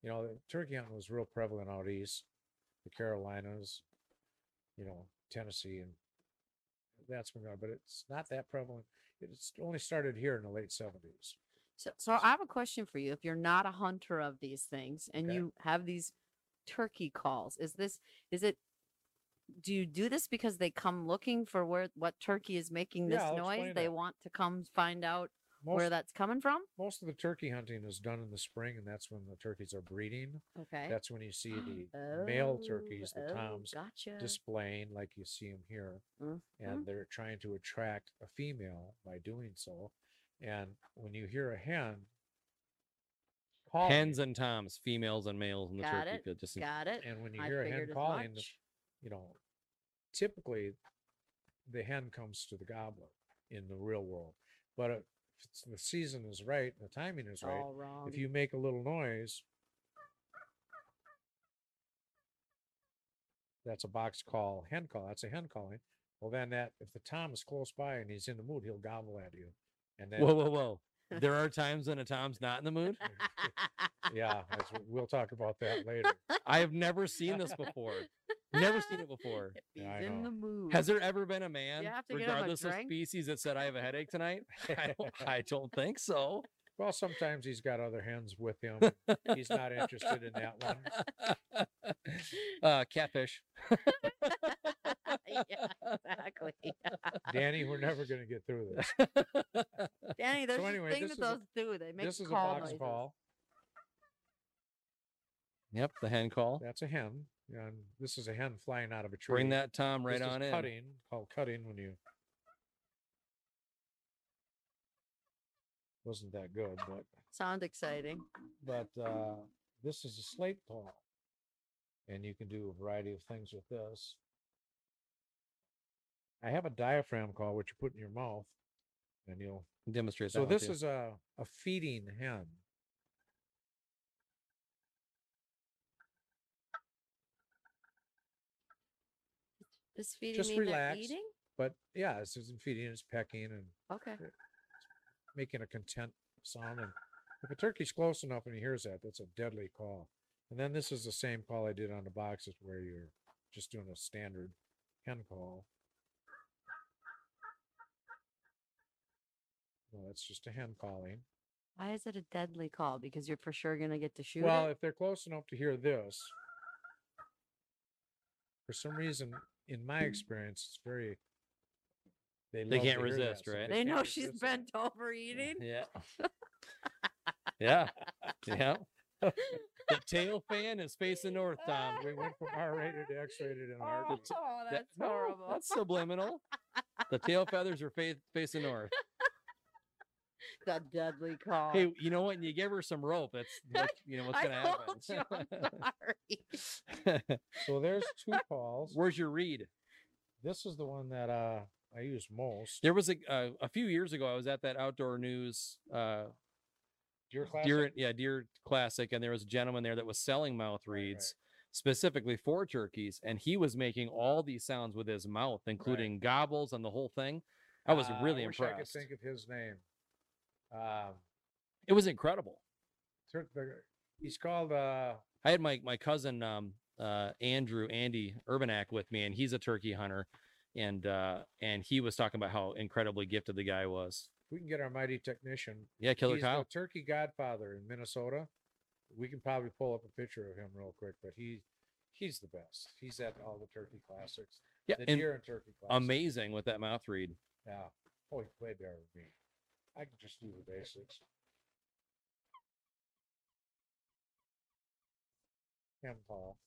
C: You know, turkey hunting was real prevalent out east, the Carolinas, you know, Tennessee, and that's been gone, but it's not that prevalent. It's only started here in the late 70s.
D: So, so I have a question for you. If you're not a hunter of these things and
A: Okay.
D: you have these turkey calls, is this is it? Do you do this because they come looking for where what turkey is making this
C: Yeah, I'll
D: noise?
C: explain
D: They
C: that.
D: want to come find out where
C: Most,
D: that's coming from.
C: most of the turkey hunting is done in the spring, and that's when the turkeys are breeding.
D: Okay.
C: That's when you see the male
D: Oh,
C: turkeys, the
D: oh,
C: toms,
D: Gotcha.
C: displaying like you see them here,
D: Mhm.
C: and they're trying to attract a female by doing so. And when you hear a hen, calling,
A: Hens and toms, females and males in the
D: Got
A: turkey
D: it.
A: field. Just in-
D: Got it.
C: and when you
D: I
C: hear a hen
D: figured as
C: calling, the-
D: much.
C: you know, typically the hen comes to the gobbler in the real world. But if it's- the season is right, the timing is
D: It's
C: right,
D: all wrong.
A: Um
C: if you make a little noise, that's a box call, hen call. That's a hen calling. Well, then that if the tom is close by and he's in the mood, he'll gobble at you. And then,
A: Whoa, whoa, whoa. There are times when a tom's not in the mood.
C: yeah, that's, what- we'll talk about that later.
A: I have never seen this before. Never seen it before.
D: If
C: Yeah, I
D: he's in
C: know.
D: the mood.
A: Has there ever been a man,
D: have to get him a
A: regardless of
D: drink?
A: species, that said, I have a headache tonight? I don't, I don't think so.
C: Well, sometimes he's got other hens with him. He's not interested in that one.
A: uh, catfish.
D: yeah, exactly.
C: Danny, we're never going to get through this.
D: Danny, there's
C: anyway,
D: this thing
C: this
D: that
C: is a-
D: those do. They make
C: this is a
D: call
C: box
D: noises.
C: call.
A: Yep, the hen call.
C: That's a hen. And this is a hen flying out of a tree.
A: Bring that tom
C: This
A: right
C: is
A: on in.
C: Cutting, called cutting when you. Wasn't that good, but
D: Sound exciting.
C: but uh, this is a slate call, and you can do a variety of things with this. I have a diaphragm call, which you put in your mouth, and you'll.
A: Demonstrate.
C: So
A: that one
C: this
A: too.
C: is a a feeding hen.
D: Does feeding
C: Just
D: mean
C: relax.
D: they're eating?
C: But yeah, it's it's feeding, it's pecking, and
D: Okay.
C: making a content sound. And if a turkey's close enough and he hears that, that's a deadly call. And then this is the same call I did on the boxes where you're just doing a standard hen call. Well, that's just a hen calling.
D: Why is it a deadly call? Because you're for sure gonna get to shoot
C: well,
D: it.
C: if they're close enough to hear this, for some reason, in
D: Hmm.
C: my experience, it's very. They, love
A: can't
C: to hear that,
A: resist,
C: so
A: right?
D: They
C: can't
D: know she's
C: resist that.
D: bent over eating.
A: Yeah. yeah. Yeah. The tail fan is facing north, Tom.
C: um, We went from R rated to X rated and R.
D: Oh,
A: That-
D: that's
A: no,
D: horrible.
A: That's subliminal. The tail feathers are fa- facing north.
D: the deadly call.
A: Hey, you know what? You give her some rope. That's what, you know what's
D: I
A: gonna happen.
D: told you, I'm sorry.
C: So there's two calls.
A: Where's your read?
C: This is the one that uh I use most.
A: There was a uh, a few years ago. I was at that outdoor news uh,
C: Deer classic.
A: deer yeah deer classic, and there was a gentleman there that was selling mouth
C: right.
A: reeds specifically for turkeys, and he was making all these sounds with his mouth, including gobbles and the whole thing. I was
C: Uh,
A: really
C: I wish I could
A: impressed.
C: think of his name. Um,
A: It was incredible.
C: tur- the- he's called uh
A: I had my my cousin um uh Andrew Andy Urbanak with me, and he's a turkey hunter, and uh and he was talking about how incredibly gifted the guy was.
C: we can get our mighty technician.
A: Yeah, Killer
C: he's
A: Kyle.
C: the turkey godfather in Minnesota. We can probably pull up a picture of him real quick, but he he's the best. He's at all the turkey classics.
A: Yeah,
C: The
A: and
C: deer and turkey classics.
A: amazing with that mouth read.
C: Yeah. Oh, he played there with me. I can just do the basics. Him, Paul.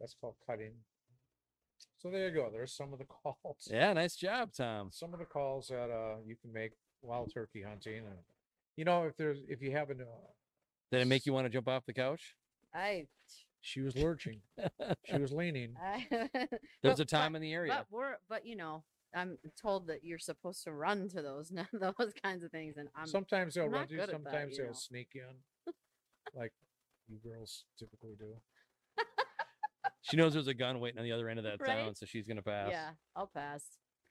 C: That's called cutting. So there you go. There's some of the calls.
A: Yeah, nice job, Tom.
C: Some of the calls that uh you can make while turkey hunting, and you know if there's if you haven't, uh,
A: Did it make you want to jump off the couch?
D: I,
C: she was lurching, she was leaning.
D: I
A: There's
D: But-
A: a time in the
D: but,
A: area.
D: but we're but you know, I'm told that you're supposed to run to those those kinds of things and I'm
C: sometimes they'll
D: I'm
C: run
D: not
C: you,
D: good at that,
C: sometimes
D: you
C: they'll
D: know.
C: sneak in, like you girls typically do.
A: She knows there's a gun waiting on the other end of that
D: Right?
A: town, so she's gonna pass.
D: yeah, I'll pass.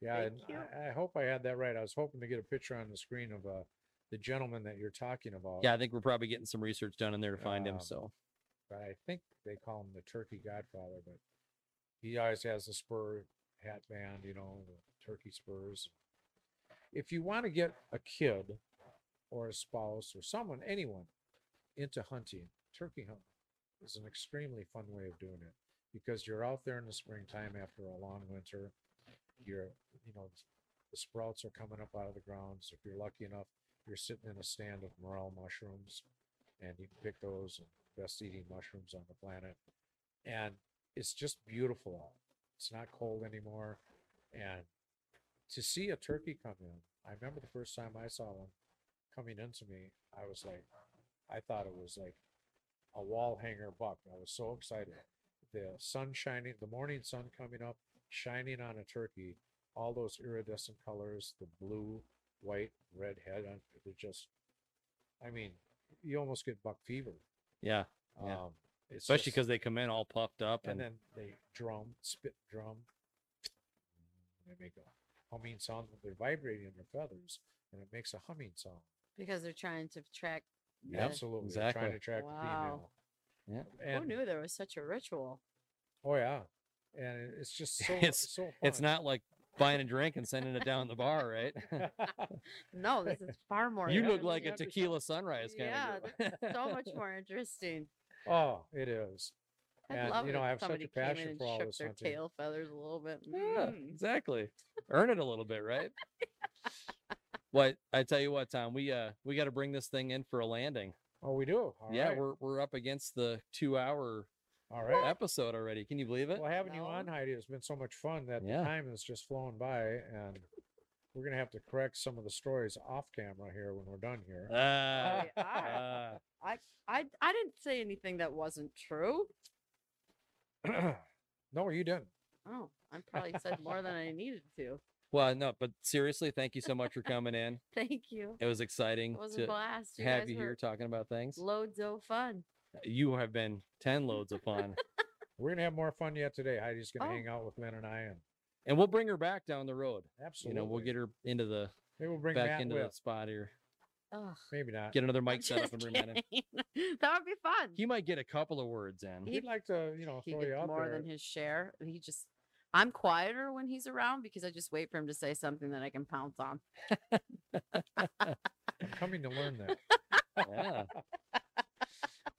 C: Yeah, and
D: Thank you.
C: I, I hope I had that right. I was hoping to get a picture on the screen of uh, the gentleman that you're talking about.
A: Yeah, I think we're probably getting some research done in there to find him.
C: Um,
A: So
C: but I think they call him the Turkey Godfather, but he always has the spur hat band, you know, the turkey spurs. If you want to get a kid or a spouse or someone, anyone into hunting, turkey hunting is an extremely fun way of doing it because you're out there in the springtime after a long winter. You're, you know, the sprouts are coming up out of the grounds. If you're lucky enough, you're sitting in a stand of morel mushrooms and you can pick those and best eating mushrooms on the planet. And it's just beautiful out. It's not cold anymore. And to see a turkey come in, I remember the first time I saw one coming into me, I was like, I thought it was like a wall hanger buck. I was so excited. The sun shining, the morning sun coming up, shining on a turkey, all those iridescent colors, the blue, white, red head on it was just I mean, you almost get buck fever.
A: Yeah. Yeah.
C: Um it's
A: Especially
C: just-
A: because they come in all puffed up and,
C: and then they drum, spit drum. They make a humming sound. They're vibrating in their feathers, and it makes a humming sound.
D: because they're trying to track. the-
C: Absolutely, they're
A: exactly.
C: trying to attract
D: Wow.
C: the female. Yeah.
D: Who
C: And,
D: knew there was such a ritual?
C: Oh yeah, and it- it's just so
A: It's-
C: so. Fun.
A: it's not like buying a drink and sending it down the bar, right?
D: No, this is far more.
A: you look
D: interesting.
A: like a tequila sunrise kind
D: Yeah,
A: of.
D: this is so much more interesting.
C: oh, it is.
D: I
C: and
D: love
C: you know,
D: that
C: I have such
D: somebody
C: a
D: came in
C: passion
D: and
C: for all
D: shook
C: this
D: their
C: hunting.
D: tail feathers a little bit.
A: Yeah,
D: Mm.
A: exactly. Earn it a little bit, right? What I tell you what, Tom, we uh we got to bring this thing in for a landing.
C: Oh, we do. All
A: yeah,
C: right.
A: we're we're up against the two hour
C: all right.
A: episode already. Can you believe it?
C: Well, having you
D: No.
C: on, Heidi, has been so much fun that
A: Yeah.
C: the time has just flown by, and we're gonna have to correct some of the stories off camera here when we're done here.
A: Ah,
D: They are.
A: ah.
D: I I didn't say anything that wasn't true.
C: no, you didn't.
D: Oh, I probably said more than I needed to.
A: well, no, but seriously, thank you so much for coming in.
D: Thank you.
A: It was exciting
D: It was a
A: to
D: blast. You
A: have
D: guys
A: you
D: were
A: here talking about things.
D: loads of fun.
A: You have been ten loads of fun,
C: We're gonna have more fun yet today. Heidi's gonna
D: Oh.
C: hang out with Lynn and I, and
A: and we'll bring her back down the road.
C: absolutely,
A: You know, we'll get her into the
C: maybe we'll bring
A: back
C: Matt
A: into
C: with.
A: the spot here.
D: Ugh.
C: Maybe not.
A: Get another
D: I'm
A: mic set up
D: just
A: and bring Matt in.
D: kidding. that would be fun.
A: He might get a couple of words in.
D: He-
C: He'd like to, you know,
D: he
C: throw you
D: gets
C: out
D: more
C: there.
D: than his share. He just I'm quieter when he's around because I just wait for him to say something that I can pounce on.
C: I'm coming to learn that.
A: yeah.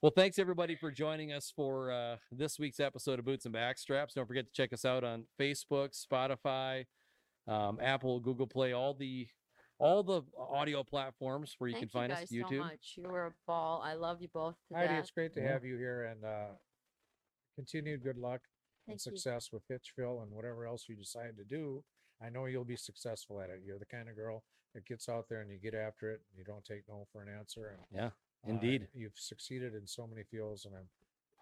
A: Well, thanks everybody for joining us for uh, this week's episode of Boots and Backstraps. Don't forget to check us out on Facebook, Spotify, um, Apple, Google Play, all the all the audio platforms where you
D: Thank
A: can find
D: guys
A: us. YouTube.
D: so much. You were a ball. I love you both to
C: Heidi,
D: death.
C: it's great to
A: Yeah.
C: have you here, and uh, continued good luck and
D: Thank you.
C: success with Hitchville and whatever else you decide to do. I know you'll be successful at it. You're the kind of girl that gets out there and you get after it. And you don't take no for an answer. And
A: Yeah,
C: uh,
A: indeed.
C: you've succeeded in so many fields, and I'm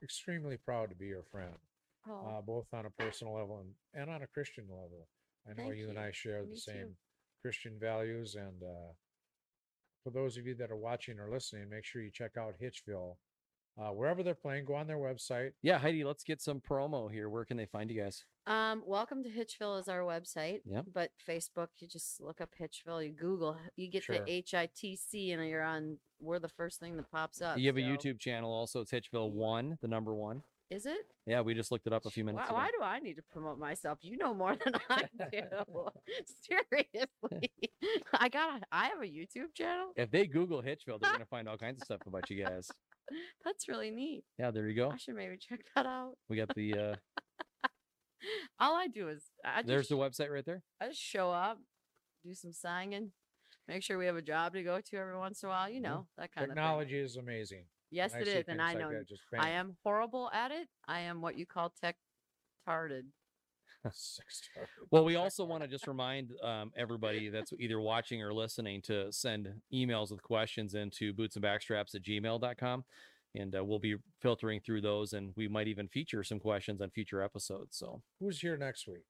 C: extremely proud to be your friend.
D: Oh,
C: uh, both on a personal level and, and on a Christian level. I know
D: Thank
C: you and
D: you.
C: I share
D: Me
C: the
D: too.
C: same Christian values. And uh, for those of you that are watching or listening, make sure you check out Hitchville. Uh, wherever they're playing, go on their website.
A: Yeah, Heidi, let's get some promo here. Where can they find you guys?
D: Um, welcome to Hitchville is our website.
A: Uh, Yep.
D: But Facebook, you just look up Hitchville, you Google, h- you get
C: Sure.
D: the H I T C, and you're on. We're the first thing that pops up.
A: You have a
D: so-
A: YouTube channel also. It's Hitchville One, the number one.
D: Is it?
A: Yeah, we just looked it up a few
D: Why,
A: minutes ago.
D: why do I need to promote myself? You know more than I do. Seriously, I got. I have a YouTube channel.
A: If they Google Hitchville, they're gonna find all kinds of stuff about you guys.
D: That's really neat.
A: Yeah, there you go.
D: I should maybe check that out.
A: We got the uh,
D: All I do is I
A: there's
D: just,
A: the website right there.
D: I just show up, do some singing, make sure we have a job to go to every once in a while. You
C: Mhm.
A: Mm-hmm.
D: know that kind of
C: Technology is amazing.
D: thing. Yes, it
C: see
D: is, and
C: things
D: I
C: like
D: know
C: that, just
D: I
C: bam,
D: am horrible at it. I am what you call tech tarded.
C: six star.
A: Well, we also want to just remind um, everybody that's either watching or listening to send emails with questions into bootsandbackstraps at gmail.com. And uh, we'll be filtering through those, and we might even feature some questions on future episodes. So
C: Who's here next week?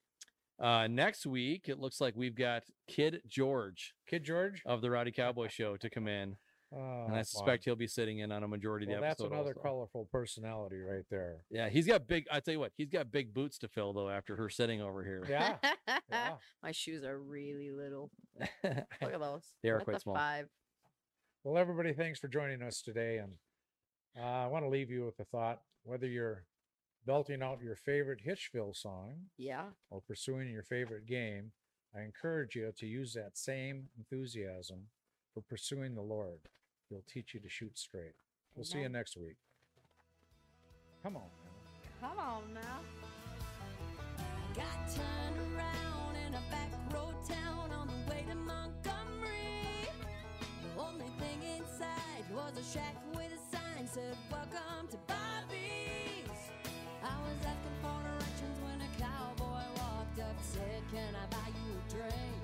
A: uh, next week, it looks like we've got Kid George
C: Kid George.
A: of the Rowdy Cowboy Show to come in,
C: Oh,
A: and I
C: fun.
A: suspect he'll be sitting in on a majority
C: well,
A: of the
C: that's
A: episode.
C: another
A: also.
C: colorful personality right there.
A: Yeah, he's got big. I tell you what, he's got big boots to fill though. After her sitting over here,
C: Yeah. yeah.
D: My shoes are really little. Look at those.
A: They are
D: That's
A: quite
D: a
A: small.
D: Five.
C: Well, everybody, thanks for joining us today. And uh, I want to leave you with a thought whether you're belting out your favorite Hitchville song
D: Yeah.
C: or pursuing your favorite game, I encourage you to use that same enthusiasm for pursuing the Lord. He'll teach you to shoot straight. We'll see you
D: Amen.
C: next week. Come on, man.
D: Come on now.
B: Got turned around in a back road town on the way to Montgomery. The only thing inside was a shack with a sign said, Welcome to Bobby's. I was asking for directions when a cowboy walked up, said, Can I buy you a drink?